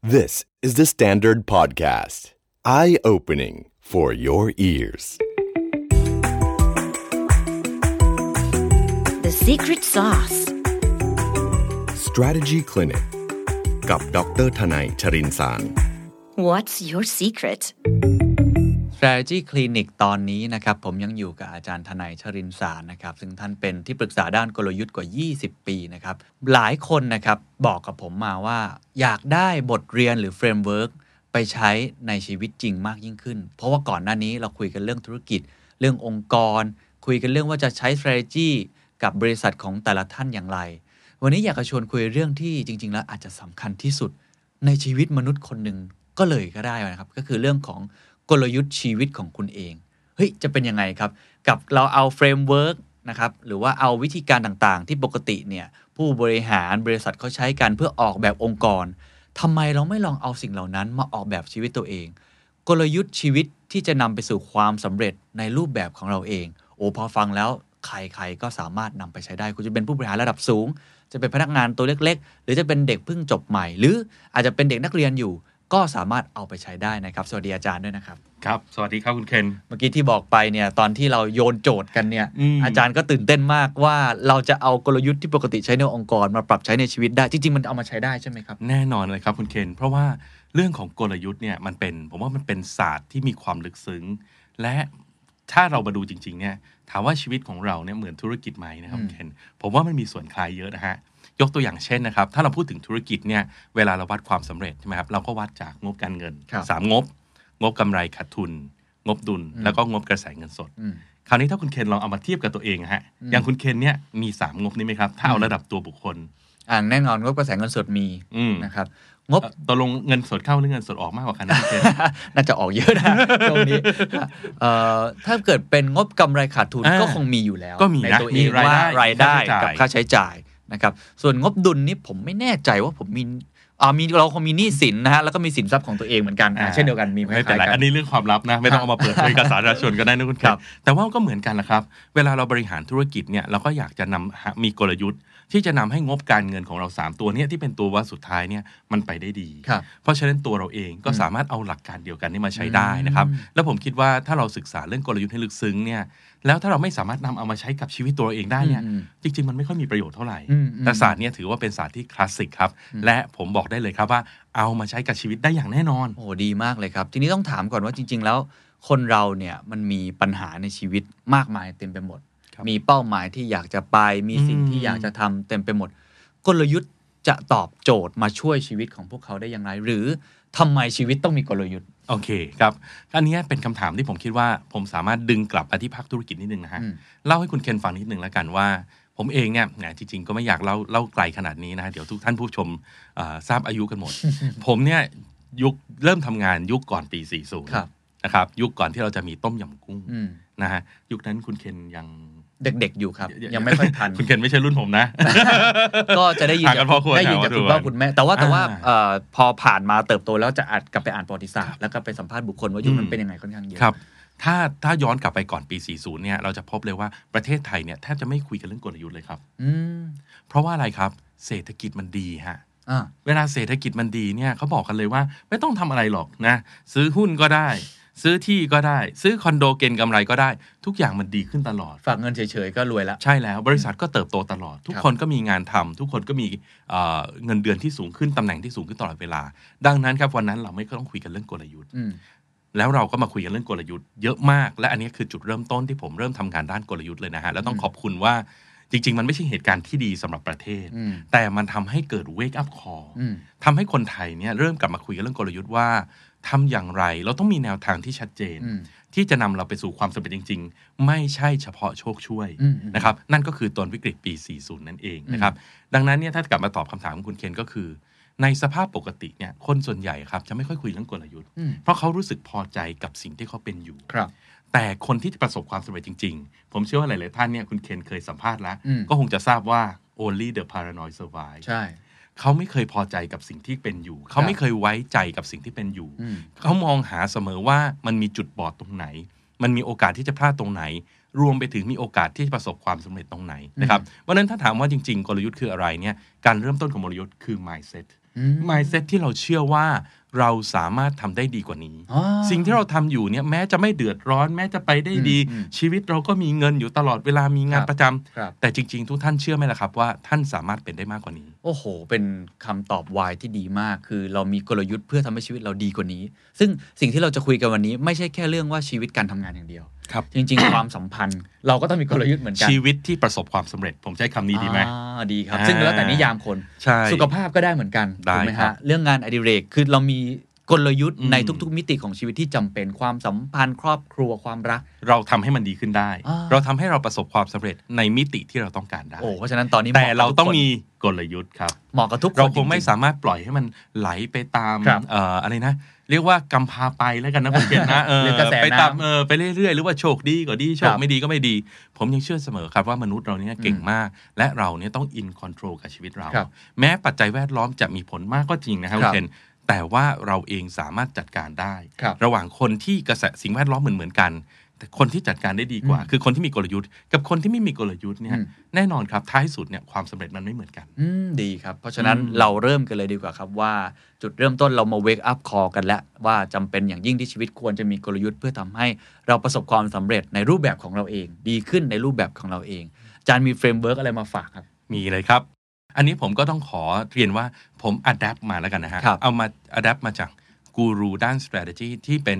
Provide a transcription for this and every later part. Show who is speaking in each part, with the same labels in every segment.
Speaker 1: This is the Standard Podcast. Eye opening for your ears.
Speaker 2: The secret sauce.
Speaker 1: Strategy Clinic กับดรทนายชรินสาร
Speaker 2: What's your secret?
Speaker 3: Strategy Clinic ตอนนี้นะครับ ผมยังอยู่กับอาจารย์ทนายชรินสารนะครับ ซึ่งท่านเป็นที่ปรึกษาด้านกลยุทธ์กว่า 20 ปีนะครับ หลายคนนะครับ บอกกับผมมาว่า อยากได้บทเรียนหรือเฟรมเวิร์กไปใช้ในชีวิตจริงมากยิ่งขึ้น เพราะว่าก่อนหน้านี้เราคุยกันเรื่องธุรกิจ เรื่ององค์กร คุยกันเรื่องว่าจะใช้ strategy กับบริษัทของแต่ละท่านอย่างไร วันนี้อยากจะชวนคุยเรื่องที่จริง ๆ แล้วอาจจะสำคัญที่สุด ในชีวิตมนุษย์คนหนึ่งก็เลยก็ได้นะครับ ก็คือเรื่องของกลยุทธ์ชีวิตของคุณเอง เฮ้ย จะเป็นยังไงครับ กับเราเอาเฟรมเวิร์กนะครับ หรือว่าเอาวิธีการต่างๆ ที่ปกติเนี่ย ผู้บริหารบริษัทเขาใช้กันเพื่อออกแบบองค์กรทำไมเราไม่ลองเอาสิ่งเหล่านั้นมาออกแบบชีวิตตัวเอง กลยุทธ์ชีวิตที่จะนำไปสู่ความสำเร็จในรูปแบบของเราเอง โอ้พอฟังแล้วใครๆก็สามารถนำไปใช้ได้ คุณจะเป็นผู้บริหารระดับสูง จะเป็นพนักงานตัวเล็ก ๆ หรือจะเป็นเด็กเพิ่งจบใหม่ หรืออาจจะเป็นเด็กนักเรียนอยู่ ก็สามารถเอาไปใช้ได้นะครับ สวัสดีอาจารย์ด้วยนะครับ
Speaker 4: ครับ สวัสดีครับคุณเคน
Speaker 3: เมื่อกี้ที่บอกไปเนี่ยตอนที่เราโยนโจทย์กันเนี่ย
Speaker 4: อืม
Speaker 3: จารย์ก็ตื่นเต้นมากว่าเราจะเอากลยุทธ์ที่ปกติใช้ในองค์กรมาปรับใช้ในชีวิตได้จริงๆมันเอามาใช้ได้ใช่ไหมครับ
Speaker 4: แน่นอนเลยครับคุณเคน เพราะว่าเรื่องของกลยุทธ์เนี่ยมันเป็น ผมว่ามันเป็นศาสตร์ที่มีความลึกซึ้ง และถ้าเรามาดูจริง ๆ เนี่ย ถามว่าชีวิตของเราเนี่ยเหมือนธุรกิจไหมนะครับ
Speaker 3: อืม
Speaker 4: คุณเคน ผมว่ามันมีส่วนคล้ายเยอะนะฮะ ยกตัวอย่างเช่นนะครับ ถ้าเราพูดถึงธุรกิจเนี่ย เวลาเราวัดความสำเร็จใช่ไหมครับ เราก็วัดจากงบการเงิน
Speaker 3: ครับ
Speaker 4: สามงบ งบกำไรขาดทุน งบดุล
Speaker 3: อืม
Speaker 4: แล้วก็งบกระแสเงินสด
Speaker 3: อืม
Speaker 4: คราวนี้ถ้าคุณเคนลองเอามาเทียบกับตัวเองอะฮะ
Speaker 3: อืม
Speaker 4: อย่างคุณเคนเนี่ยมีสามงบนี้ไหมครับ ถ้าเอา
Speaker 3: อืม
Speaker 4: ระดับตัวบุคคล
Speaker 3: อ่าแน่นอนงบกระแสเงินสดมี
Speaker 4: อืม
Speaker 3: นะครับงบ
Speaker 4: เอ่อตกลงเงินสดเข้าหรือเงินสดออกมากกว่ากันนะพี่เคน
Speaker 3: น่าจะออกเยอะนะ ช่วงนี้ เอ่อถ้าเกิดเป็นงบกำไรขาดทุน
Speaker 4: อ่า
Speaker 3: ก็คงมีอยู่แล้ว
Speaker 4: ก็มี
Speaker 3: ใน
Speaker 4: นะ
Speaker 3: ตัวเอ
Speaker 4: มี
Speaker 3: ง
Speaker 4: ราย
Speaker 3: ว่า
Speaker 4: ได้
Speaker 3: รายได้
Speaker 4: ค่าใช้จ่าย
Speaker 3: กับค่าใช้จ่ายนะครับส่วนงบดุลนี่ผมไม่แน่ใจว่าผมมีอ่ามีเราคงมีหนี้สินนะฮะแล้วก็มีสินทรัพย์ของตัวเองเหมือนกันอ่ะเช่นเดียวกันมี
Speaker 4: ไม่เป็น
Speaker 3: ค
Speaker 4: ไร
Speaker 3: ล้ายๆกั
Speaker 4: อันนี้เรื่องความลับนะ ไม่ต้องเอามาเปิดเผยกับสาธารณชนก็ได้นะคุณค
Speaker 3: ครั
Speaker 4: รั
Speaker 3: บบ
Speaker 4: แต่ว่าก็เหมือนกันละครับ เวลาเราบริหารธุรกิจเนี่ยเราก็อยากจะนำหามีกลยุทธ์ ที่จะนำให้งบการเงินของเรา 3 ตัวเนี่ยที่เป็นตัววัดสุดท้ายเนี่ยมันไปได้ดี
Speaker 3: ครับ
Speaker 4: เพราะฉะนั้นตัวเราเองก็
Speaker 3: อืม
Speaker 4: สามารถเอาหลักการเดียวกันนี้มาใช้ได้นะครับ
Speaker 3: อืม
Speaker 4: แล้วผมคิดว่าถ้าเราศึกษาเรื่องกลยุทธ์ให้ลึกซึ้งเนี่ยแล้วถ้าเราไม่สามารถนำเอามาใช้กับชีวิตตัวเราเองได้เนี่ย
Speaker 3: อืม
Speaker 4: จริงๆ มันไม่ค่อยมีประโยชน์เท่าไหร่
Speaker 3: อืมอืม
Speaker 4: แต่ศาสตร์เนี่ยถือว่าเป็นศาสตร์ที่คลาสสิกครับ
Speaker 3: อืม
Speaker 4: และผมบอกได้เลยครับว่าเอามาใช้กับชีวิตได้อย่างแน่นอน
Speaker 3: โอ้โหดีมากเลยครับ ทีนี้ต้องถามก่อนว่าจริง ๆ แล้ว คนเราเนี่ยมันมีปัญหาในชีวิตมากมายเต็มไปหมด
Speaker 4: ครับ
Speaker 3: มีเป้าหมายที่อยากจะไป มีสิ่ง
Speaker 4: อืม
Speaker 3: ที่อยากจะทำเต็มไปหมด กลยุทธ์จะตอบโจทย์มาช่วยชีวิตของพวกเขาได้อย่างไร หรือทำไมชีวิตต้องมีกลยุทธ์
Speaker 4: โอเคครับอันเนี้ยเป็นคำถามที่ผมคิดว่าผมสามารถดึงกลับมาที่ภาคธุรกิจนิดนึงนะฮะ
Speaker 3: อืม
Speaker 4: เล่าให้คุณเคนฟังนิดนึงแล้วกันว่า ผมเองเนี่ยแหมจริงๆ ก็ไม่อยากเล่าเล่าไกลขนาดนี้นะฮะเดี๋ยวทุกท่านผู้ชมเอ่อทราบอายุกัน หมด ผมเนี่ยยุคเริ่มทำงานยุคก่อนปี 40
Speaker 3: ครับ
Speaker 4: นะครับยุคก่อนที่เราจะมีต้มยำกุ้ง
Speaker 3: อืม
Speaker 4: นะฮะยุคนั้นคุณเคนยัง
Speaker 3: เด็กๆอยู่ครับ ยังไม่ค่อยทัน
Speaker 4: คุณเคนไม่ใช่รุ่นผมนะ
Speaker 3: ก็จะได้ยิน
Speaker 4: ห่างกันพอควร
Speaker 3: ได้ยิน
Speaker 4: นะ
Speaker 3: จากคุณพ่
Speaker 4: ว่า
Speaker 3: อ
Speaker 4: ดู
Speaker 3: คุณแม่ แต่ว่าแต่ว่า
Speaker 4: อ่า
Speaker 3: เอ่อพอผ่านมาเติบโตแล้วจะอ่านกลับไปอ่านประวัติศาสตร์แล้วก็ไปสัมภาษณ์บุคคลว่ายุคนั้น
Speaker 4: อืม
Speaker 3: เป็นยังไงค่อนข้างเยอะ
Speaker 4: ครับ ถ้าถ้าย้อนกลับไปก่อนปี 40 เนี่ย เราจะพบเลยว่าประเทศไทยเนี่ยแทบจะไม่คุยกันเรื่องกลยุทธ์เลยครับ
Speaker 3: อืม
Speaker 4: เพราะว่าอะไรครับ เศรษฐกิจมันดีฮะ
Speaker 3: อ่า
Speaker 4: เวลาเศรษฐกิจมันดีเนี่ยเขาบอกกันเลยว่าไม่ต้องทำอะไรหรอกนะ ซื้อหุ้นก็ได้ ซื้อที่ก็ได้ ซื้อคอนโดเก็งกำไรก็ได้ ทุกอย่างมันดีขึ้นตลอด
Speaker 3: ฝากเงินเฉยๆก็รวยละ
Speaker 4: ใช่แล้วบริษัทก็เติบโตตลอด ทุก
Speaker 3: ครับ
Speaker 4: คนก็มีงานทำทุกคนก็มีเอ่อเงินเดือนที่สูงขึ้นตำแหน่งที่สูงขึ้นตลอดเวลา ดังนั้นครับวันนั้นเราไม่ต้องคุยกันเรื่องกลยุทธ์
Speaker 3: อืม
Speaker 4: แล้วเราก็มาคุยกันเรื่องกลยุทธ์เยอะมาก และอันนี้คือจุดเริ่มต้นที่ผมเริ่มทำงานด้านกลยุทธ์เลยนะฮะ แล้วต้อ
Speaker 3: อื
Speaker 4: ง
Speaker 3: ม
Speaker 4: ขอบคุณว่าจริง ๆ มันไม่ใช่เหตุการณ์ที่ดีสำหรับประเทศ
Speaker 3: อืม
Speaker 4: แต่มันทำให้เกิด wake up call
Speaker 3: อืม
Speaker 4: ทำให้คนไทยเนี่ยเริ่มกลับมาคุยกันเรื่องกลยุทธ์ว่าทำอย่างไรเราต้องมีแนวทางที่ชัดเจน
Speaker 3: อืม
Speaker 4: ที่จะนำเราไปสู่ความสำเร็จจริง ๆ ไม่ใช่เฉพาะโชคช่วย
Speaker 3: อืม
Speaker 4: นะครับนั่นก็คือตอนวิกฤตปี 40 นั่นเองนะครับดังนั้นเนี่ยถ้ากลับมาตอบคำถามของคุณเคนก็คือ ในสภาพปกติเนี่ยคนส่วนใหญ่ครับจะไม่ค่อยคุยเรื่องกลยุทธ์
Speaker 3: อืม
Speaker 4: เพราะเขารู้สึกพอใจกับสิ่งที่เขาเป็นอยู่
Speaker 3: ครับ
Speaker 4: แต่คนที่ประสบความสำเร็จจริง ๆ ผมเชื่อว่าหลาย ๆ ท่านเนี่ยคุณเคนเคยสัมภาษณ์แล้ว
Speaker 3: อืม
Speaker 4: ก็คงจะทราบว่า only the paranoid survive
Speaker 3: ใช่
Speaker 4: เขาไม่เคยพอใจกับสิ่งที่เป็นอยู่ เขาไม่เคยไว้ใจกับสิ่งที่เป็นอยู่
Speaker 3: อืม
Speaker 4: เขามองหาเสมอว่ามันมีจุดบอดตรงไหน มันมีโอกาสที่จะพลาดตรงไหน รวมไปถึงมีโอกาสที่จะประสบความสำเร็จตรงไหนนะครับ เพราะฉะนั้นถ้าถามว่าจริง ๆ กลยุทธ์คืออะไรเนี่ย การเริ่มต้นของกลยุทธ์คือ mindset mindset ที่เราเชื่อว่าเราสามารถทำได้ดีกว่านี้
Speaker 3: อ๋อ
Speaker 4: สิ่งที่เราทำอยู่เนี่ยแม้จะไม่เดือดร้อน แม้จะไปได้ดี
Speaker 3: อืมอืม
Speaker 4: ชีวิตเราก็มีเงินอยู่ตลอดเวลามีงาน
Speaker 3: ครับ
Speaker 4: ประจำ
Speaker 3: ครับ
Speaker 4: แต่จริง ๆ ทุกท่านเชื่อไหมล่ะครับว่าท่านสามารถเป็นได้มากกว่านี้
Speaker 3: โอ้โห เป็นคำตอบวายที่ดีมาก คือเรามีกลยุทธ์เพื่อทำให้ชีวิตเราดีกว่านี้ ซึ่งสิ่งที่เราจะคุยกันวันนี้ ไม่ใช่แค่เรื่องว่าชีวิตการทำงานอย่างเดียว
Speaker 4: ครับ
Speaker 3: จริง ๆ ความสัมพันธ์ เราก็ต้องมีกลยุทธ์เหมือนกัน
Speaker 4: ชีวิตที่ประสบความสำเร็จ ผมใช้คำนี้ดีไหม
Speaker 3: อ่าดีครับ
Speaker 4: อ่า
Speaker 3: ซึ่งแล้วแต่นิยามคน
Speaker 4: ใช่
Speaker 3: สุขภาพก็ได้เหมือนกัน
Speaker 4: ได้
Speaker 3: ถูกไหม
Speaker 4: ครั
Speaker 3: ฮะ
Speaker 4: บ
Speaker 3: เรื่องงานอดิเรกคือเรามีกลยุทธ์
Speaker 4: อืม
Speaker 3: ในทุก ๆ มิติของชีวิตที่จำเป็นความสัมพันธ์ ครอบครัวความรัก
Speaker 4: เราทำให้มันดีขึ้นได้
Speaker 3: อ่า
Speaker 4: เราทำให้เราประสบความสำเร็จในมิติที่เราต้องการได้
Speaker 3: โอ้เพราะฉะนั้นตอนนี้
Speaker 4: แต่
Speaker 3: หะกับ
Speaker 4: เราต้อง
Speaker 3: ทุกคน
Speaker 4: มีกลยุทธ์ครับ
Speaker 3: เหมาะกับทุกคน
Speaker 4: เราคงไม่
Speaker 3: จริๆ
Speaker 4: สามารถปล่อยให้มันไหลไปตาม
Speaker 3: ครับ
Speaker 4: เอ่ออะไรนะ เรียกว่ากำพาไปแล้ วกันนะคุณเพียรนะเออ
Speaker 3: หรือกระแสน้ำ
Speaker 4: ไปตามเออไปเรื่อยๆ หรือว่าโชคดีก็ดี โช
Speaker 3: ค
Speaker 4: ครับ ไม่ดีก็ไม่ดี ผมยังเชื่อเสมอครับว่ามนุษย์เราเนี่ยเก่ง
Speaker 3: อืม
Speaker 4: มาก และเราเนี่ยต้องอินคอนโทรลกับชีวิตเรา
Speaker 3: ครับ
Speaker 4: แม้ปัจจัยแวดล้อมจะมีผลมากก็จริงนะครับคุ
Speaker 3: ครับ
Speaker 4: ณเพียรแต่ว่าเราเองสามารถจัดการได้
Speaker 3: ครับ
Speaker 4: ระหว่างคนที่กระแสสิ่งแวดล้อมเหมือนเหมือนๆกัน แต่คนที่จัดการได้ดีกว่า
Speaker 3: อืม
Speaker 4: คือคนที่มีกลยุทธ์ กับคนที่ไม่มีกลยุทธ์เนี่ย
Speaker 3: อืม
Speaker 4: แน่นอนครับท้ายสุดเนี่ยความสำเร็จมันไม่เหมือนกัน
Speaker 3: อืมดีครับ เพราะฉะนั้น
Speaker 4: อืม
Speaker 3: เราเริ่มกันเลยดีกว่าครับว่า จุดเริ่มต้นเรามาเวกอัพคอกันแล้ว ว่าจำเป็นอย่างยิ่งที่ชีวิตควรจะมีกลยุทธ์เพื่อทำให้เราประสบความสำเร็จในรูปแบบของเราเอง ดีขึ้นในรูปแบบของเราเองอาจารย์มีเฟรมเวิร์กอะไรมาฝากครับ
Speaker 4: มีเลยครับ อันนี้ผมก็ต้องขอเรียนว่าผมอัดแอปมาแล้วกันนะฮะ
Speaker 3: ครับ
Speaker 4: เอามาอัดแอปมาจากกูรูด้าน strategy ที่เป็น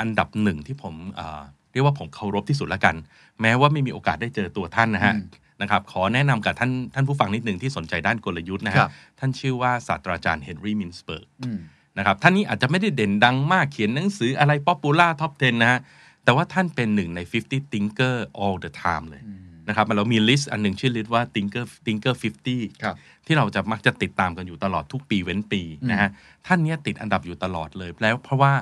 Speaker 4: อันดับหนึ่งที่ผมเอ่อเรียกว่าผมเคารพที่สุดละกัน แม้ว่าไม่มีโอกาสได้เจอตัวท่านนะฮะ
Speaker 3: อืม
Speaker 4: นะครับ ขอแนะนำกับท่านท่านผู้ฟังนิดหนึ่งที่สนใจด้านกลยุทธ์นะ
Speaker 3: ครั
Speaker 4: ฮะ
Speaker 3: บ
Speaker 4: ท่านชื่อว่าศาสตราจารย์เฮนรี่มินสเบิร์ก
Speaker 3: อืม
Speaker 4: นะครับท่านนี้อาจจะไม่ได้เด่นดังมากเขียนหนังสืออะไรป๊อปปูล่าท็อป 10 นะฮะ แต่ว่าท่านเป็นหนึ่งใน 50 Thinker all the time เลยนะครับเรามีลิสต์อันหนึ่งชื่อลิสต์ว่า Thinker Thinker 50
Speaker 3: ครับ
Speaker 4: ที่เราจะมักจะติดตามกันอยู่ตลอดทุกปีเว้นปีนะฮะท่านเนี้ยติดอันดับอยู่ตลอดเลย แล้วเพราะว่า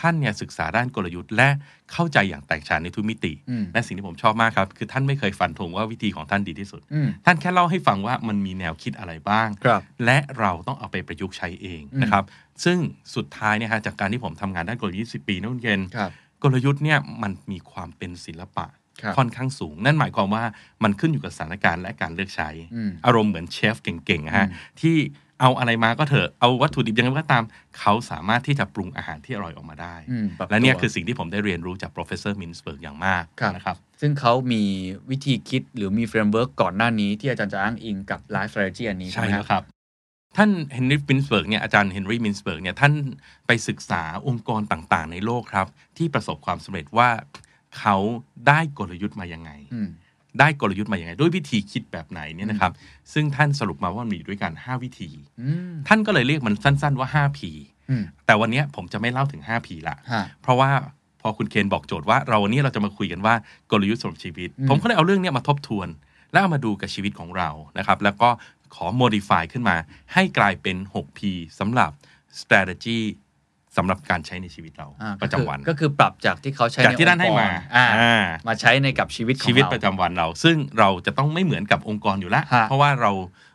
Speaker 4: ท่านเนี่ยศึกษาด้านกลยุทธ์ และเข้าใจอย่างแตกฉานในทุกมิติ
Speaker 3: อืม
Speaker 4: และสิ่งที่ผมชอบมากครับ คือท่านไม่เคยฟันธงว่าวิธีของท่านดีที่สุด
Speaker 3: อืม
Speaker 4: ท่านแค่เล่าให้ฟังว่ามันมีแนวคิดอะไรบ้าง
Speaker 3: ครับ
Speaker 4: และเราต้องเอาไปประยุกต์ใช้เอง
Speaker 3: อืม
Speaker 4: นะครับ ซึ่งสุดท้ายเนี่ยฮะจากการที่ผมทำงานด้านกลยุทธ์20 ปีนะคุณเย็น
Speaker 3: ครับ
Speaker 4: กลยุทธ์เนี่ยมันมีความเป็นศิลปะ
Speaker 3: ครับ
Speaker 4: ค่อนข้างสูง นั่นหมายความว่ามันขึ้นอยู่กับสถานการณ์และการเลือกใช้
Speaker 3: อืม
Speaker 4: อารมณ์เหมือนเชฟเก่งๆอะฮะ
Speaker 3: อืม
Speaker 4: ที่เอาอะไรมาก็เถอะเอาวัตถุดิบยังไงก็ตาม เขาสามารถที่จะปรุงอาหารที่อร่อยออกมาได้
Speaker 3: อืมปรับตัว
Speaker 4: และเนี่ยคือสิ่งที่ผมได้เรียนรู้จาก professor Minsberg อย่างมาก
Speaker 3: ครับ
Speaker 4: นะครับ
Speaker 3: ซึ่งเขามีวิธีคิดหรือมีเฟรมเวิร์กก่อนหน้านี้ที่อาจารย์จะอ้างอิงกับไลฟ์สตร a t e g y อันนี้
Speaker 4: ใช่
Speaker 3: ไหม
Speaker 4: แล้วครับ ท่านเฮนรี่มินสเบิร์กเนี่ยอาจารย์เฮนรี่มินสเบิร์กเนี่ยท่านไปศึกษาองค์กรต่างๆ ในโลกครับ ที่ประสบความสำเร็จว่าเขาได้กลยุทธ์มายังไง
Speaker 3: อืม
Speaker 4: ได้กลยุทธ์มายังไง ด้วยวิธีคิดแบบไหนเนี่ยนะครับ ซึ่งท่านสรุปมาว่ามีด้วยกัน 5 วิธี
Speaker 3: อืม
Speaker 4: ท่านก็เลยเรียกมันสั้นๆว่า 5P
Speaker 3: อืม
Speaker 4: แต่วันเนี้ยผมจะไม่เล่าถึง 5P ละ
Speaker 3: ฮะ
Speaker 4: เพราะว่าพอคุณเคนบอกโจทย์ว่าเราวันนี้เราจะมาคุยกันว่ากลยุทธ์สำหรับชีวิต
Speaker 3: อืม
Speaker 4: ผมก็เลยเอาเรื่องเนี้ยมาทบทวน แล้วเอามาดูกับชีวิตของเรานะครับ แล้วก็ขอ modify ขึ้นมา ให้กลายเป็น 6P สำหรับ strategy สำหรับการใช้ในชีวิตเรา
Speaker 3: า
Speaker 4: ประจำวัน
Speaker 3: ก็คือก็คือปรับจากที่เขาใช้
Speaker 4: จากที่
Speaker 3: ใ
Speaker 4: ท่านให้มา
Speaker 3: องค์กรอ่า
Speaker 4: อ่า
Speaker 3: มาใช้ในกับชีวิตของ
Speaker 4: ชีวิต
Speaker 3: เรา
Speaker 4: ประจำวันเรา ซึ่งเราจะต้องไม่เหมือนกับองค์กรอยู่แล้ว
Speaker 3: ฮะ
Speaker 4: เพราะว่าเรา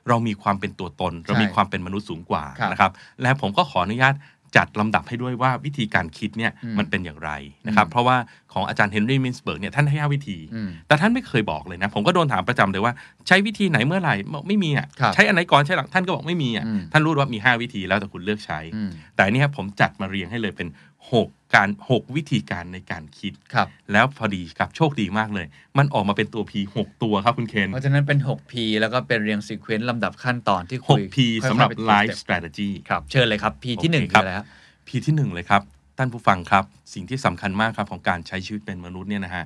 Speaker 4: เรามีความเป็นตัวตน เรามีความเป็นมนุษย์สูงกว่า
Speaker 3: ครับ
Speaker 4: นะครับ และผมก็ขออนุญาตจัดลำดับให้ด้วยว่าวิธีการคิดเนี่ย
Speaker 3: อืม
Speaker 4: มันเป็นอย่างไรนะครับ
Speaker 3: อืม
Speaker 4: เพราะว่าของอาจารย์เฮนรี่มินสเบิร์กเนี่ยท่านให้ห้าวิธี
Speaker 3: อืม
Speaker 4: แต่ท่านไม่เคยบอกเลยนะ ผมก็โดนถามประจำเลยว่าใช้วิธีไหนเมื่อไหร่บอกไม่มีอ่ะ
Speaker 3: ครับ
Speaker 4: ใช้อันไหนก่อนใช้หลังท่านก็บอกไม่มีอ่ะ
Speaker 3: อืม
Speaker 4: ท่านรู้ว่ามี 5 วิธีแล้วแต่คุณเลือกใช้
Speaker 3: อืม
Speaker 4: แต่อันเนี่ยผมจัดมาเรียงให้เลยเป็นหกการหกวิธีการในการคิด
Speaker 3: ครับ
Speaker 4: แล้วพอดีครับโชคดีมากเลย มันออกมาเป็นตัว P 6 ตัวครับคุณเคน
Speaker 3: เพราะฉะนั้นเป็น 6P แล้วก็เป็นเรียงซีเควนต์ลำดับขั้นตอนที่คุย
Speaker 4: 6 P สำหรับ
Speaker 3: ค่อยๆเป็น
Speaker 4: Life
Speaker 3: สเต็ป
Speaker 4: Strategy
Speaker 3: ครับ เชิญเลยครับ P ที่
Speaker 4: โอเค
Speaker 3: หนึ่ง
Speaker 4: ค
Speaker 3: คื
Speaker 4: รั
Speaker 3: อบ อะไรฮะ
Speaker 4: P ที่หนึ่งเลยครับท่านผู้ฟังครับ สิ่งที่สำคัญมากครับของการใช้ชีวิตเป็นมนุษย์เนี่ยนะฮะ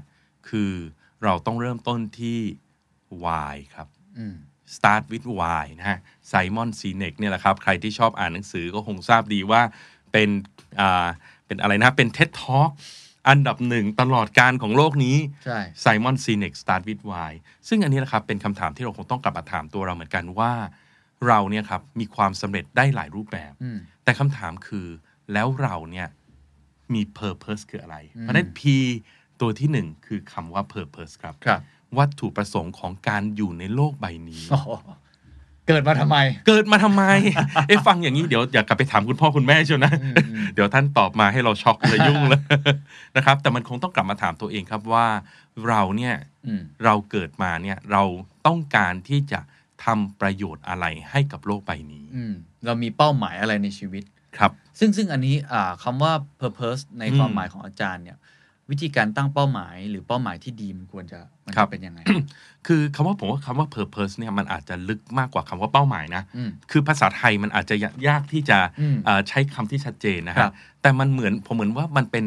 Speaker 4: คือเราต้องเริ่มต้นที่ Why ครับ
Speaker 3: อืม
Speaker 4: start with why นะฮะไซมอนซีเนกเนี่ยแหละครับ ใครที่ชอบอ่านหนังสือก็คงทราบดีว่าเป็นอ่าเป็นอะไรนะ เป็น TED Talk อันดับหนึ่งตลอดการของโลกนี้
Speaker 3: ใช่
Speaker 4: ไซมอนซีเน็กสตาร์ทวิดไวซึ่งอันนี้แหละครับ เป็นคำถามที่เราคงต้องกลับมาถามตัวเราเหมือนกันว่า เราเนี่ยครับ มีความสำเร็จได้หลายรูปแบบ
Speaker 3: อืม
Speaker 4: แต่คำถามคือแล้วเราเนี่ย มี Purpose คืออะไร
Speaker 3: อืม
Speaker 4: เพราะฉะนั้น P ตัวที่หนึ่งคือคำว่า Purpose ครับ
Speaker 3: ครับ
Speaker 4: วัตถุประสงค์ของการอยู่ในโลกใบนี้
Speaker 3: โอ้โหเกิดมาทำไม
Speaker 4: เกิดมาทำ ไม เอ้ฟังอย่างนี้เดี๋ยวอยากกลับไปถามคุณพ่อคุณแม่เชียวนะ เดี๋ยวท่านตอบมาให้เราช็อกเลยยุ่งเลย นะครับ แต่มันคงต้องกลับมาถามตัวเองครับว่าเราเนี่ย
Speaker 3: อืม
Speaker 4: เราเกิดมาเนี่ยเราต้องการที่จะทำประโยชน์อะไรให้กับโลกใบนี้
Speaker 3: อืม เรามีเป้าหมายอะไรในชีวิต
Speaker 4: ครับ
Speaker 3: ซึ่งซึ่งอันนี้อ่าคำาว่า purpose ใน
Speaker 4: อืม
Speaker 3: ความหมายของอาจารย์เนี่ย วิธีการตั้งเป้าหมายหรือเป้าหมายที่ดีมันควรจะมัน
Speaker 4: ครั
Speaker 3: จะ
Speaker 4: บ
Speaker 3: เป็นยังไง
Speaker 4: คือคำว่าผมว่าคำว่า purpose เนี่ยมันอาจจะลึกมากกว่าคำว่าเป้าหมายนะ
Speaker 3: อืม
Speaker 4: คือภาษาไทยมันอาจจะยากที่จะ
Speaker 3: อืม
Speaker 4: เอ่อใช้คำที่ชัดเจนนะ
Speaker 3: ครั
Speaker 4: ฮะ
Speaker 3: บ
Speaker 4: แต่มันเหมือนผมเหมือนว่ามันเป็น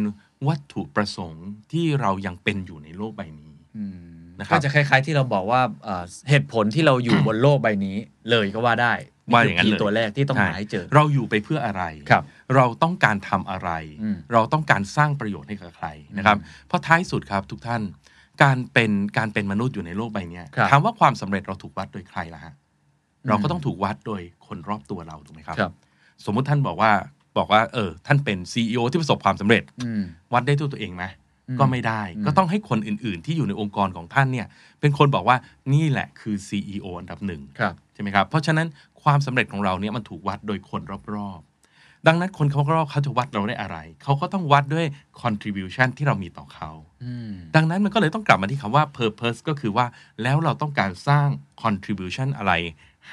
Speaker 4: วัตถุประสงค์ที่เรายังเป็นอยู่ในโลกใบนี้
Speaker 3: อืม
Speaker 4: นะครับ
Speaker 3: ก็จะคล้าย ๆ ที่เราบอกว่าเอ่อเหตุผลที่เราอยู่ บนโลกใบนี้เลยก็ว่าได้
Speaker 4: ว่าอย่างนั้น
Speaker 3: คื
Speaker 4: เลย
Speaker 3: ตัวแรกที่ต้อง
Speaker 4: ใช่
Speaker 3: หาให้เจอ
Speaker 4: เราอยู่ไปเพื่ออะไร
Speaker 3: ครับ
Speaker 4: เราต้องการทำอะไร
Speaker 3: อืม
Speaker 4: เราต้องการสร้างประโยชน์ให้กับใครนะครับเพราะท้ายสุดครับทุกท่านการเป็นการเป็นมนุษย์อยู่ในโลกใบเนี้ย
Speaker 3: ครับ
Speaker 4: ถามว่าความสำเร็จเราถูกวัดโดยใครล่ะฮะ
Speaker 3: ม
Speaker 4: เราก็ต้องถูกวัดโดยคนรอบตัวเราถูกไหมครับ
Speaker 3: ครับ
Speaker 4: สมมุติท่านบอกว่าบอกว่า เออ ท่านเป็น CEO ที่ประสบความสำเร็จ
Speaker 3: อืม
Speaker 4: วัดได้ด้วยตัวเองไหม
Speaker 3: อืม
Speaker 4: ก็ไม่ได้
Speaker 3: อืม
Speaker 4: ก็ต้องให้คนอื่น ๆ ที่อยู่ในองค์กรของท่านเนี่ย เป็นคนบอกว่านี่แหละคือ CEO อันดับหนึ่ง
Speaker 3: ครับ
Speaker 4: ใช่ไหมครับ เพราะฉะนั้นความสำเร็จของเราเนี่ยมันถูกวัดโดยคนรอบๆ ดังนั้นคนเขารอบๆเขาจะวัดเราได้อะไร เขาก็ต้องวัดด้วย contribution ที่เรามีต่อเขา
Speaker 3: อืม
Speaker 4: ดังนั้นมันก็เลยต้องกลับมาที่คำว่า purpose ก็คือว่าแล้วเราต้องการสร้าง contribution อะไร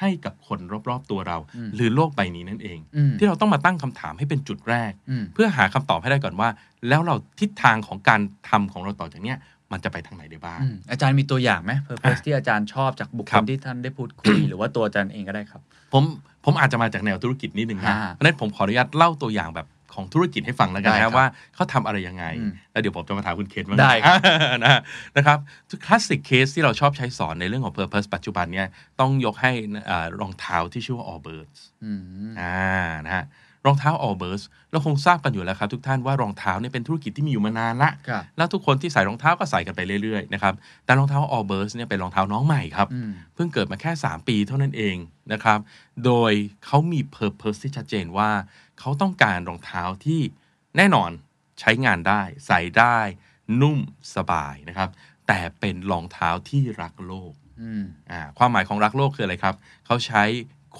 Speaker 4: ให้กับคนรอบๆตัวเรา
Speaker 3: อืม
Speaker 4: หรือโลกใบนี้นั่นเอง
Speaker 3: อืม
Speaker 4: ที่เราต้องมาตั้งคำถามให้เป็นจุดแรก
Speaker 3: อืม
Speaker 4: เพื่อหาคำตอบให้ได้ก่อนว่า แล้วเราทิศทางของการทำของเราต่อจากเนี้ยมันจะไปทางไหนได้บ้าง
Speaker 3: อืมอาจารย์มีตัวอย่างไหม purpose ที่อาจารย์ชอบจากบุคค
Speaker 4: ครั
Speaker 3: ล
Speaker 4: บ
Speaker 3: ที่ท่านได้พูดคุย หรือว่าตัวอาจารย์เองก็ได้ครับ
Speaker 4: ผมผมอาจจะมาจากแนวธุรกิจนิดนึงนะ
Speaker 3: อ่า
Speaker 4: เพราะฉะนั้นผมขออนุญาตเล่าตัวอย่างแบบของธุรกิจให้ฟังแล้วกัน
Speaker 3: ได้ครั
Speaker 4: นะ
Speaker 3: บ
Speaker 4: ว่าเขาทำอะไรยังไง
Speaker 3: อืม
Speaker 4: แล้วเดี๋ยวผมจะมาถามคุณเคนบ้าง
Speaker 3: ได้ครับ
Speaker 4: นะ นะครับคลาสสิกเคสที่เราชอบใช้สอนในเรื่องของ Purpose ปัจจุบันเนี่ยต้องยกให้เอ่อรองเท้าที่ชื่อว่า Allbirds
Speaker 3: อืม
Speaker 4: อ่านะฮะรองเท้า Allbirds เราคงทราบกันอยู่แล้วครับทุกท่านว่ารองเท้าเนี่ยเป็นธุรกิจที่มีอยู่มานานละ
Speaker 3: ครับ
Speaker 4: แล้วทุกคนที่ใส่รองเท้าก็ใส่กันไปเรื่อยๆนะครับแต่รองเท้า Allbirds เนี่ยเป็นรองเท้าน้องใหม่ครับ
Speaker 3: อืม
Speaker 4: เพิ่งเกิดมาแค่ 3 ปีเท่านั้นเองนะครับ โดยเขามี Purpose ที่ชัดเจนว่า เขาต้องการรองเท้าที่แน่นอนใช้งานได้ ใส่ได้ นุ่มสบายนะครับ แต่เป็นรองเท้าที่รักโลก
Speaker 3: อืม
Speaker 4: อ่าความหมายของรักโลกคืออะไรครับ เขาใช้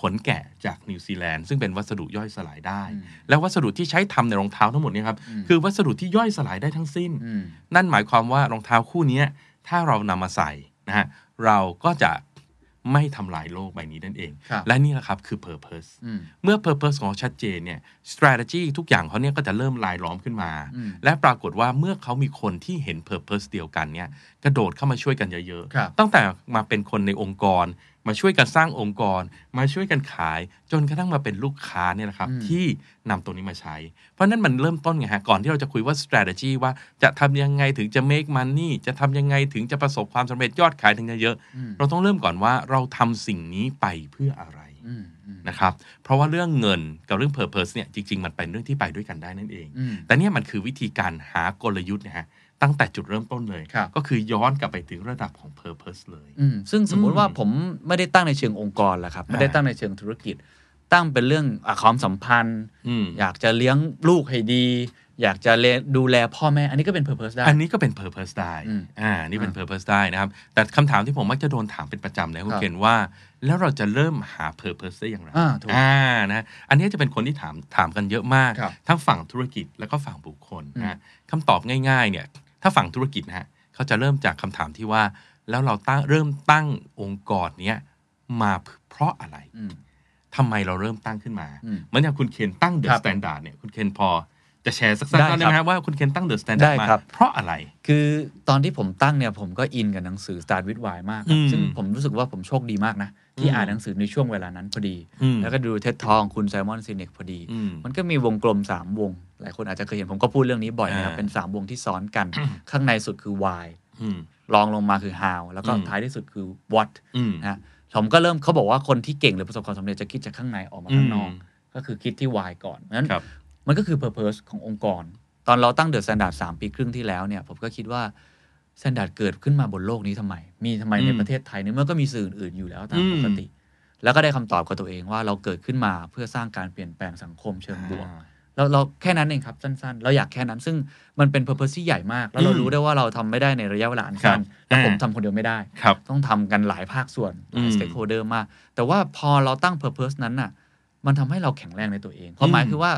Speaker 4: ขนแกะจากนิวซีแลนด์ ซึ่งเป็นวัสดุย่อยสลายได้
Speaker 3: อืม
Speaker 4: และวัสดุที่ใช้ทำในรองเท้าทั้งหมดเนี่ยครับคือวัสดุที่ย่อยสลายได้ทั้งสิ้น
Speaker 3: อืม
Speaker 4: นั่นหมายความว่ารองเท้าคู่เนี้ยถ้าเรานำมาใส่นะฮะเราก็จะไม่ทำลายโลกใบนี้นั่นเอง
Speaker 3: ครับ
Speaker 4: และนี่แหละครับคือ Purpose
Speaker 3: อืม
Speaker 4: เมื่อ Purpose ของเขาชัดเจนเนี่ย strategy ทุกอย่างเขาเนี่ยก็จะเริ่มลายล้อมขึ้นมา
Speaker 3: อืม
Speaker 4: และปรากฏว่าเมื่อเขามีคนที่เห็น Purpose เดียวกันเนี่ยกระโดดเข้ามาช่วยกันเยอะ
Speaker 3: ครับ
Speaker 4: ตั้งแต่มาเป็นคนในองค์กร มาช่วยกันสร้างองค์กร มาช่วยกันขาย จนกระทั่งมาเป็นลูกค้าเนี่ยนะครับที่นำตัวนี้มาใช้ เพราะฉะนั้นมันเริ่มต้นไงฮะก่อนที่เราจะคุยว่า strategy ว่าจะทำยังไงถึงจะ make money จะทำยังไงถึงจะประสบความสำเร็จยอดขายถึงจะเยอะเราต้องเริ่มก่อนว่าเราทำสิ่งนี้ไปเพื่ออะไร
Speaker 3: อืมอืม
Speaker 4: นะครับ เพราะว่าเรื่องเงินกับเรื่อง Purpose เนี่ยจริง ๆ มันเป็นเรื่องที่ไปด้วยกันได้นั่นเอง
Speaker 3: อืม
Speaker 4: แต่เนี่ยมันคือวิธีการหากลยุทธ์นะฮะตั้งแต่จุดเริ่มต้นเลย
Speaker 3: ครับ
Speaker 4: ก็คือย้อนกลับไปถึงระดับของ Purpose เลย
Speaker 3: อืมซึ่งสมมุติว่า
Speaker 4: อืม
Speaker 3: ผมไม่ได้ตั้งในเชิงองค์กรละครับไม่ได้
Speaker 4: อ่า
Speaker 3: ตั้งในเชิงธุรกิจ ตั้งเป็นเรื่องอะความสัมพันธ์
Speaker 4: อืม
Speaker 3: อยากจะเลี้ยงลูกให้ดี อยากจะเลดูแลพ่อแม่ อันนี้ก็เป็น purpose ได้
Speaker 4: อันนี้ก็เป็น Purpose ได้
Speaker 3: อืม
Speaker 4: อ่านี่เป็น Purpose ได้นะครับ แต่คำถามที่ผมมักจะโดนถามเป็นประจำเลยคุณ
Speaker 3: ครับ
Speaker 4: เคนว่า แล้วเราจะเริ่มหา Purpose ได้อย่างไร
Speaker 3: อ่าถูก
Speaker 4: อ่านะอันนี้จะเป็นคนที่ถามถามกันเยอะมาก
Speaker 3: ครับ
Speaker 4: ทั้งฝั่งธุรกิจแล้วก็ฝั่งบุคคลนะฮะคำตอบง่ายๆเนี่ยถ้าฝั่งธุรกิจนะฮะเขาจะเริ่มจากคำถามที่ว่า แล้วเราตั้งเริ่มตั้งองค์กรเนี้ยมาเพราะอะไร
Speaker 3: อืม
Speaker 4: ทำไมเราเริ่มตั้งขึ้นมา
Speaker 3: อืม
Speaker 4: เหมือนอย่างคุณเคนตั้งเด
Speaker 3: ครั
Speaker 4: อะ
Speaker 3: บ
Speaker 4: สแตนดาร์ดเนี่ยคุณเคนพอจะแชร์สักสั้
Speaker 3: ได้
Speaker 4: นๆได้ไหม
Speaker 3: ครั
Speaker 4: ฮะ
Speaker 3: บ
Speaker 4: ว่าคุณเคนตั้งเดอะสแตนดา
Speaker 3: ได้
Speaker 4: ร์ดมา
Speaker 3: ครับ
Speaker 4: เพราะอะไร
Speaker 3: คือตอนที่ผมตั้งเนี่ยผมก็อินกับหนังสือ Start with Why มากครั
Speaker 4: อื
Speaker 3: บ
Speaker 4: ม
Speaker 3: ซึ่งผมรู้สึกว่าผมโชคดีมากนะ ที่
Speaker 4: อืม
Speaker 3: อ่านหนังสือในช่วงเวลานั้นพอดี
Speaker 4: อืม
Speaker 3: แล้วก็ดูเท็ดทองคุณไซมอนซีเนกพอดี
Speaker 4: อืม
Speaker 3: มันก็มีวงกลม 3 วง หลายคนอาจจะเคยเห็นผมก็พูดเรื่องนี้บ่อยนะครับ
Speaker 4: อ่า
Speaker 3: เป็น 3 วงที่ซ้อนกัน ข้างในสุดคือ why
Speaker 4: อืม
Speaker 3: รองลงมาคือ how แล้วก็
Speaker 4: อืม
Speaker 3: ท้ายที่สุดคือ what
Speaker 4: อืม
Speaker 3: นะฮะผมก็เริ่มเขาบอกว่าคนที่เก่งหรือประสบความสำเร็จจะคิดจากข้างในออกมาข้างนอก
Speaker 4: อืม
Speaker 3: ก็คือคิดที่ why ก่อนนั้น
Speaker 4: ครับ
Speaker 3: มันก็คือ purpose ขององค์กร ตอนเราตั้งเดอะ t แ n นดาร์ดสามปีครึ่งที่แล้วเนี่ย ผมก็คิดว่า s แ a นดาร์ดเกิดขึ้นมาบนโลกนี้ทำไม มีทำไมใน
Speaker 4: อืม
Speaker 3: ประเทศไทยเนี่ยเมื่อก็มีสื่ออื่นๆอยู่แล้วตาม
Speaker 4: อืม
Speaker 3: ปกติ แล้วก็ได้คำตอบกับตัวเองว่าเราเกิดขึ้นมาเพื่อสร้างการเปลี่ยนแปลงสังคมเชิงบวก เราเราแค่นั้นเองครับ สั้นๆ เราอยากแค่นั้นซึ่งมันเป็น purpose ที่ใหญ่มาก แล้วเรา
Speaker 4: อืม
Speaker 3: รู้ได้ว่าเราทำไม่ได้ในระยะเวลาอันสั้น
Speaker 4: ครับ
Speaker 3: และผม
Speaker 4: อ่า
Speaker 3: ทำคนเดียวไม่ได้
Speaker 4: ครับ
Speaker 3: ต้องทำกันหลายภาคส่วนหลา
Speaker 4: อื
Speaker 3: ย
Speaker 4: ม
Speaker 3: สเต็กโฮเดอร์มาก แต่ว่าพอเราตั้ง Purpose นั้นน่ะ มันทำให้เราแข็งแรงในตัวเองความหมาย
Speaker 4: อืม
Speaker 3: คือว่า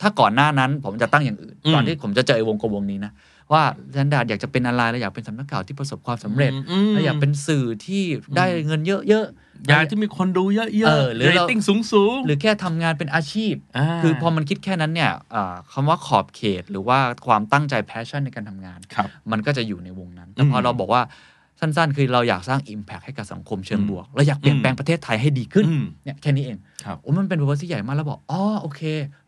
Speaker 3: ถ้าก่อนหน้านั้นผมจะตั้งอย่างอื่น
Speaker 4: อืม
Speaker 3: ก่อนที่ผมจะเจอไอ้วงกลมวงนี้นะ ว่าฉันดาดอยากจะเป็นอะไรเราอยากเป็นสำนักข่าวที่ประสบความสำเร็จ
Speaker 4: อืม
Speaker 3: เราอยากเป็นสื่อที่ได้เงินเยอะๆ
Speaker 4: อยากที่มีคนดูเยอะ
Speaker 3: เออห
Speaker 4: ๆห
Speaker 3: รื
Speaker 4: รือ อ
Speaker 3: เรา
Speaker 4: ติ้งสูงๆ
Speaker 3: หรือแค่ทำงานเป็นอาชีพ
Speaker 4: อ่า
Speaker 3: คือพอมันคิดแค่นั้นเนี่ยอ่าคำาว่าขอบเขตหรือว่าความตั้งใจ passion ในการทำงาน
Speaker 4: ครับ
Speaker 3: มันก็จะอยู่ในวงนั้น แต่พออ
Speaker 4: ม
Speaker 3: เราบอกว่าสั้นๆ คือเราอยากสร้าง Impact ให้กับสังคมเชิง
Speaker 4: อืม
Speaker 3: บวก เราอยากเปลี่ยน
Speaker 4: อืม
Speaker 3: แปลงประเทศไทยให้ดีขึ้น
Speaker 4: อืม
Speaker 3: เนี่ยแค่นี้เอง
Speaker 4: ครับ
Speaker 3: โอ้มันเป็นบทที่ใหญ่มากแล้วบอก อ๋อ โอเค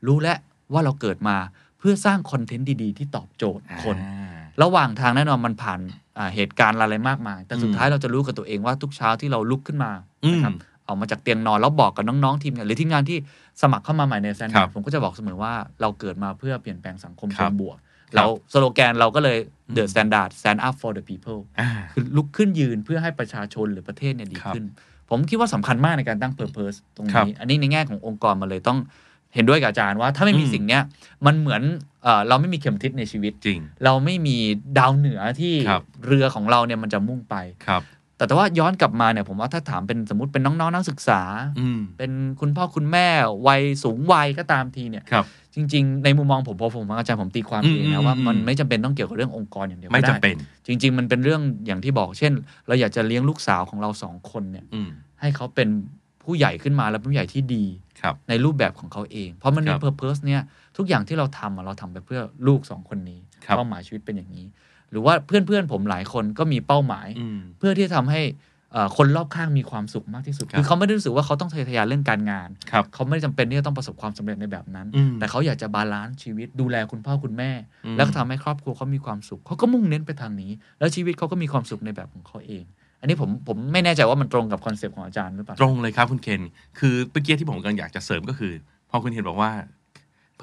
Speaker 3: รู้แล้วว่าเราเกิดมาเพื่อสร้างคอนเทนต์ดี ๆ ที่ตอบโจทย์คน
Speaker 4: อ่า
Speaker 3: ระหว่างทางแน่นอนมันผ่านอ่าเหตุการณ์อะไรมากมาย แต่สุด
Speaker 4: อืม
Speaker 3: ท้ายเราจะรู้กับตัวเองว่าทุกเช้าที่เราลุกขึ้นมา
Speaker 4: อืม
Speaker 3: นะครับออกมาจากเตียงนอนแล้วบอกกับน้อง ๆ ทีมงาน หรือทีมงานที่สมัครเข้ามาใหม่ในแซน
Speaker 4: ครั
Speaker 3: ด์
Speaker 4: บ
Speaker 3: ผมก็จะบอกเสมอว่าเราเกิดมาเพื่อเปลี่ยนแปลงสังคม
Speaker 4: ครั
Speaker 3: เชิ
Speaker 4: บ
Speaker 3: งบวก เราสโลแกนเราก็เลย The
Speaker 4: อืม
Speaker 3: Standard Stand Up for the People
Speaker 4: อ่า
Speaker 3: คือลุกขึ้นยืนเพื่อให้ประชาชนหรือประเทศเนี่ยดี
Speaker 4: ครับ
Speaker 3: ขึ้น ผมคิดว่าสำคัญมากในการตั้ง Purpose ตรง
Speaker 4: ครับ
Speaker 3: นี้ อันนี้ในแง่ขององค์กรมาเลยต้องเห็นด้วยกับอาจารย์ว่าถ้าไม่มีสิ่งเนี้ยมันเหมือนเอ่อเราไม่มีเข็มทิศในชีวิต
Speaker 4: จริง
Speaker 3: เราไม่มีดาวเหนือที่
Speaker 4: ครับ
Speaker 3: เรือของเราเนี่ยมันจะมุ่งไป
Speaker 4: ครับ
Speaker 3: แต่แต่ว่าย้อนกลับมาเนี่ยผมว่าถ้าถามเป็นสมมติเป็นน้องๆนักศึกษา
Speaker 4: อืม
Speaker 3: เป็นคุณพ่อคุณแม่วัยสูงวัยก็ตามทีเนี่ย
Speaker 4: ครับ
Speaker 3: จริง ๆ ในมุมมองผมพอผมฟังอาจารย์ผมตีความ
Speaker 4: อืม
Speaker 3: เอง
Speaker 4: อื
Speaker 3: นะ
Speaker 4: ม
Speaker 3: ว่ามัน
Speaker 4: อืม
Speaker 3: ไม่จำเป็นต้องเกี่ยวกับเรื่ององค์กรอย่างเดียวก็
Speaker 4: ไม่จำ
Speaker 3: ได้
Speaker 4: เป็น
Speaker 3: จริง ๆ มันเป็นเรื่องอย่างที่บอก เช่น เราอยากจะเลี้ยงลูกสาวของเราสองคนเนี่ย
Speaker 4: อืม
Speaker 3: ให้เขาเป็นผู้ใหญ่ขึ้นมาและเป็นผู้ใหญ่ที่ดี
Speaker 4: ครับ
Speaker 3: ในรูปแบบของเขาเอง เพราะมันมี
Speaker 4: ครับ
Speaker 3: เพอร์เพสเนี่ยทุกอย่างที่เราทำอะเราทำไปเพื่อลูกสองคนนี้
Speaker 4: ครับ
Speaker 3: เป้าหมายชีวิตเป็นอย่างนี้ หรือว่าเพื่อนๆ ผมหลายคนก็มีเป้าหมาย
Speaker 4: อืม
Speaker 3: เพื่อที่จะทำให้เอ่อคนรอบข้างมีความสุขมากที่สุด
Speaker 4: ครับ
Speaker 3: คือเขาไม่ได้รู้สึกว่าเขาต้องทะเยอทะยานเรื่องการงาน
Speaker 4: ครับ
Speaker 3: เขาไม่ได้จำเป็นที่จะต้องประสบความสำเร็จในแบบนั้น
Speaker 4: อืม
Speaker 3: แต่เขาอยากจะบาลานซ์ชีวิตดูแลคุณพ่อคุณแม่
Speaker 4: อืม
Speaker 3: แล้วก็ทำให้ครอบครัวเขามีความสุขเขาก็มุ่งเน้นไปทางนี้ แล้วชีวิตเขาก็มีความสุขในแบบของเขาเอง อันนี้ผมผมไม่แน่ใจว่ามันตรงกับคอนเซปต์ของอาจารย์หรือเปล่า
Speaker 4: ตรงเลยครับคุณเคน คือเมื่อกี้ที่ผมกำลังอยากจะเสริมก็คือ พอคุณเคนบอกว่า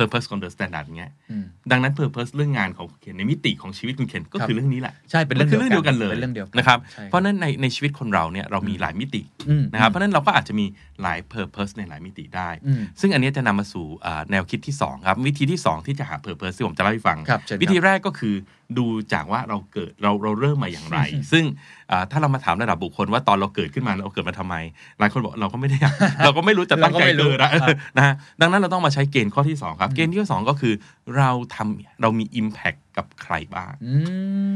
Speaker 4: purpose ของ the standard เงี้ย
Speaker 3: อืม
Speaker 4: ดังนั้น purpose เรื่องงานของคุณเคนในมิติของชีวิตคุณเคนก็
Speaker 3: ครับ
Speaker 4: คือเรื่องนี้แหละ
Speaker 3: ใช่เป็นเรื่อง
Speaker 4: มัคือเรื่องเดียวกันเลย
Speaker 3: เป็นเรื่องเดียวกั
Speaker 4: นะครับ
Speaker 3: ใช่
Speaker 4: เพราะฉะนั้นในในชีวิตคนเราเนี่ยเรามีหลายมิติ
Speaker 3: อืม
Speaker 4: นะครับ เพราะ
Speaker 3: อืม
Speaker 4: ฉะนั้นเราก็อาจจะมีหลาย purpose ในหลายมิติได้
Speaker 3: อืม
Speaker 4: ซึ่งอันเนี้ยจะนำมาสู่อ่าแนวคิดที่ 2 ครับ วิธีที่ 2 ที่จะหา purpose ที่ผมจะเล่าให้ฟัง
Speaker 3: ครับเชิญครับ
Speaker 4: วิธีแรกก็คือดูจากว่าเราเกิดเราเราเริ่มมาอย่างไร ซึ่งอ่าถ้าเรามาถามระดับบุคคลว่าตอนเราเกิดขึ้นมาเราเกิดมาทำไม หลายคนบอกเราก็ไม่ได้อยาก เราก็ไม่รู้จะตั้งใจ
Speaker 3: เราก็ไม่รู้
Speaker 4: เกิดนะ
Speaker 3: ครับ
Speaker 4: นะฮะดังนั้นเราต้องมาใช้เกณฑ์ข้อที่ 2 ครับ เกณฑ์ที่สองก็คือเราทำเรามี impact กับใครบ้าง
Speaker 3: อื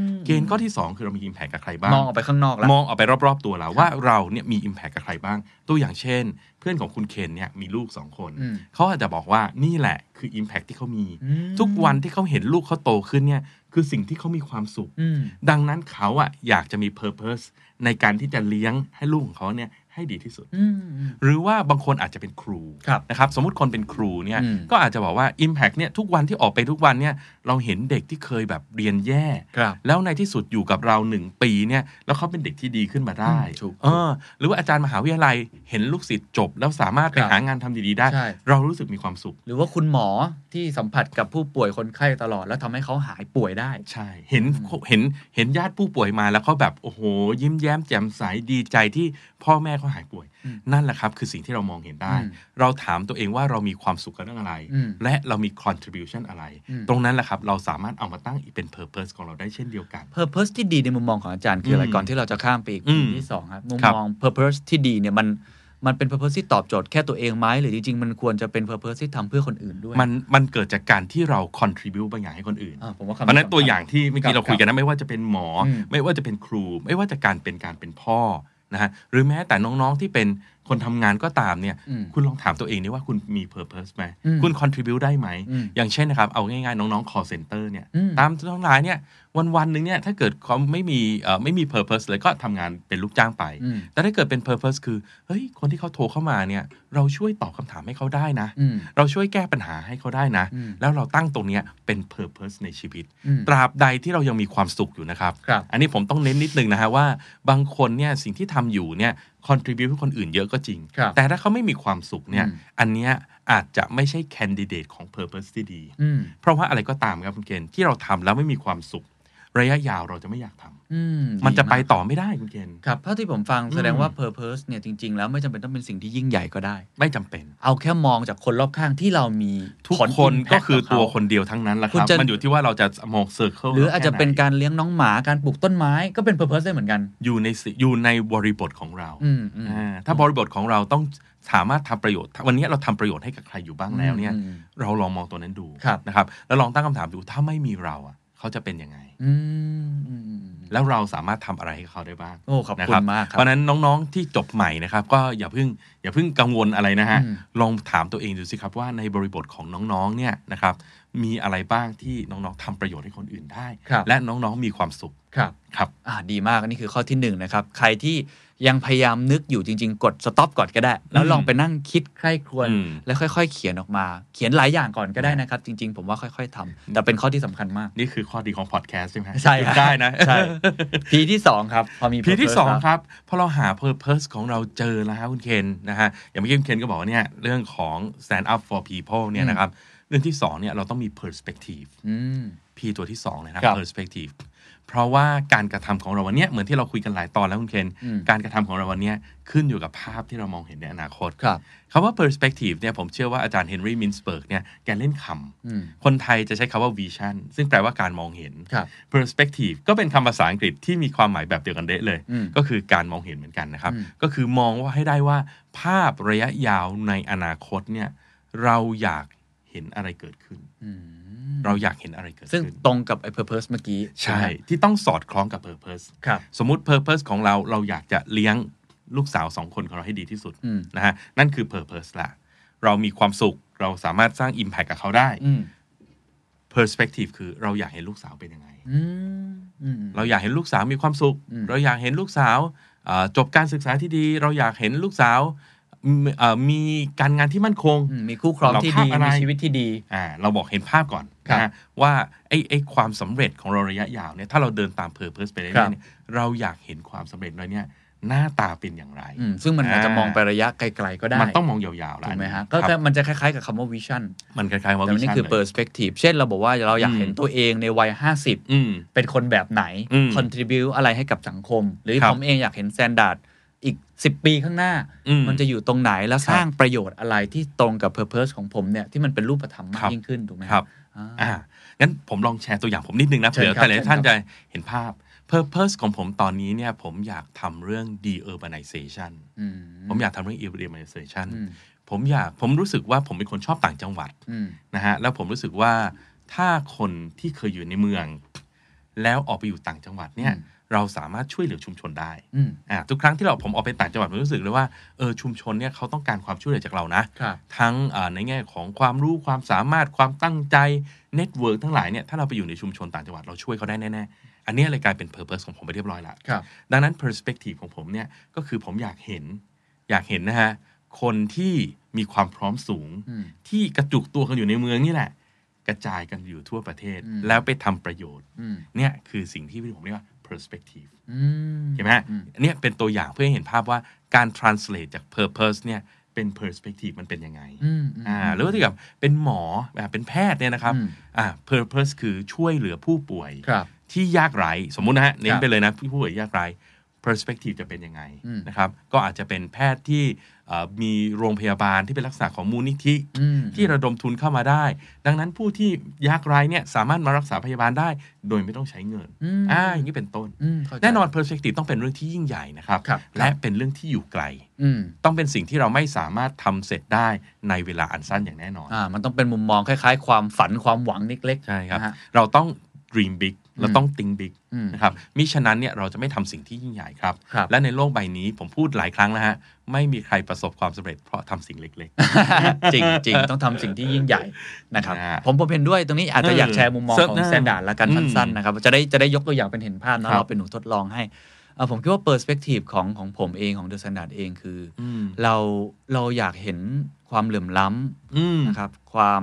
Speaker 3: ม
Speaker 4: เกณฑ์ข้อที่สองคือเรามี impact กับใครบ้าง
Speaker 3: มองออกไปข้างนอกแล้ว
Speaker 4: มองออกไปรอบๆ ตัวเราว่าเราเนี่ยมี Impact กับใครบ้าง ตัวอย่างเช่น เพื่อนของคุณเคนเนี่ยมีลูกสองคน
Speaker 3: อืม
Speaker 4: เขาอาจจะบอกว่านี่แหละคือ Impact ที่เขามี
Speaker 3: อืม
Speaker 4: ทุกวันที่เขาเห็นลูกเขาโตขึ้นเนี่ยคือสิ่งที่เขามีความสุข
Speaker 3: อืม
Speaker 4: ดังนั้นเขาอะอยากจะมี Purpose ในการที่จะเลี้ยงให้ลูกของเขาเนี่ยให้ดีที่สุด
Speaker 3: อืมอืม
Speaker 4: หรือว่าบางคนอาจจะเป็นครู
Speaker 3: ครับ
Speaker 4: นะครับสมมติคนเป็นครูเนี่ย
Speaker 3: อืม
Speaker 4: ก็อาจจะบอกว่า Impact เนี่ยทุกวันที่ออกไปทุกวันเนี่ยเราเห็นเด็กที่เคยแบบเรียนแย่
Speaker 3: ครับ
Speaker 4: แล้วในที่สุดอยู่กับเราหนึ่งปีเนี่ยแล้วเขาเป็นเด็กที่ดีขึ้นมาได้
Speaker 3: อืมถูก
Speaker 4: เออหรือว่าอาจารย์มหาวิทยาลัยเห็นลูกศิษย์จบ แล้วสามารถไป
Speaker 3: ครับ
Speaker 4: หางานทำดีๆได้
Speaker 3: ใช่
Speaker 4: เรารู้สึกมีความสุข
Speaker 3: หรือว่าคุณหมอที่สัมผัสกับผู้ป่วยคนไข้ตลอด แล้วทำให้เขาหายป่วยได้
Speaker 4: ใช่ เห็นเห็นเห็นญาติผู้ป่วยมาแล้วเขาแบบโอ้โห ยิ้มแย้มแจ่มใสดีใจที่พ่อแม่เขาหายป่วย
Speaker 3: อืม
Speaker 4: นั่นแหละครับ คือสิ่งที่เรามองเห็นได้
Speaker 3: อืม
Speaker 4: เราถามตัวเองว่าเรามีความสุขกับเรื่องอะไร
Speaker 3: อืม
Speaker 4: และเรามี contribution อะไร
Speaker 3: อืม
Speaker 4: ตรงนั้นแหละครับ เราสามารถเอามาตั้งเป็น purpose ของเราได้เช่นเดียวกัน
Speaker 3: เพอร์เพสที่ดีในมุมมองของอาจารย์คืออะไร
Speaker 4: อืม
Speaker 3: ก่อนที่เราจะข้ามไปอีก
Speaker 4: อืม
Speaker 3: ปีที่สองครับมุม
Speaker 4: ครับ
Speaker 3: มองเพอร์เพสที่ดีเนี่ยมันมันเป็นเพอร์เพสที่ตอบโจทย์แค่ตัวเองไหมหรือจริงๆ มันควรจะเป็นเพอร์เพสที่ทำเพื่อคนอื่นด้วย
Speaker 4: มันมันเกิดจากการที่เรา contribute บางอย่างให้คนอื่น
Speaker 3: อ่าผมว่าคำ
Speaker 4: เพราะฉะนั้น
Speaker 3: สำคัญ
Speaker 4: ตัวอย่างที่เมื่อ
Speaker 3: ค
Speaker 4: กี้
Speaker 3: รั
Speaker 4: เรา
Speaker 3: บ
Speaker 4: คุยกันนะไม่ว่าจะเป็นหมออ
Speaker 3: ม
Speaker 4: ไม่ว่าจะเป็นครู ไม่ว่าจะการเป็นการเป็นพ่อนะฮะหรือแม้แต่น้องๆที่เป็นคนทำงานก็ตามเนี่ย
Speaker 3: อืม
Speaker 4: คุณลองถามตัวเองนี่ว่าคุณมี purpose ไหม
Speaker 3: อืม
Speaker 4: คุณ contribute ได้ไหม
Speaker 3: อืม
Speaker 4: อย่างเช่นนะครับ เอาง่ายๆ น้องๆ call center เนี่ย
Speaker 3: อืม
Speaker 4: ตามทั้งหลายเนี่ยวันๆหนึ่งเนี่ยถ้าเกิดเขาไม่มีเอ่อไม่มี purpose เลยก็ทำงานเป็นลูกจ้างไป
Speaker 3: อืม
Speaker 4: แต่ถ้าเกิดเป็น purpose คือเฮ้ยคนที่เขาโทรเข้ามาเนี่ยเราช่วยตอบคำถามให้เขาได้นะ
Speaker 3: อืม
Speaker 4: เราช่วยแก้ปัญหาให้เขาได้นะ
Speaker 3: อืม
Speaker 4: แล้วเราตั้งตรงเนี้ยเป็น Purpose ในชีวิต
Speaker 3: อืม
Speaker 4: ตราบใดที่เรายังมีความสุขอยู่นะครับ
Speaker 3: ครับ
Speaker 4: อันนี้ผมต้องเน้นนิดนึงนะฮะว่า บางคนเนี่ยสิ่งที่ทำอยู่เนี่ย contribute ให้คนอื่นเยอะก็จริง
Speaker 3: ครับ
Speaker 4: แต่ถ้าเขาไม่มีความสุขเนี่ย
Speaker 3: อืม
Speaker 4: อันเนี้ยอาจจะไม่ใช่ candidate ของ Purpose ที่ดี
Speaker 3: อืม
Speaker 4: เพราะว่าอะไรก็ตามครับคุณเกณฑ์ที่เราทำแล้วไม่มีความสุข ระยะยาวเราจะไม่อยากทำ
Speaker 3: อื
Speaker 4: มันจะ
Speaker 3: ดีาก
Speaker 4: ไปต่อไม่ได้คุณเกณฑ์
Speaker 3: ครับเท่าที่ผมฟังแสดงว่า Purpose เนี่ยจริง ๆ แล้วไม่จำเป็นต้องเป็นสิ่งที่ยิ่งใหญ่ก็ได้
Speaker 4: ไม่จำเป็น
Speaker 3: เอาแค่มองจากคนรอบข้างที่เรามี
Speaker 4: ทุก
Speaker 3: ผล
Speaker 4: คน
Speaker 3: impact
Speaker 4: ก็คือ
Speaker 3: กับ
Speaker 4: ตั
Speaker 3: เขา
Speaker 4: วคนเดียวทั้งนั้นแหละค
Speaker 3: คุณ
Speaker 4: รับ
Speaker 3: จะ
Speaker 4: มันอยู่ที่ว่าเราจะมองเซอร์เคิล
Speaker 3: หรืออาจจะเป็นการเลี้ยงน้องหมาการปลูกต้นไม้ก็เป็น Purpose ได้เหมือนกัน
Speaker 4: อยู่ในสิอยู่ในบริบทของเรา
Speaker 3: อืมอืม
Speaker 4: อ่าถ้าบริบทของเราต้องสามารถทำประโยชน์ วันนี้เราทำประโยชน์ให้กับใครอยู่บ้างแล้วเนี่ย
Speaker 3: อืม
Speaker 4: เราลองมองตัวนั้นดู
Speaker 3: ครับ
Speaker 4: นะครับ แล้วลองตั้งคำถามดูถ้าไม่มีเราอะ เขาจะเป็นยังไง
Speaker 3: อืมอืมอืม
Speaker 4: แล้วเราสามารถทำอะไรให้เขาได้บ้าง
Speaker 3: โอ้ขอบคุณ
Speaker 4: นะ
Speaker 3: มากครับ
Speaker 4: เพราะฉะนั้นน้องๆที่จบใหม่นะครับ ก็อย่าเพิ่งอย่าเพิ่งกังวลอะไรนะฮะ
Speaker 3: อืม
Speaker 4: ลองถามตัวเองดูสิครับว่าในบริบทของน้องๆเนี่ยนะครับมีอะไรบ้างที่น้องๆทำประโยชน์ให้คนอื่นได้
Speaker 3: ครับ
Speaker 4: และน้องๆมีความสุข
Speaker 3: ครับ
Speaker 4: ครับ
Speaker 3: อ่าดีมากอันนี่คือข้อที่หนึ่งนะครับ ใครที่ยังพยายามนึกอยู่จริง ๆ กดสต็อปก่อนก็ได้ แล้ว
Speaker 4: อืม
Speaker 3: ลองไปนั่งคิดใคร่ครวญ
Speaker 4: อืม
Speaker 3: แล้วค่อย ๆ เขียนออกมา เขียนหลายอย่างก่อนก็ได้นะครับ จริง ๆ ผมว่าค่อย ๆทำแต่เป็นข้อที่สำคัญมาก
Speaker 4: นี่คือข้อดีของพอดแคสต์ใช่ไหม
Speaker 3: ใช่
Speaker 4: หยุดได้นะ
Speaker 3: ใช่พีที่สองครับพอมี
Speaker 4: พีที่
Speaker 3: purpose
Speaker 4: 2 ค
Speaker 3: แล้ว
Speaker 4: รับพอเราหา purpose ของเราเจอแล้วฮะคุณเคนนะฮะอย่างเมื่อกี้คุณเคนก็บอกว่าเนี่ยเรื่องของ stand up for people เนี่ยนะครับเรื่องที่2เนี่ยเราต้องมี perspective
Speaker 3: อืม
Speaker 4: P ตัวที่ 2 เลยนะ
Speaker 3: ครับ
Speaker 4: perspective เพราะว่าการกระทำของเราวันเนี้ยเหมือนที่เราคุยกันหลายตอนแล้วคุณเคน
Speaker 3: อืม
Speaker 4: การกระทำของเราวันเนี้ยขึ้นอยู่กับภาพที่เรามองเห็นในอนาคต
Speaker 3: ครับ
Speaker 4: คำว่า perspective เนี่ยผมเชื่อว่าอาจารย์เฮนรี่มินสเบิร์กเนี่ยแกเล่นคำ
Speaker 3: อืม
Speaker 4: คนไทยจะใช้คำว่า vision ซึ่งแปลว่าการมองเห็น
Speaker 3: ครับ
Speaker 4: perspective ก็เป็นคำภาษาอังกฤษที่มีความหมายแบบเดียวกันเดะเลย
Speaker 3: อืม
Speaker 4: ก็คือการมองเห็นเหมือนกันนะครับ
Speaker 3: อืม
Speaker 4: ก็คือมองว่าให้ได้ว่า ภาพระยะยาวในอนาคตเนี่ยเราอยากเห็นอะไรเกิดขึ้น
Speaker 3: อืม
Speaker 4: เราอยากเห็นอะไรเกิด
Speaker 3: ซึ่ง
Speaker 4: ขึ้น
Speaker 3: ตรงกับไอ้ purpose เมื่อกี้
Speaker 4: ใช่ ที่ต้องสอดคล้องกับ Purpose
Speaker 3: ครับ
Speaker 4: สมมติ Purpose ของเราเราอยากจะเลี้ยงลูกสาวสองคนของเราให้ดีที่สุด
Speaker 3: อืม
Speaker 4: นะฮะนั่นคือ Purpose ละเรามีความสุขเราสามารถสร้าง Impact กับเขาได้
Speaker 3: อืม
Speaker 4: Perspective คือเราอยากเห็นลูกสาวเป็นยังไง
Speaker 3: อืมอืม
Speaker 4: เราอยากเห็นลูกสาวมีความสุข
Speaker 3: อืม
Speaker 4: เราอยากเห็นลูกสาวเอ่อจบการศึกษาที่ดี เราอยากเห็นลูกสาวมีเอ่อมีการงานที่มั่นคง
Speaker 3: อืมมีคู่ครองที่ดี
Speaker 4: เราภาพอะไร
Speaker 3: มีชีวิตที่ดี
Speaker 4: อ่าเราบอกเห็นภาพก่อน
Speaker 3: ครับ
Speaker 4: นะฮะว่าไอ้ไอ้ความสำเร็จของเราระยะยาวเนี่ยถ้าเราเดินตามเพอร์เพสไปเรื่อยๆเนี่ยเราอยากเห็นความสำเร็จเราเนี่ยหน้าตาเป็นอย่างไร
Speaker 3: อืมซึ่งมันอาจจะ
Speaker 4: อ่าม
Speaker 3: มองไประยะไกลๆก็ได้
Speaker 4: มันต้องมองยาวๆแล้ว
Speaker 3: ถู
Speaker 4: อั
Speaker 3: ก
Speaker 4: น
Speaker 3: ไหม
Speaker 4: นี้
Speaker 3: ฮะก็
Speaker 4: ครับ
Speaker 3: จะมันจะคล้ายๆกับคำว่าวิชั่น
Speaker 4: มันคล้ายๆว่า
Speaker 3: แต่
Speaker 4: วิ
Speaker 3: ว่านี่
Speaker 4: ชั่น
Speaker 3: คือ
Speaker 4: เลย
Speaker 3: perspective เช่นเราบอกว่าเราอยาก
Speaker 4: อืม
Speaker 3: เห็นตัวเองในวัย
Speaker 4: อืม
Speaker 3: 50 เป็นคนแบบไหน
Speaker 4: อืม
Speaker 3: contribute อะไรให้กับสังคม หรือ
Speaker 4: ครับ
Speaker 3: ผมเองอยากเห็นแซนดาร์ดอีก 10 ปีข้างหน้า
Speaker 4: อืม
Speaker 3: มันจะอยู่ตรงไหนแล้ว
Speaker 4: ครั
Speaker 3: ส
Speaker 4: บ
Speaker 3: ร้างประโยชน์อะไรที่ตรงกับ purpose ของผมเนี่ยที่มันเป็นรูปธรรมมา
Speaker 4: ครั
Speaker 3: ก
Speaker 4: บ
Speaker 3: ยิ่งขึ้นถูกไหม
Speaker 4: ครับ
Speaker 3: อ่า
Speaker 4: อ่างั้นผมลองแชร์ตัวอย่างผมนิดนึงนะ
Speaker 3: เชิ
Speaker 4: เผื่
Speaker 3: ญ
Speaker 4: อ
Speaker 3: ครับ
Speaker 4: แต่หลายท่าน
Speaker 3: เชิญครั
Speaker 4: จะ
Speaker 3: บ
Speaker 4: เห็นภาพ Purpose ของผมตอนนี้เนี่ยผมอยากทำเรื่อง deurbanization
Speaker 3: อืม
Speaker 4: ผมอยากทำเรื่อง urbanization
Speaker 3: อืม
Speaker 4: ผมอยากผมรู้สึกว่าผมเป็นคนชอบต่างจังหวัด
Speaker 3: อืม
Speaker 4: นะฮะแล้วผมรู้สึกว่าถ้าคนที่เคยอยู่ในเมือง แล้วออกไปอยู่ต่างจังหวัดเนี่ยเราสามารถช่วยเหลือชุมชนได้
Speaker 3: อืม
Speaker 4: อ่าทุกครั้งที่เราผมออกไปต่างจังหวัดผมรู้สึกเลยว่าเออชุมชนเนี่ยเขาต้องการความช่วยเหลือจากเรานะ
Speaker 3: ครับ
Speaker 4: ทั้งอ่าในแง่ของความรู้ความสามารถความตั้งใจเน็ตเวิร์กทั้งหลายเนี่ยถ้าเราไปอยู่ในชุมชนต่างจังหวัดเราช่วยเขาได้แน่ๆอันเนี้ยเลยกลายเป็นเพอร์เพสของผมไปเรียบร้อยละ
Speaker 3: ครับ
Speaker 4: ดังนั้น perspective ของผมเนี่ยก็คือผมอยากเห็น อยากเห็นนะฮะ คนที่มีความพร้อมสูง
Speaker 3: อืม
Speaker 4: ที่กระจุกตัวกันอยู่ในเมืองนี่แหละ กระจายกันอยู่ทั่วประเทศ
Speaker 3: อืม
Speaker 4: แล้วไปทำประโยชน์
Speaker 3: อืม
Speaker 4: เนี่ยคือสิ่งที่ผมเรียกว่า perspective
Speaker 3: อืม
Speaker 4: ใช่ไหมฮะ
Speaker 3: อืม
Speaker 4: อันเนี่ยเป็นตัวอย่างเพื่อให้เห็นภาพว่าการ translate จาก purpose เนี่ยเป็น perspective มันเป็นยังไง
Speaker 3: อืมม
Speaker 4: อ่าหรือว่าที่กับเป็นหมอแบบเป็นแพทย์เนี่ยนะครับ
Speaker 3: อืม
Speaker 4: อ่า purpose คือช่วยเหลือผู้ป่วย
Speaker 3: ครับ
Speaker 4: ที่ยากไร้สมมุตินะฮะ
Speaker 3: ค
Speaker 4: เน้
Speaker 3: น รับ
Speaker 4: ไปเลยนะผู้ป่วยยากไร้ perspective จะเป็นยังไง
Speaker 3: อืม
Speaker 4: นะครับ ก็อาจจะเป็นแพทย์ที่เอ่อมีโรงพยาบาลที่เป็นลักษณะของมูลนิธิ
Speaker 3: อืม
Speaker 4: ที่ระดมทุนเข้ามาได้ ดังนั้นผู้ที่ยากไร้เนี่ยสามารถมารักษาพยาบาลได้ โดยไม่ต้องใช้เงิน
Speaker 3: อืม
Speaker 4: อ่าอย่างนี้เป็นต้น
Speaker 3: อืมเข้าใจ
Speaker 4: แน่นอน perspective ต้องเป็นเรื่องที่ยิ่งใหญ่นะครับ
Speaker 3: ครับ
Speaker 4: และเป็นเรื่องที่อยู่ไกล
Speaker 3: อืม
Speaker 4: ต้องเป็นสิ่งที่เราไม่สามารถทำเสร็จได้ในเวลาอันสั้นอย่างแน่นอน
Speaker 3: อ่ามันต้องเป็นมุมมองคล้ายๆ ความฝันความหวังเล็กๆ
Speaker 4: ใช่ครับ
Speaker 3: นะฮะ
Speaker 4: เราต้อง dream big เราต้อง think big
Speaker 3: อืม
Speaker 4: นะครับมิฉะนั้นเนี่ยเราจะไม่ทำสิ่งที่ยิ่งใหญ่ครับ
Speaker 3: ครับ
Speaker 4: และในโลกใบนี้ผมพูดหลายครั้งแล้วฮะ ไม่มีใครประสบความสำเร็จเพราะทำสิ่งเล็ก
Speaker 3: จริงจริงต้องทำสิ่งที่ยิ่งใหญ่นะครับ
Speaker 4: นะฮะ
Speaker 3: ผมผมเห็นด้วยตรงนี้อาจจะ
Speaker 4: เอออย
Speaker 3: อากแชร์มุมมอง
Speaker 4: เซิร์ฟ
Speaker 3: ของ
Speaker 4: หน้า
Speaker 3: แซนดาร์ดละกัน
Speaker 4: อืม
Speaker 3: สั้นๆนะครับจะได้จะได้ยกตัวอย่างเป็นเห็นภาพ
Speaker 4: ครั
Speaker 3: นะ
Speaker 4: บ
Speaker 3: เราเป็นหนูทดลองให้เอ่อผมคิดว่าเปอร์สเปกทีฟของของผมเองของเดอะแซนดาร์ดเองคือ
Speaker 4: ๆ อืม
Speaker 3: เราเราอยากเห็นความเหลื่อมล้ำ
Speaker 4: อืม
Speaker 3: นะครับ ความ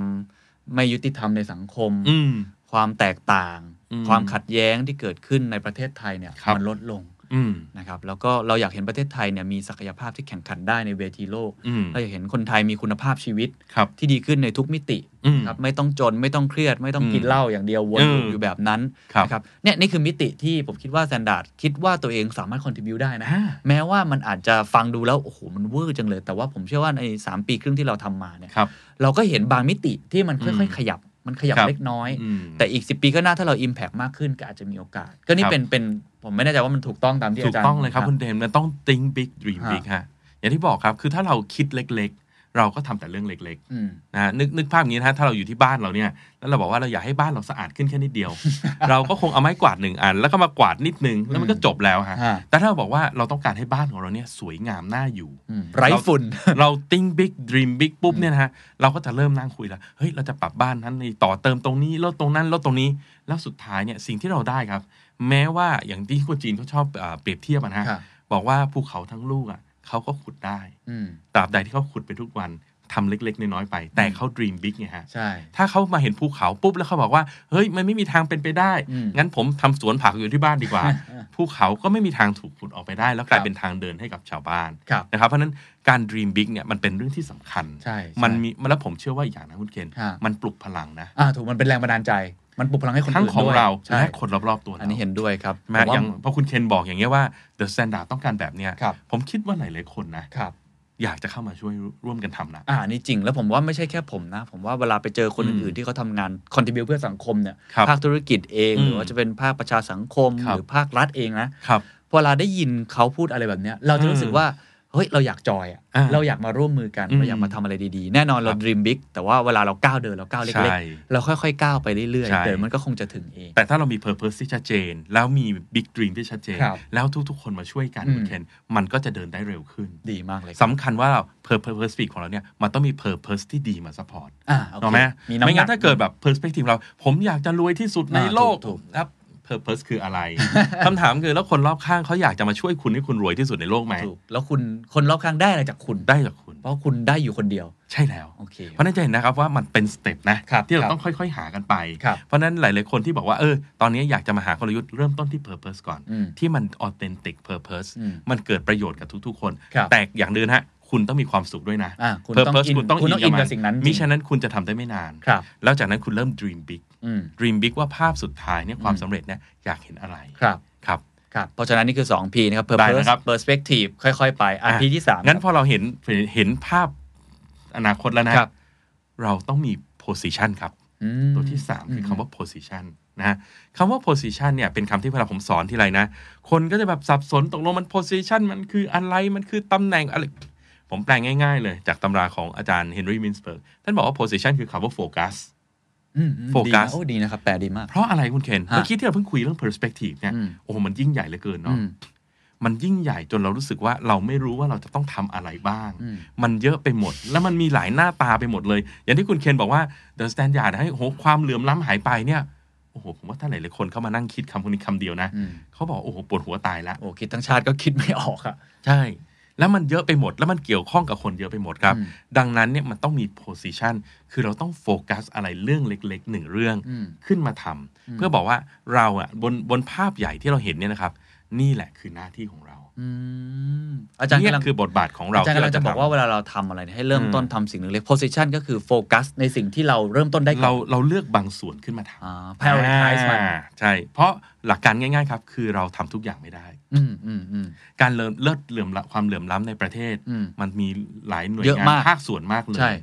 Speaker 3: ไม่ยุติธรรมในสังคม
Speaker 4: อืม
Speaker 3: ความแตกต่าง
Speaker 4: อืม
Speaker 3: ความขัดแย้งที่เกิดขึ้นในประเทศไทยเนี่ย
Speaker 4: ครับ
Speaker 3: มันลดลง
Speaker 4: อืม
Speaker 3: นะครับแล้วก็เราอยากเห็นประเทศไทยเนี่ยมีศักยภาพที่แข่งขันได้ในเวทีโลก
Speaker 4: อืม
Speaker 3: เราอยากเห็นคนไทยมีคุณภาพชีวิต
Speaker 4: ครับ
Speaker 3: ที่ดีขึ้นในทุกมิติ
Speaker 4: อืม
Speaker 3: ครับไม่ต้องจนไม่ต้องเครียด ไม่ต้องกิน
Speaker 4: อืม
Speaker 3: เหล้าอย่างเดียววนลูป
Speaker 4: เอออ
Speaker 3: อยู่แบบนั้น
Speaker 4: ครับ
Speaker 3: นะครับเนี่ยนี่คือมิติที่ผมคิดว่าแซนดาร์ดคิดว่าตัวเองสามารถคอนทิบิวได้นะ
Speaker 4: อ่า
Speaker 3: แม้ว่ามันอาจจะฟังดูแล้ว โอ้โห มันเวอร์จังเลย แต่ว่าผมเชื่อว่าใน 3 ปีครึ่งที่เราทำมาเนี่ย
Speaker 4: ครับ
Speaker 3: เราก็เห็นบางมิติที่มันค่อย
Speaker 4: อืม
Speaker 3: ๆ ขยับมันขยับ
Speaker 4: ครับ
Speaker 3: เล็กน้อย
Speaker 4: อืม
Speaker 3: แต่อีก 10 ปีก็น่าถ้าเรา Impact มากขึ้นก็อาจจะมีโอกาส ก็นี่
Speaker 4: ครับ
Speaker 3: เป็นเป็นผมไม่แน่ใจว่ามันถูกต้องตามที่
Speaker 4: ถู
Speaker 3: อาก จารย์
Speaker 4: ต้องเลยครับคุณเดมมันต้อง think big dream
Speaker 3: ฮะ
Speaker 4: big ฮะอย่างที่บอกครับ คือถ้าเราคิดเล็ก เราก็ทำแต่เรื่องเล็ก
Speaker 3: อืม
Speaker 4: ๆนะฮะนึกนึกภาพอย่างนี้นะฮะถ้าเราอยู่ที่บ้านเราเนี่ยแล้วเราบอกว่าเราอยากให้บ้านเราสะอาดขึ้นแค่นิดเดียว เราก็คงเอาไม้กวาดหนึ่งอัน แล้วก็มากวาดนิดนึงแล้วมันก็จบแล้วฮะ
Speaker 3: ฮะ
Speaker 4: แต่ถ้าเราบอกว่าเราต้องการให้บ้านของเราเนี่ยสวยงามน่าอยู่
Speaker 3: อืมไร้ฝุ่น
Speaker 4: เรา think big dream big ปุ๊บเนี่ยนะฮะเราก็จะเริ่มนั่งคุยแล้วเฮ้ยเราจะปรับบ้านนั้นนี่ต่อเติมตรงนี้ลดตรงนั้นลดตรงนี้ แล้วสุดท้ายเนี่ยสิ่งที่เราได้ครับ แม้ว่าอย่างที่คนจีนเขาชอบเอ่อเปรียบเทียบอะนะฮะ
Speaker 3: ครับ
Speaker 4: บอกว่าภูเขาทั้งลูกอ่ะเขาก็ขุดได้
Speaker 3: อืม
Speaker 4: ตราบใดที่เขาขุดไปทุกวันทำเล็กๆน้อยๆไป แต่เขา dream big ไงฮะ
Speaker 3: ใช่
Speaker 4: ถ้าเขามาเห็นภูเขาปุ๊บแล้วเขาบอกว่าเฮ้ยมันไม่มีทางเป็นไปได้
Speaker 3: อืม
Speaker 4: งั้นผมทำสวนผักอยู่ที่บ้านดีกว่า ภูเขาก็ไม่มีทางถูกขุดออกไปได้ แล้วก
Speaker 3: ค
Speaker 4: ลาย
Speaker 3: รับ
Speaker 4: เป็นทางเดินให้กับชาวบ้าน
Speaker 3: ครับ
Speaker 4: นะครับเพราะฉะนั้นการ dream big เนี่ยมันเป็นเรื่องที่สำคัญ
Speaker 3: ใช่ใช่
Speaker 4: มันมีแล้วผมเชื่อว่าอีกอย่างนะคุณเคน
Speaker 3: ฮะ
Speaker 4: มันปลุกพลังนะ
Speaker 3: อ่าถูกมันเป็นแรงบันดาลใจ มันปลุกพลังให้คน
Speaker 4: ทั้ง
Speaker 3: อื่น
Speaker 4: ของ
Speaker 3: ด้วย
Speaker 4: เรา
Speaker 3: ใช่
Speaker 4: และคนรอบ ๆ ตัวเรา
Speaker 3: อันนี้เห็นด้วยครับ
Speaker 4: แม้
Speaker 3: ผว่
Speaker 4: อย่างเพราะคุณเคนบอกอย่างเงี้ยว่า the standard ต้องการแบบเนี้ย
Speaker 3: ครับ
Speaker 4: ผมคิดว่าหลายๆคนนะครับ อยากจะเข้ามาช่วยร่วมกันทำนะ
Speaker 3: อ่านี่จริงแล้วผมว่าไม่ใช่แค่ผมนะ ผมว่าเวลาไปเจอคน
Speaker 4: อืม
Speaker 3: อื่นๆที่เขาทำงานคอนทิบิวเพื่อสังคมเนี่ย
Speaker 4: ครับ
Speaker 3: ภาคธุรกิจเอง
Speaker 4: อืม
Speaker 3: หรือว่าจะเป็นภาคประชาสังคม
Speaker 4: ค
Speaker 3: ห
Speaker 4: รับ
Speaker 3: รือภาครัฐเองนะครับ พอเวลาได้ยินเขาพูดอะไรแบบเนี้ยเราจะรู้สึกว่าเฮ้ยเราอยากจอยอะ
Speaker 4: อ่า
Speaker 3: เราอยากมาร่วมมือกัน
Speaker 4: อืม
Speaker 3: เราอยากมาทำอะไรดีๆ แน่นอนเรา
Speaker 4: ครับ
Speaker 3: ด e ีมบิ๊กแต่ว่าเวลาเราก้าวเดินเราก้าวเล็ก
Speaker 4: ใช่
Speaker 3: ๆ เราค่อยๆก้าวไปเรื่อย
Speaker 4: ใช่
Speaker 3: ๆเดี๋ยวมันก็คงจะถึงเอง
Speaker 4: แต่ถ้าเรามี purpose ที่ชัดเจน แล้วมี big dream ที่ชัดเจน
Speaker 3: ครับ
Speaker 4: แล้วทุกๆ คนมาช่วยกัน
Speaker 3: อืม
Speaker 4: คุณเคนมันก็จะเดินได้เร็วขึ้น
Speaker 3: ดีมากเลย
Speaker 4: สำคัญว่า purpose speak ของเราเนี่ยมันต้องมี purpose ที่ดีมา support
Speaker 3: อ่าโอเค
Speaker 4: ถูกไหม
Speaker 3: มีน้ำหนัก
Speaker 4: ไม่งั้นถ้าเกิดแบบ perspective เรา ผมอยากจะรวยที่สุดใน
Speaker 3: อ่า
Speaker 4: โลก
Speaker 3: ถูกถูก
Speaker 4: ครับ purpose คืออะไร คำถามคือแล้วคนรอบข้างเขาอยากจะมาช่วยคุณให้คุณรวยที่สุดในโลกไหม
Speaker 3: ถูกแล้วคุณคนรอบข้างได้อะไรจากคุณ
Speaker 4: ได้จากคุณ
Speaker 3: เพราะคุณได้อยู่คนเดียว
Speaker 4: ใช่แล้ว
Speaker 3: โอเค
Speaker 4: เพราะฉะนั่นจะเห็นนะครับว่ามันเป็นสเต็ปนะครับ ที่
Speaker 3: ค
Speaker 4: เรา
Speaker 3: รับ
Speaker 4: ต้องค่อย ๆ หากันไป
Speaker 3: ครับ
Speaker 4: เพราะฉะนั้นหลาย ๆ คนที่บอกว่าเออตอนนี้อยากจะมาหากลยุทธ์เริ่มต้นที่ purpose ก่อน
Speaker 3: อืม
Speaker 4: ที่มัน authentic purpose
Speaker 3: อืม
Speaker 4: มันเกิดประโยชน์กับทุก ๆ คน
Speaker 3: ครับ
Speaker 4: แต่อย่างเดินฮะคุณต้องมีความสุขด้วยนะ
Speaker 3: อ่าคุณต้อง
Speaker 4: purpose
Speaker 3: อิน
Speaker 4: คุณต้อง
Speaker 3: คุณ
Speaker 4: อิ
Speaker 3: ต้
Speaker 4: น
Speaker 3: องอิ
Speaker 4: กับ
Speaker 3: นกับ
Speaker 4: มัน
Speaker 3: สิ่งนั้นจริง
Speaker 4: มิฉะนั้นคุณจะทำได้ไม่นาน
Speaker 3: ครับ
Speaker 4: แล้วจากนั้นคุณเริ่ม dream big
Speaker 3: อืม
Speaker 4: dream big ว่าภาพสุดท้ายเนี่ยความสำเร็จเนี่ยอยากเห็นอะไร
Speaker 3: ครับ
Speaker 4: ครับ
Speaker 3: ครับ เพราะฉะนั้นนี่คือ 2P นะครับ
Speaker 4: ได้
Speaker 3: purpose
Speaker 4: นะครับ
Speaker 3: perspective ค่อยๆ ไปอ่ะ P ที่ 3
Speaker 4: งั้นพอเราเห็นเห็นภาพอนาคตแล้วนะครับ เราต้องมี position ครับ ตัวที่ 3 คือคำว่า position นะฮะคำว่า position เนี่ยเป็นคำที่เวลาผมสอนที่ไรนะ คนก็จะแบบสับสนตกลงมัน position มันคืออะไรมันคือตำแหน่งอะไร ผมแปลงง่ายๆเลย จากตำราของอาจารย์เฮนรี่มินสเบิร์กท่านบอกว่า position คือคำว่า focus โฟกัส
Speaker 3: โอ้ดีนะครับ แปลดีมาก
Speaker 4: เพราะอะไรคุณเคน
Speaker 3: ฮะ
Speaker 4: เมื่อกี้ที่เราเพิ่งคุยเรื่อง perspective เนี่ย
Speaker 3: อืม
Speaker 4: โอ้โหมันยิ่งใหญ่เหลือเกิน
Speaker 3: อื
Speaker 4: เนาะ
Speaker 3: ม
Speaker 4: มันยิ่งใหญ่จนเรารู้สึกว่าเราไม่รู้ว่าเราจะต้องทำอะไรบ้าง
Speaker 3: อืม
Speaker 4: มันเยอะไปหมด แล้วมันมีหลายหน้าตาไปหมดเลย อย่างที่คุณเคนบอกว่า The Standard ให้โอ้โหความเหลื่อมล้ำหายไปเนี่ย โอ้โห ผมว่าถ้าหลายๆคนเข้ามานั่งคิดคำพวกนี้คำเดียวนะ
Speaker 3: อืม
Speaker 4: เขาบอก โอ้โห ปวดหัวตายละ
Speaker 3: โอ้คิดทั้งชาติก็คิดไม่ออกอ่ะ
Speaker 4: ใช่ แล้วมันเยอะไปหมด แล้วมันเกี่ยวข้องกับคนเยอะไปหมดครับ
Speaker 3: อืม
Speaker 4: ดังนั้นเนี่ยมันต้องมี position คือเราต้องโฟกัสอะไรเรื่องเล็กๆหนึ่งเรื่อง
Speaker 3: อืม
Speaker 4: ขึ้นมาทำเพื่อบอกว่าเราอะบนบนภาพใหญ่ที่เราเห็นเนี่ยนะครับ นี่แหละคือหน้าที่ของเรา
Speaker 3: อืมอาจารย์
Speaker 4: เนี่ย
Speaker 3: กำลัง
Speaker 4: คือบทบาทของเรา
Speaker 3: อาจารย์กำลังจะบอกว่า
Speaker 4: ที่
Speaker 3: เวลาเราทำอะไรเนี่ยให้เริ่มต้นทำสิ่งหนึ่งเลย position ก็คือโฟกัสในสิ่งที่เราเริ่มต้นได้
Speaker 4: เราจะทำ
Speaker 3: ก่
Speaker 4: เรา
Speaker 3: อน
Speaker 4: เราเลือกบางส่วนขึ้นมาท
Speaker 3: อ่า
Speaker 4: ำ
Speaker 3: prioritize มัน
Speaker 4: อ่าใช่ เพราะหลักการง่าย ๆ ครับ คือเราทำทุกอย่างไม่ได้
Speaker 3: อืมอืมอืม
Speaker 4: การเลิศเลิศเหลื่อมละความเหลื่อมล้ำในประเทศ
Speaker 3: อืม
Speaker 4: มันมีหลายหน่วย
Speaker 3: เยอะ
Speaker 4: งาน
Speaker 3: มาก
Speaker 4: ภาคส่วนมากเล
Speaker 3: ใช่
Speaker 4: ย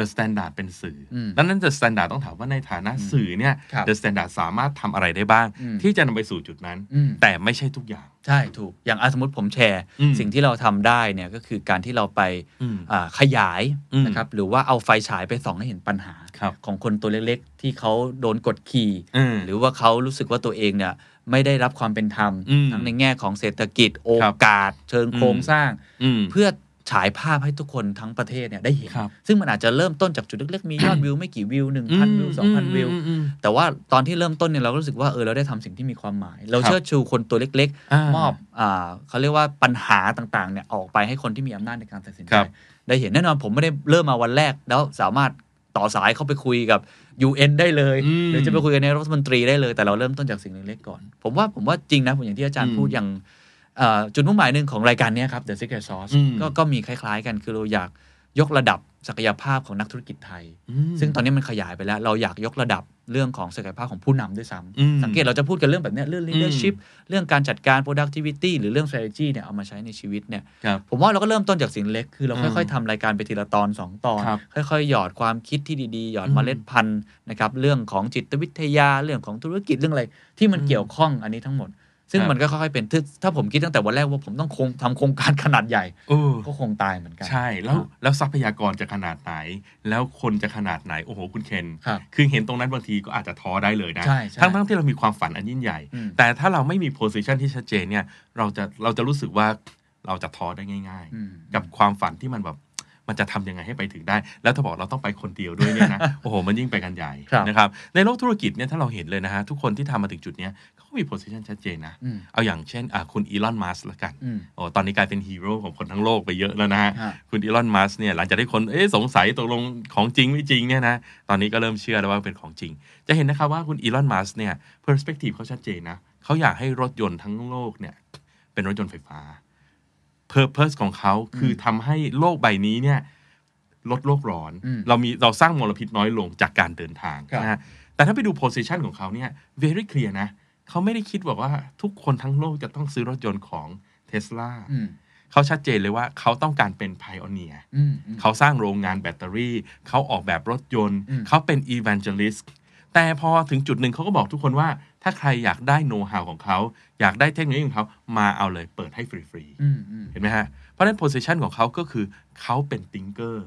Speaker 4: The Standard เป็นสื่ออ
Speaker 3: ม
Speaker 4: ดังนั้น The Standard ต้องถามว่าในฐานะสื่อเนี่ย
Speaker 3: ครับ
Speaker 4: The Standard สามารถทำอะไรได้บ้าง
Speaker 3: อืม
Speaker 4: ที่จะนำไปสู่จุดนั้น
Speaker 3: อืม
Speaker 4: แต่ไม่ใช่ทุกอย่าง
Speaker 3: ใช่ถูกอย่างอ่ะสมมติผมแชร์
Speaker 4: อืม
Speaker 3: สิ่งที่เราทำได้เนี่ยก็คือการที่เราไป
Speaker 4: อืม
Speaker 3: อ่าขยาย
Speaker 4: อืม
Speaker 3: นะครับหรือว่าเอาไฟฉายไปส่องให้เห็นปัญหา
Speaker 4: ครับ
Speaker 3: ของคนตัวเล็กๆ ที่เขาโดนกดขี่
Speaker 4: อืม
Speaker 3: หรือว่าเขารู้สึกว่าตัวเองเนี่ยไม่ได้รับความเป็นธรรม
Speaker 4: อืม
Speaker 3: ทั้งในแง่ของเศรษฐกิจโอกาส เชิงโครง
Speaker 4: อืม
Speaker 3: สร้าง
Speaker 4: อืม
Speaker 3: เพื่อฉายภาพให้ทุกคนทั้งประเทศเนี่ยได้เห็น
Speaker 4: ครับ
Speaker 3: ซึ่งมันอาจจะเริ่มต้นจากจุดเล็กๆ มียอดวิวไม่กี่วิว1,000วิว2,000วิว
Speaker 4: อืมอืมอืม
Speaker 3: แต่ว่าตอนที่เริ่มต้นเนี่ยเราก็รู้สึกว่าเออเราได้ทำสิ่งที่มีความหมาย เรา
Speaker 4: ครับ
Speaker 3: เชิดชูคนตัวเล็ก
Speaker 4: อ่าม
Speaker 3: อบอ่าเขาเรียกว่าปัญหาต่างๆเนี่ยออกไปให้คนที่มีอำนาจในการตัดสินใจ
Speaker 4: ครับ
Speaker 3: ได้เห็นแน่นอนผมไม่ได้เริ่มมาวันแรก แล้วสามารถต่อสายเข้าไปคุยกับ UN ได้เลย
Speaker 4: อืม
Speaker 3: หรือจะไปคุยกันในรัฐมนตรีได้เลย แต่เราเริ่มต้นจากสิ่งเล็กๆก่อน ผมว่าผมว่าจริงนะผมอย่างที่อาจารย์
Speaker 4: อืม
Speaker 3: พูดอย่างเอ่อจุดมุ่งหมายหนึ่งของรายการเนี้ยครับ The Secret Sauce
Speaker 4: อืม
Speaker 3: ก็ก็มีคล้ายๆกันคือเราอยากยกระดับศักยภาพของนักธุรกิจไทย
Speaker 4: อืม
Speaker 3: ซึ่งตอนนี้มันขยายไปแล้ว เราอยากยกระดับเรื่องของศักยภาพของผู้นำด้วยซ้
Speaker 4: อืม
Speaker 3: ำสังเกตเราจะพูดกันเรื่องแบบเนี้ยเรื่อง leadership เรื่องการจัดการ productivity หรือเรื่อง strategy เนี่ยเอามาใช้ในชีวิตเนี่ย
Speaker 4: ครับ
Speaker 3: ผมว่าเราก็เริ่มต้นจากสิ่งเล็ก คือเรา
Speaker 4: อืม
Speaker 3: ค่อยๆทำรายการไปทีละตอน 2 ตอน
Speaker 4: ครับ
Speaker 3: ค่อยๆ หยอดความคิดที่ดีๆ หยอด
Speaker 4: อืม
Speaker 3: เมล็ดพันธุ์นะครับเรื่องของจิตวิทยาเรื่องของธุรกิจเรื่องอะไรที่มัน
Speaker 4: อืม
Speaker 3: เกี่ยวข้องอันนี้ทั้งหมด ซึ่ง
Speaker 4: ครับ
Speaker 3: มันก็ค่อยๆเป็นถ้าถ้าผมคิดตั้งแต่วันแรกว่าผมต้องคงทำโครงการขนาดใหญ่
Speaker 4: โอ้
Speaker 3: ก็คงตายเหมือนกัน
Speaker 4: ใช่แล้วแล้วทรัพยากรจะขนาดไหน แล้วคนจะขนาดไหนโอ้โหคุณเคน
Speaker 3: ครับ
Speaker 4: อเห็นตรงนั้นบางทีก็อาจจะท้อได้เลยนะ
Speaker 3: ใช่ใช่
Speaker 4: ทั้งทั้งที่เรามีความฝันอันยิ่งใหญ่
Speaker 3: อืม
Speaker 4: แต่ถ้าเราไม่มีโพสิชันที่ชัดเจนเนี่ยเราจะเราจะรู้สึกว่าเราจะท้อได้ง่าย ๆ
Speaker 3: อืม
Speaker 4: กับความฝันที่มันแบบมันจะทำยังไงให้ไปถึงได้ แล้วถ้าบอกเราต้องไปคนเดียวด้วยเนี่ยนะ โอ้โห มันยิ่งไปกันใหญ่
Speaker 3: ครับ
Speaker 4: นะครับในโลกธุรกิจเนี่ยถ้าเราเห็นเลยนะฮะ ทุกคนที่ทำมาถึงจุดเนี้ยเขาก็มีโพสิชันชัดเจนนะ
Speaker 3: อืม
Speaker 4: เอาอย่างเช่นอ่ะคุณอีลอนมัสก์ละกัน
Speaker 3: อืม
Speaker 4: โอ้ตอนนี้กลายเป็นฮีโร่ของคนทั้งโลกไปเยอะแล้วนะฮะ
Speaker 3: ฮะ
Speaker 4: คุณอีลอนมัสก์เนี่ยหลังจากที่คนเอ๊ะสงสัยตกลงของจริงไม่จริงเนี่ยนะ ตอนนี้ก็เริ่มเชื่อแล้วว่าเป็นของจริง จะเห็นนะครับว่าคุณอีลอนมัสก์เนี่ยเพอร์สเปกทีฟเขาชัดเจนนะเขาอยากให้รถยนต์ทั้งโลกเนี่ยเป็นรถยนต์ไฟฟ้าเพอร์เพสของเขาคือทำให้โลกใบนี้เนี่ยลดโลกร้อน
Speaker 3: อืม
Speaker 4: เรามีเราสร้างมลพิษน้อยลงจากการเดินทาง
Speaker 3: ครับ
Speaker 4: นะฮะแต่ถ้าไปดูโพสิชันของเขาเนี่ย very clear นะเขาไม่ได้คิดบอกว่าทุกคนทั้งโลกจะต้องซื้อรถยนต์ของเทสลา
Speaker 3: อืม
Speaker 4: เขาชัดเจนเลยว่าเขาต้องการเป็นพ i o อเนีย
Speaker 3: อืมอืม
Speaker 4: เขาสร้างโรงงานแบตเตอรี่ เขาออกแบบรถยนต์
Speaker 3: อืม
Speaker 4: เขาเป็น evangelist แต่พอถึงจุดหนึ่งเขาก็บอกทุกคนว่า ถ้าใครอยากได้โน้ต h าวของเขา อยากได้เทคโนโลยีของเขา มาเอาเลยเปิดให้ฟรี
Speaker 3: อืมอืม
Speaker 4: ๆ เห็นไหมฮะ เพราะฉะนั้น position ของเขาก็คือเขาเป็น thinker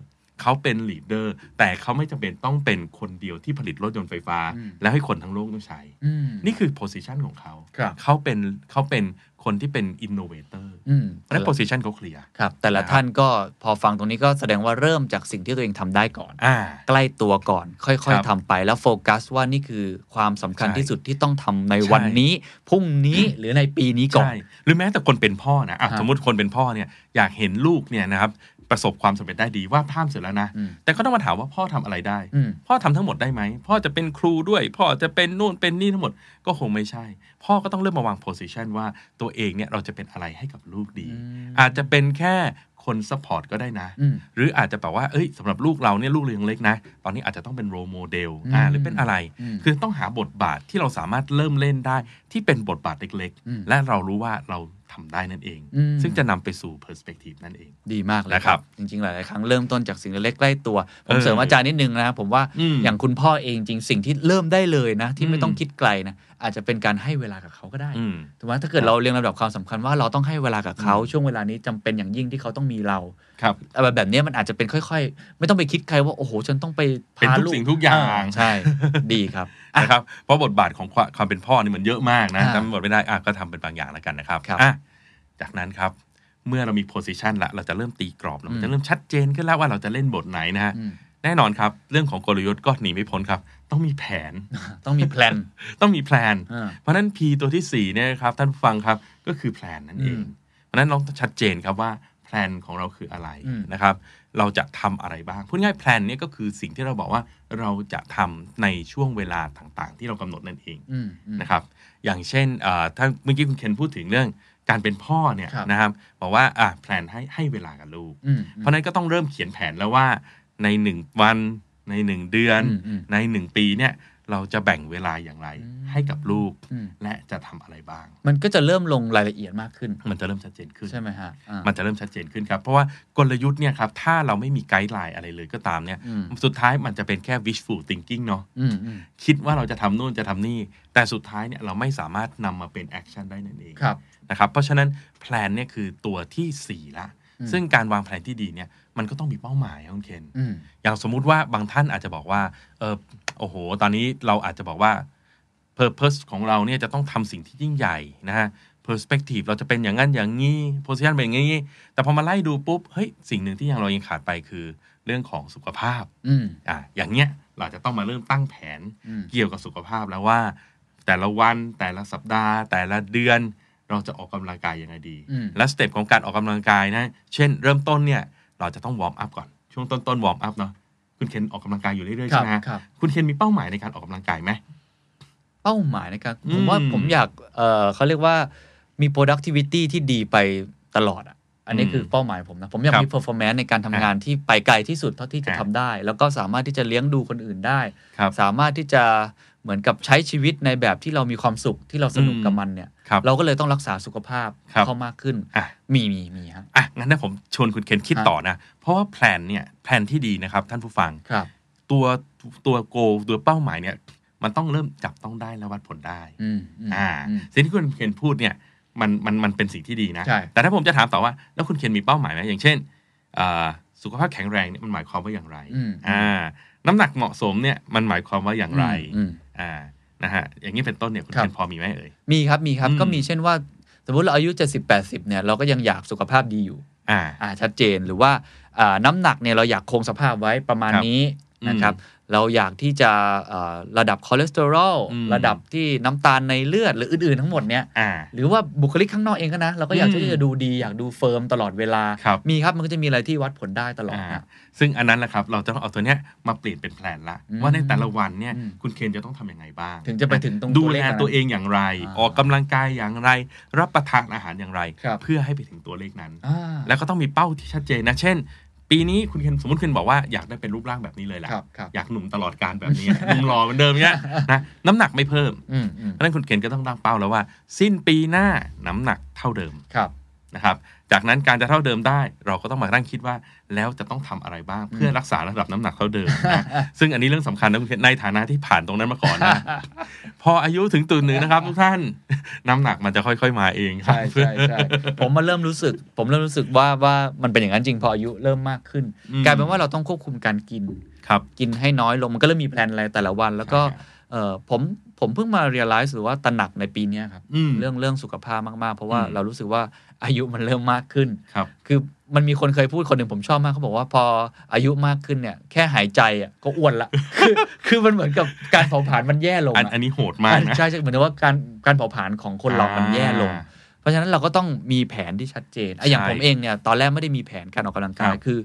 Speaker 4: เขาเป็น leader แต่เขาไม่จำเป็นต้องเป็นคนเดียวที่ผลิตรถยนต์ไฟฟ้า
Speaker 3: อืม
Speaker 4: แล้วให้คนทั้งโลกต้องใช้
Speaker 3: อืม
Speaker 4: นี่คือ position ของเขา
Speaker 3: ครับ
Speaker 4: เขาเป็นเขาเป็นคนที่เป็น innovator
Speaker 3: อืม
Speaker 4: เพราะฉะนั้น position เขาเคลียร์
Speaker 3: ครับแต่ละ
Speaker 4: นะครับ
Speaker 3: ท่านก็พอฟังตรงนี้ก็แสดงว่าเริ่มจากสิ่งที่ตัวเองทำได้ก่อน
Speaker 4: อ่า
Speaker 3: ใกล้ตัวก่อน ค่
Speaker 4: ครั
Speaker 3: อย
Speaker 4: บ
Speaker 3: ๆทำไปแล้วโฟกัสว่านี่คือความสำคัญ
Speaker 4: ใช่
Speaker 3: ที่สุดที่ต้องทำในวัน
Speaker 4: ใช่
Speaker 3: นี้พรุ่งนี้หรือในปีนี้ก่อน
Speaker 4: ใช่หรือแม้แต่คนเป็นพ่อนะอ่ะ
Speaker 3: ครับ
Speaker 4: สมมติคนเป็นพ่อเนี่ยอยากเห็นลูกเนี่ยนะครับประสบความสำเร็จได้ดีว่าดภาพเสร็จแล้วนะ
Speaker 3: อืม
Speaker 4: แต่ก็ต้องมาถามว่าพ่อทำอะไรได้
Speaker 3: อืม
Speaker 4: พ่อทำทั้งหมดได้ไหม พ่อจะเป็นครูด้วย พ่อจะเป็นนู่นเป็นนี่ทั้งหมดก็คงไม่ใช่ พ่อก็ต้องเริ่มมาวางโพสิชันว่าตัวเองเนี่ยเราจะเป็นอะไรให้กับลูกดี
Speaker 3: อืม
Speaker 4: อาจจะเป็นแค่คนซัพพอร์ตก็ได้นะ
Speaker 3: อืม
Speaker 4: หรืออาจจะแบบว่า เอ้ยสำหรับลูกเราเนี่ยลูกเรายังเล็กนะ ตอนนี้อาจจะต้องเป็นโรโมเดลอ่า
Speaker 3: อืม
Speaker 4: หรือเป็นอะไร
Speaker 3: อืม
Speaker 4: คือต้องหาบทบาทที่เราสามารถเริ่มเล่นได้ ที่เป็นบทบาทเล็ก
Speaker 3: อืม
Speaker 4: ๆ และเรารู้ว่าเราทำได้นั่นเอง
Speaker 3: อืม
Speaker 4: ซึ่งจะนำไปสู่เพอร์สเปกทีฟนั่นเอง
Speaker 3: ดีมากเลย
Speaker 4: นะ
Speaker 3: ค
Speaker 4: ครั
Speaker 3: รั
Speaker 4: บบ
Speaker 3: จริงๆ หลายๆครั้งเริ่มต้นจากสิ่งเล็กๆใกล้ตัว ผ
Speaker 4: เอ
Speaker 3: ม
Speaker 4: อ
Speaker 3: เสริมอาจารย์นิดนึงนะครับผมว่า
Speaker 4: อืม
Speaker 3: อย่างคุณพ่อเองจริงสิ่งที่เริ่มได้เลยนะ ที่
Speaker 4: อื
Speaker 3: ไม่
Speaker 4: ม
Speaker 3: ต้องคิดไกลนะอาจจะเป็นการให้เวลากับเขาก็ได้
Speaker 4: อืม
Speaker 3: ถูกไหมถ้าเกิ
Speaker 4: ครั
Speaker 3: ด
Speaker 4: บ
Speaker 3: เราเรียงลำดับความสำคัญว่าเราต้องให้เวลากับเขาช่วงเวลานี้จำเป็นอย่างยิ่งที่เขาต้องมีเรา
Speaker 4: ครับ
Speaker 3: อะไรแบบเนี้ยมันอาจจะเป็นค่อยๆ ไม่ต้องไปคิดใครว่า โอ้โห ฉันต้องไป
Speaker 4: เป็น
Speaker 3: พา
Speaker 4: ทุก
Speaker 3: ลูก
Speaker 4: สิ่งทุกอย่าง
Speaker 3: ใช่ ดีครับ
Speaker 4: นะครับเพราะบทบาทของความความเป็นพ่อนี่มันเยอะมากนะ
Speaker 3: อ่ะ
Speaker 4: จำบทไม่ได้อ่ะก็ทำเป็นบางอย่างแล้วกันนะครับ
Speaker 3: ครับ
Speaker 4: อ่ะจากนั้นครับ เมื่อเรามีโพสิชันละเราจะเริ่มตีกรอบแล้วมัน
Speaker 3: อืม
Speaker 4: จะเริ่มชัดเจนขึ้นแล้วว่าเราจะเล่นบทไหนนะฮะ
Speaker 3: อืม
Speaker 4: แน่นอนครับเรื่องของกลยุทธ์ก็หนีไม่พ้นครับ ต้องมีแผน
Speaker 3: ต้องมีแพลน
Speaker 4: ต้องมีแพลน
Speaker 3: อ่า
Speaker 4: เพราะฉะนั้น P ตัวที่ 4 เนี่ยนะครับ ท่านผู้ฟังครับก็คือแพลนนั่นเอง
Speaker 3: อืม
Speaker 4: เพราะฉะนั้นเราต้องชัดเจนครับว่าแพลนของเราคืออะไร
Speaker 3: อืม
Speaker 4: นะครับ เราจะทำอะไรบ้าง พูดง่ายแพลนเนี่ยก็คือสิ่งที่เราบอกว่าเราจะทำในช่วงเวลาต่างๆ ที่เรากำหนดนั่นเอง
Speaker 3: อืมอืม
Speaker 4: นะครับ อย่างเช่นเอ่อถ้าเมื่อกี้คุณเคนพูดถึงเรื่องการเป็นพ่อเนี่ย
Speaker 3: ครับ
Speaker 4: นะครับบอกว่าอ่ะแพลนให้ให้เวลากับลูก
Speaker 3: อืม
Speaker 4: เพราะฉะนั้นก็ต้องเริ่มเขียนแผนแล้วว่าในหนึ่งวันในหนึ่งเดือน
Speaker 3: อืมอืม
Speaker 4: ในหนึ่งปีเนี่ยเราจะแบ่งเวลาอย่างไร
Speaker 3: อืม
Speaker 4: ให้กับลูก
Speaker 3: อืม
Speaker 4: และจะทำอะไรบ้าง
Speaker 3: มันก็จะเริ่มลงรายละเอียดมากขึ้น
Speaker 4: มันจะเริ่มชัดเจนขึ้น
Speaker 3: ใช่ไหมฮะอ่า
Speaker 4: มันจะเริ่มชัดเจนขึ้นครับ เพราะว่ากลยุทธ์เนี่ยครับถ้าเราไม่มีไกด์ไลน์อะไรเลยก็ตามเนี่ย
Speaker 3: อืม
Speaker 4: สุดท้ายมันจะเป็นแค่ wishful thinking เนาะ
Speaker 3: อืมอืม
Speaker 4: คิดว่าเราจะทำนู่นจะทำนี่ แต่สุดท้ายเนี่ยเราไม่สามารถนำมาเป็นแอคชั่นได้นั่นเอง
Speaker 3: ครับ
Speaker 4: นะครับเพราะฉะนั้นแพลนเนี่ยคือตัวที่ 4 ละ
Speaker 3: อืม
Speaker 4: ซึ่งการวางแผนที่ดีเนี่ยมันก็ต้องมีเป้าหมายครับคุณเคน
Speaker 3: อืม
Speaker 4: อย่างสมมุติว่าบางท่านอาจจะบอกว่าเออโอ้โห ตอนนี้เราอาจจะบอกว่า Purpose ของเราเนี่ยจะต้องทำสิ่งที่ยิ่งใหญ่นะฮะ Perspective เราจะเป็นอย่างนั้นอย่างนี้ Position เป็นอย่างนี้ แต่พอมาไล่ดูปุ๊บ เฮ้ย สิ่งหนึ่งที่ยังเรายังขาดไปคือ เรื่องของสุขภาพ
Speaker 3: อืม
Speaker 4: อ่ะอย่างเนี้ยเราจะต้องมาเริ่มตั้งแผน
Speaker 3: อืม
Speaker 4: เกี่ยวกับสุขภาพแล้วว่า แต่ละวันแต่ละสัปดาห์ แต่ละเดือนเราจะออกกำลังกายยังไงดี
Speaker 3: อืม
Speaker 4: และสเต็ปของการออกกำลังกายนะ เช่น เริ่มต้นเนี่ยเราจะต้องวอร์มอัพก่อน ช่วงต้นต้นวอร์มอัพเนาะคุณเคนออกกำลังกายอยู่เรื่อยๆ
Speaker 3: ครั
Speaker 4: ใช่
Speaker 3: บ
Speaker 4: ไหมฮะ
Speaker 3: ครับ
Speaker 4: คุณเคนมีเป้าหมายในการออกกำลังกายไหม
Speaker 3: เป้าหมายในการ
Speaker 4: อืม
Speaker 3: ผมว่าผมอยากเออเขาเรียกว่ามี productivity ที่ดีไปตลอดอ่ะอันนี้คือเป้าหมายผมนะ ผมอยากมี performance ในการทำงานที่ไปไกลที่สุดเท่าที่จะทำได้ แล้วก็สามารถที่จะเลี้ยงดูคนอื่นได้
Speaker 4: ครับ
Speaker 3: สามารถที่จะเหมือนกับใช้ชีวิตในแบบที่เรามีความสุขที่เราสนุก
Speaker 4: อืม
Speaker 3: กับมันเนี่ย
Speaker 4: ครับ
Speaker 3: เราก็เลยต้องรักษาสุขภาพ
Speaker 4: ครับ
Speaker 3: เข้ามากขึ้น
Speaker 4: อ่ะ
Speaker 3: มีมีมีฮะ
Speaker 4: อ่ะงั้นถ้าผมชวนคุณเคนคิด
Speaker 3: ครับ
Speaker 4: ต่อนะ เพราะว่าแผนเนี่ยแผนที่ดีนะครับท่านผู้ฟัง
Speaker 3: ครับ
Speaker 4: ตัวตัวโกตัวเป้าหมายเนี่ย มันต้องเริ่มจับต้องได้และวัดผลได้
Speaker 3: อืมม
Speaker 4: อ่า
Speaker 3: อืม
Speaker 4: สิ่งที่คุณเคนพูดเนี่ยมันมันมันเป็นสิ่งที่ดีนะ
Speaker 3: ใช่
Speaker 4: แต่ถ้าผมจะถามต่อว่า แล้วคุณเคนมีเป้าหมายไหมอย่างเช่นอ่าสุขภาพแข็งแรงเนี่ยมันหมายความว่าอย่างไร
Speaker 3: อืม
Speaker 4: อ่าน้ำหนักเหมาะสมเนี่ยมันหมายความว่าอย่างไร
Speaker 3: อืม
Speaker 4: อ่านะฮะอย่างนี้เป็นต้นเนี่ยคุณ
Speaker 3: ครั
Speaker 4: เคน
Speaker 3: บ
Speaker 4: พอมีไหมเอ่ย
Speaker 3: มีครับมีครับ
Speaker 4: อืม
Speaker 3: ก็มีเช่นว่า สมมติเราอายุ 70 80เนี่ยเราก็ยังอยากสุขภาพดีอยู่
Speaker 4: อ่า
Speaker 3: อ่าชัดเจนหรือว่าอ่าน้ำหนักเนี่ยเราอยากคงสภาพไว้ประมาณ
Speaker 4: ครับ
Speaker 3: นี้นะครับ เราอยากที่จะอ่าระดับคอเลสเตอรอล
Speaker 4: อืม
Speaker 3: ระดับที่น้ำตาลในเลือดหรืออื่นๆทั้งหมดเนี่ย
Speaker 4: อ่า
Speaker 3: หรือว่าบุคลิกข้างนอกเองก็นะ เราก็อยาก
Speaker 4: อืม
Speaker 3: ที่จะดูดีอยากดูเฟิร์มตลอดเวลา
Speaker 4: ครับ
Speaker 3: มีครับมันก็จะมีอะไรที่วัดผลได้ตลอดนะ
Speaker 4: อ่าซึ่งอันนั้นแหละครับ เราจะต้องเอาตัวเนี้ยมาเปลี่ยนเป็นแผนละ
Speaker 3: อืม
Speaker 4: ว่าในแต่ละวันเนี่ย
Speaker 3: อืม
Speaker 4: คุณเคนจะต้องทำยังไงบ้าง
Speaker 3: ถึงจะไปถึงตรง
Speaker 4: ดู
Speaker 3: ตัวเล
Speaker 4: แล
Speaker 3: ขนั้น
Speaker 4: ตัวเองอย่างไร
Speaker 3: อ่า
Speaker 4: ออกกำลังกายอย่างไร รับประทานอาหารอย่างไร
Speaker 3: ครับ
Speaker 4: เพื่อให้ไปถึงตัวเลขนั้น
Speaker 3: อ่า
Speaker 4: แล้วก็ต้องมีเป้าที่ชัดเจนนะ เช่น ปีนี้คุณเคนสมมติคุณบอกว่าอยากได้เป็นรูปร่างแบบนี้เลยแหละ
Speaker 3: ครับครับ
Speaker 4: อยากหนุ่มตลอดการแบบนี้ หนุ่มหล่อเหมือนเดิมเนี้ยนะน้ำหนักไม่เพิ่ม
Speaker 3: อืมอืม
Speaker 4: เพราะฉะนั้นคุณเคนก็ต้องตั้งเป้าแล้วว่า สิ้นปีหน้าน้ำหนักเท่าเดิม
Speaker 3: ครับ
Speaker 4: นะครับ จากนั้นการจะเท่าเดิมได้ เราก็ต้องมานั่งคิดว่าแล้วจะต้องทำอะไรบ้าง เพื่อรักษาระดับน้ำหนักเท่าเดิมนะ ซึ่งอันนี้เรื่องสำคัญนะคุณเคนในฐานะที่ผ่านตรงนั้นมาก่อน นะ พออายุถึงตุ่นหนึ่งนะครับทุกท่าน น้ำหนักมันจะค่อยๆมาเองครับ
Speaker 3: ใช่ใช่ใช่ผมมาเริ่มรู้สึก ผมเริ่มรู้สึกว่าว่ามันเป็นอย่างนั้นจริงพออายุเริ่มมากขึ้น กลายเป็นว่าเราต้องควบคุมการกิน
Speaker 4: ครับ
Speaker 3: กินให้น้อยลงมันก็เริ่มมีแพลนอะไรแต่ละวัน แล้วก็
Speaker 4: ใช่ครับ
Speaker 3: เอ่อผมผมเพิ่งมา realize หรือว่าตระหนักในปีเนี้ยครับ
Speaker 4: อืม
Speaker 3: เรื่องเรื่องสุขภาพมาก ๆ เพราะว่า
Speaker 4: อืม
Speaker 3: เรารู้สึกว่าอายุมันเริ่มมากขึ้น
Speaker 4: ครับ
Speaker 3: คือมันมีคนเคยพูดคนหนึ่งผมชอบมากเขาบอกว่าพออายุมากขึ้นเนี่ย แค่หายใจอ่ะก็อ้วนละ คือคือมันเหมือนกับการเผาผลาญมันแย่ลง
Speaker 4: อัน
Speaker 3: อะ
Speaker 4: อันนี้โหดมากนะ
Speaker 3: ใช่ใช่เหมือนว่าการการเผาผลาญของคนเรามันแย่ลง
Speaker 4: อ่า
Speaker 3: เพราะฉะนั้นเราก็ต้องมีแผนที่ชัดเจนอ่ะอย่าง
Speaker 4: ใช่
Speaker 3: ผมเองเนี่ย ตอนแรกไม่ได้มีแผนการออกกำลังกา
Speaker 4: ค
Speaker 3: ย
Speaker 4: รับ
Speaker 3: คือ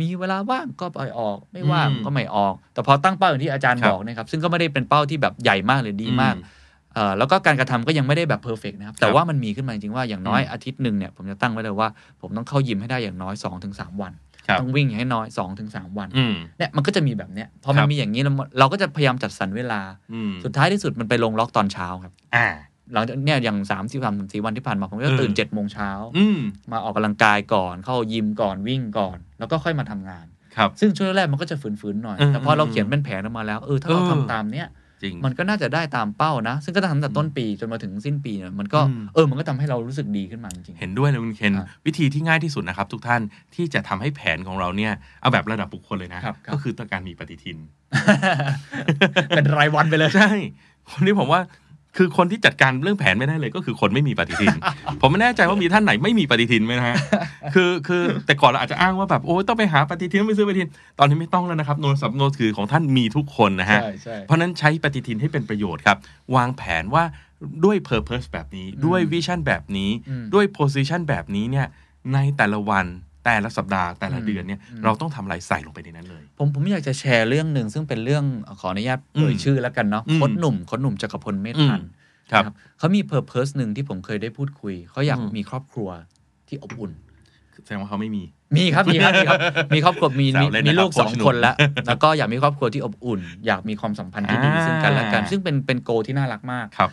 Speaker 3: มีเวลาว่างก็ไปออก ไม่ว่าง
Speaker 4: อืม
Speaker 3: ก็ไม่ออก แต่พอตั้งเป้าอย่างที่อาจารย์
Speaker 4: ครับ
Speaker 3: บอกเนะครับ ซึ่งก็ไม่ได้เป็นเป้าที่แบบใหญ่มากหรือดีมาก
Speaker 4: อื
Speaker 3: เอ่อแล้วก็การกระทำก็ยังไม่ได้แบบเพอร์เฟกนะครับ แต่
Speaker 4: ครับ
Speaker 3: ว่ามันมีขึ้นมาจริงๆว่าอย่างน้อย
Speaker 4: อืม
Speaker 3: อาทิตย์หนึ่งเนี่ยผมจะตั้งไว้เลยว่า ผมต้องเข้ายิมให้ได้อย่างน้อย2อถึงสวัน
Speaker 4: ครับ
Speaker 3: ต้องวิ่งอย่างน้อย2อถึงสวัน
Speaker 4: อืม
Speaker 3: เนี่ยมันก็จะมีแบบเนี้ยพอมั
Speaker 4: คน รับ
Speaker 3: มีอย่างนี้แล้วเราก็จะพยายามจัดสรรเวลา
Speaker 4: อืม
Speaker 3: สุดท้ายที่สุดมันไปลงล็อกตอนเช้าครับ
Speaker 4: อ่า
Speaker 3: หลังจากเนี่ยอย่างสามสิบสามสี่วันที่ผ่านมาผมก็ตื่น
Speaker 4: เออ
Speaker 3: เจ็ดโมงเช้า
Speaker 4: อืม
Speaker 3: มาออกกำลังกายก่อนเข้ายิมก่อนวิ่งก่อน แล้วก็ค่อยมาทำงาน
Speaker 4: ครับ
Speaker 3: ซึ่งช่วงแรกๆมันก็จะฝืนๆหน่อย
Speaker 4: อืม
Speaker 3: แต่พอเราเขียนเป็นแผนออกมาแล้วเออถ้าเรา
Speaker 4: เออ
Speaker 3: ทำตามเนี้ย
Speaker 4: จริง
Speaker 3: มันก็น่าจะได้ตามเป้านะ ซึ่งก็ทำตั้งแต่ต้นปีจนมาถึงสิ้นปีเนี่ยมันก็
Speaker 4: อืม
Speaker 3: เออมันก็ทำให้เรารู้สึกดีขึ้นมาจริง
Speaker 4: เห็นด้วยเลยคุณเคน
Speaker 3: ครับ
Speaker 4: วิธีที่ง่ายที่สุดนะครับ ทุกท่านที่จะทำให้แผนของเราเนี่ยเอาแบบระดับบุคคลเลยนะ
Speaker 3: ครับครับ
Speaker 4: ก็คือต้องการมีปฏิทิน
Speaker 3: ๆ เป็นรายวันไปเลย
Speaker 4: ใช่ คนที่ผมว่าคือคนที่จัดการเรื่องแผนไม่ได้เลยก็คือคนไม่มีป ฏิทิน ผมไม่แน่ใจว่ามีท่านไหนไม่มีปฏิทินไหมนะฮะ คือคือแต่ก่อนเราอาจจะอ้างว่าแบบโอ้ยต้องไปหาปฏิทินต้องไปซื้อปฏิทิน ตอนนี้ไม่ต้องแล้วนะครับโนนสับโนนถือของท่านมีทุกคนนะฮะ
Speaker 3: ใช่ใช่
Speaker 4: เพราะฉะนั้นใช้ปฏิทินให้เป็นประโยชน์ครับ วางแผนว่าด้วย Purpose แบบนี้ ด้วยวิชั่นแบบนี้
Speaker 3: อืม
Speaker 4: ด้วย Position แบบนี้เนี่ยในแต่ละวันแต่ละสัปดาห์แต่ละ
Speaker 3: อืม
Speaker 4: เดือนเนี่ย
Speaker 3: อืม
Speaker 4: เราต้องทำอะไรใส่ลงไปในนั้นเลย
Speaker 3: ผมผมอยากจะแชร์เรื่องหนึ่งซึ่งเป็นเรื่องขออนุญาตเอ่ย
Speaker 4: อืม
Speaker 3: ชื่อแล้วกันเนาะ
Speaker 4: อืม
Speaker 3: โคดหนุ่มโคดหนุ่มจักรพลเมธพันธ์
Speaker 4: อืมครับ
Speaker 3: นะเขามีเพอร์เพสหนึ่งที่ผมเคยได้พูดคุยเขาอยาก
Speaker 4: อืม
Speaker 3: มีครอบครัวที่อบอุ่น
Speaker 4: แสดงว่าเขาไม่มี
Speaker 3: มีครับมีครับมีครับ มีครอบครัวมี
Speaker 4: แซ
Speaker 3: มี
Speaker 4: วเล่น
Speaker 3: มี
Speaker 4: นะครับ
Speaker 3: ลูกส
Speaker 4: โค้ช
Speaker 3: อง
Speaker 4: หนุ่ม
Speaker 3: คนแล้ว แล้วก็อยากมีครอบครัวที่อบอุ่น อยากมีความสัมพันธ์ที่ดี
Speaker 4: อ่า
Speaker 3: ซึ่งกันและกัน ซึ่งเป็นเป็นโกที่น่ารักมาก
Speaker 4: ครับ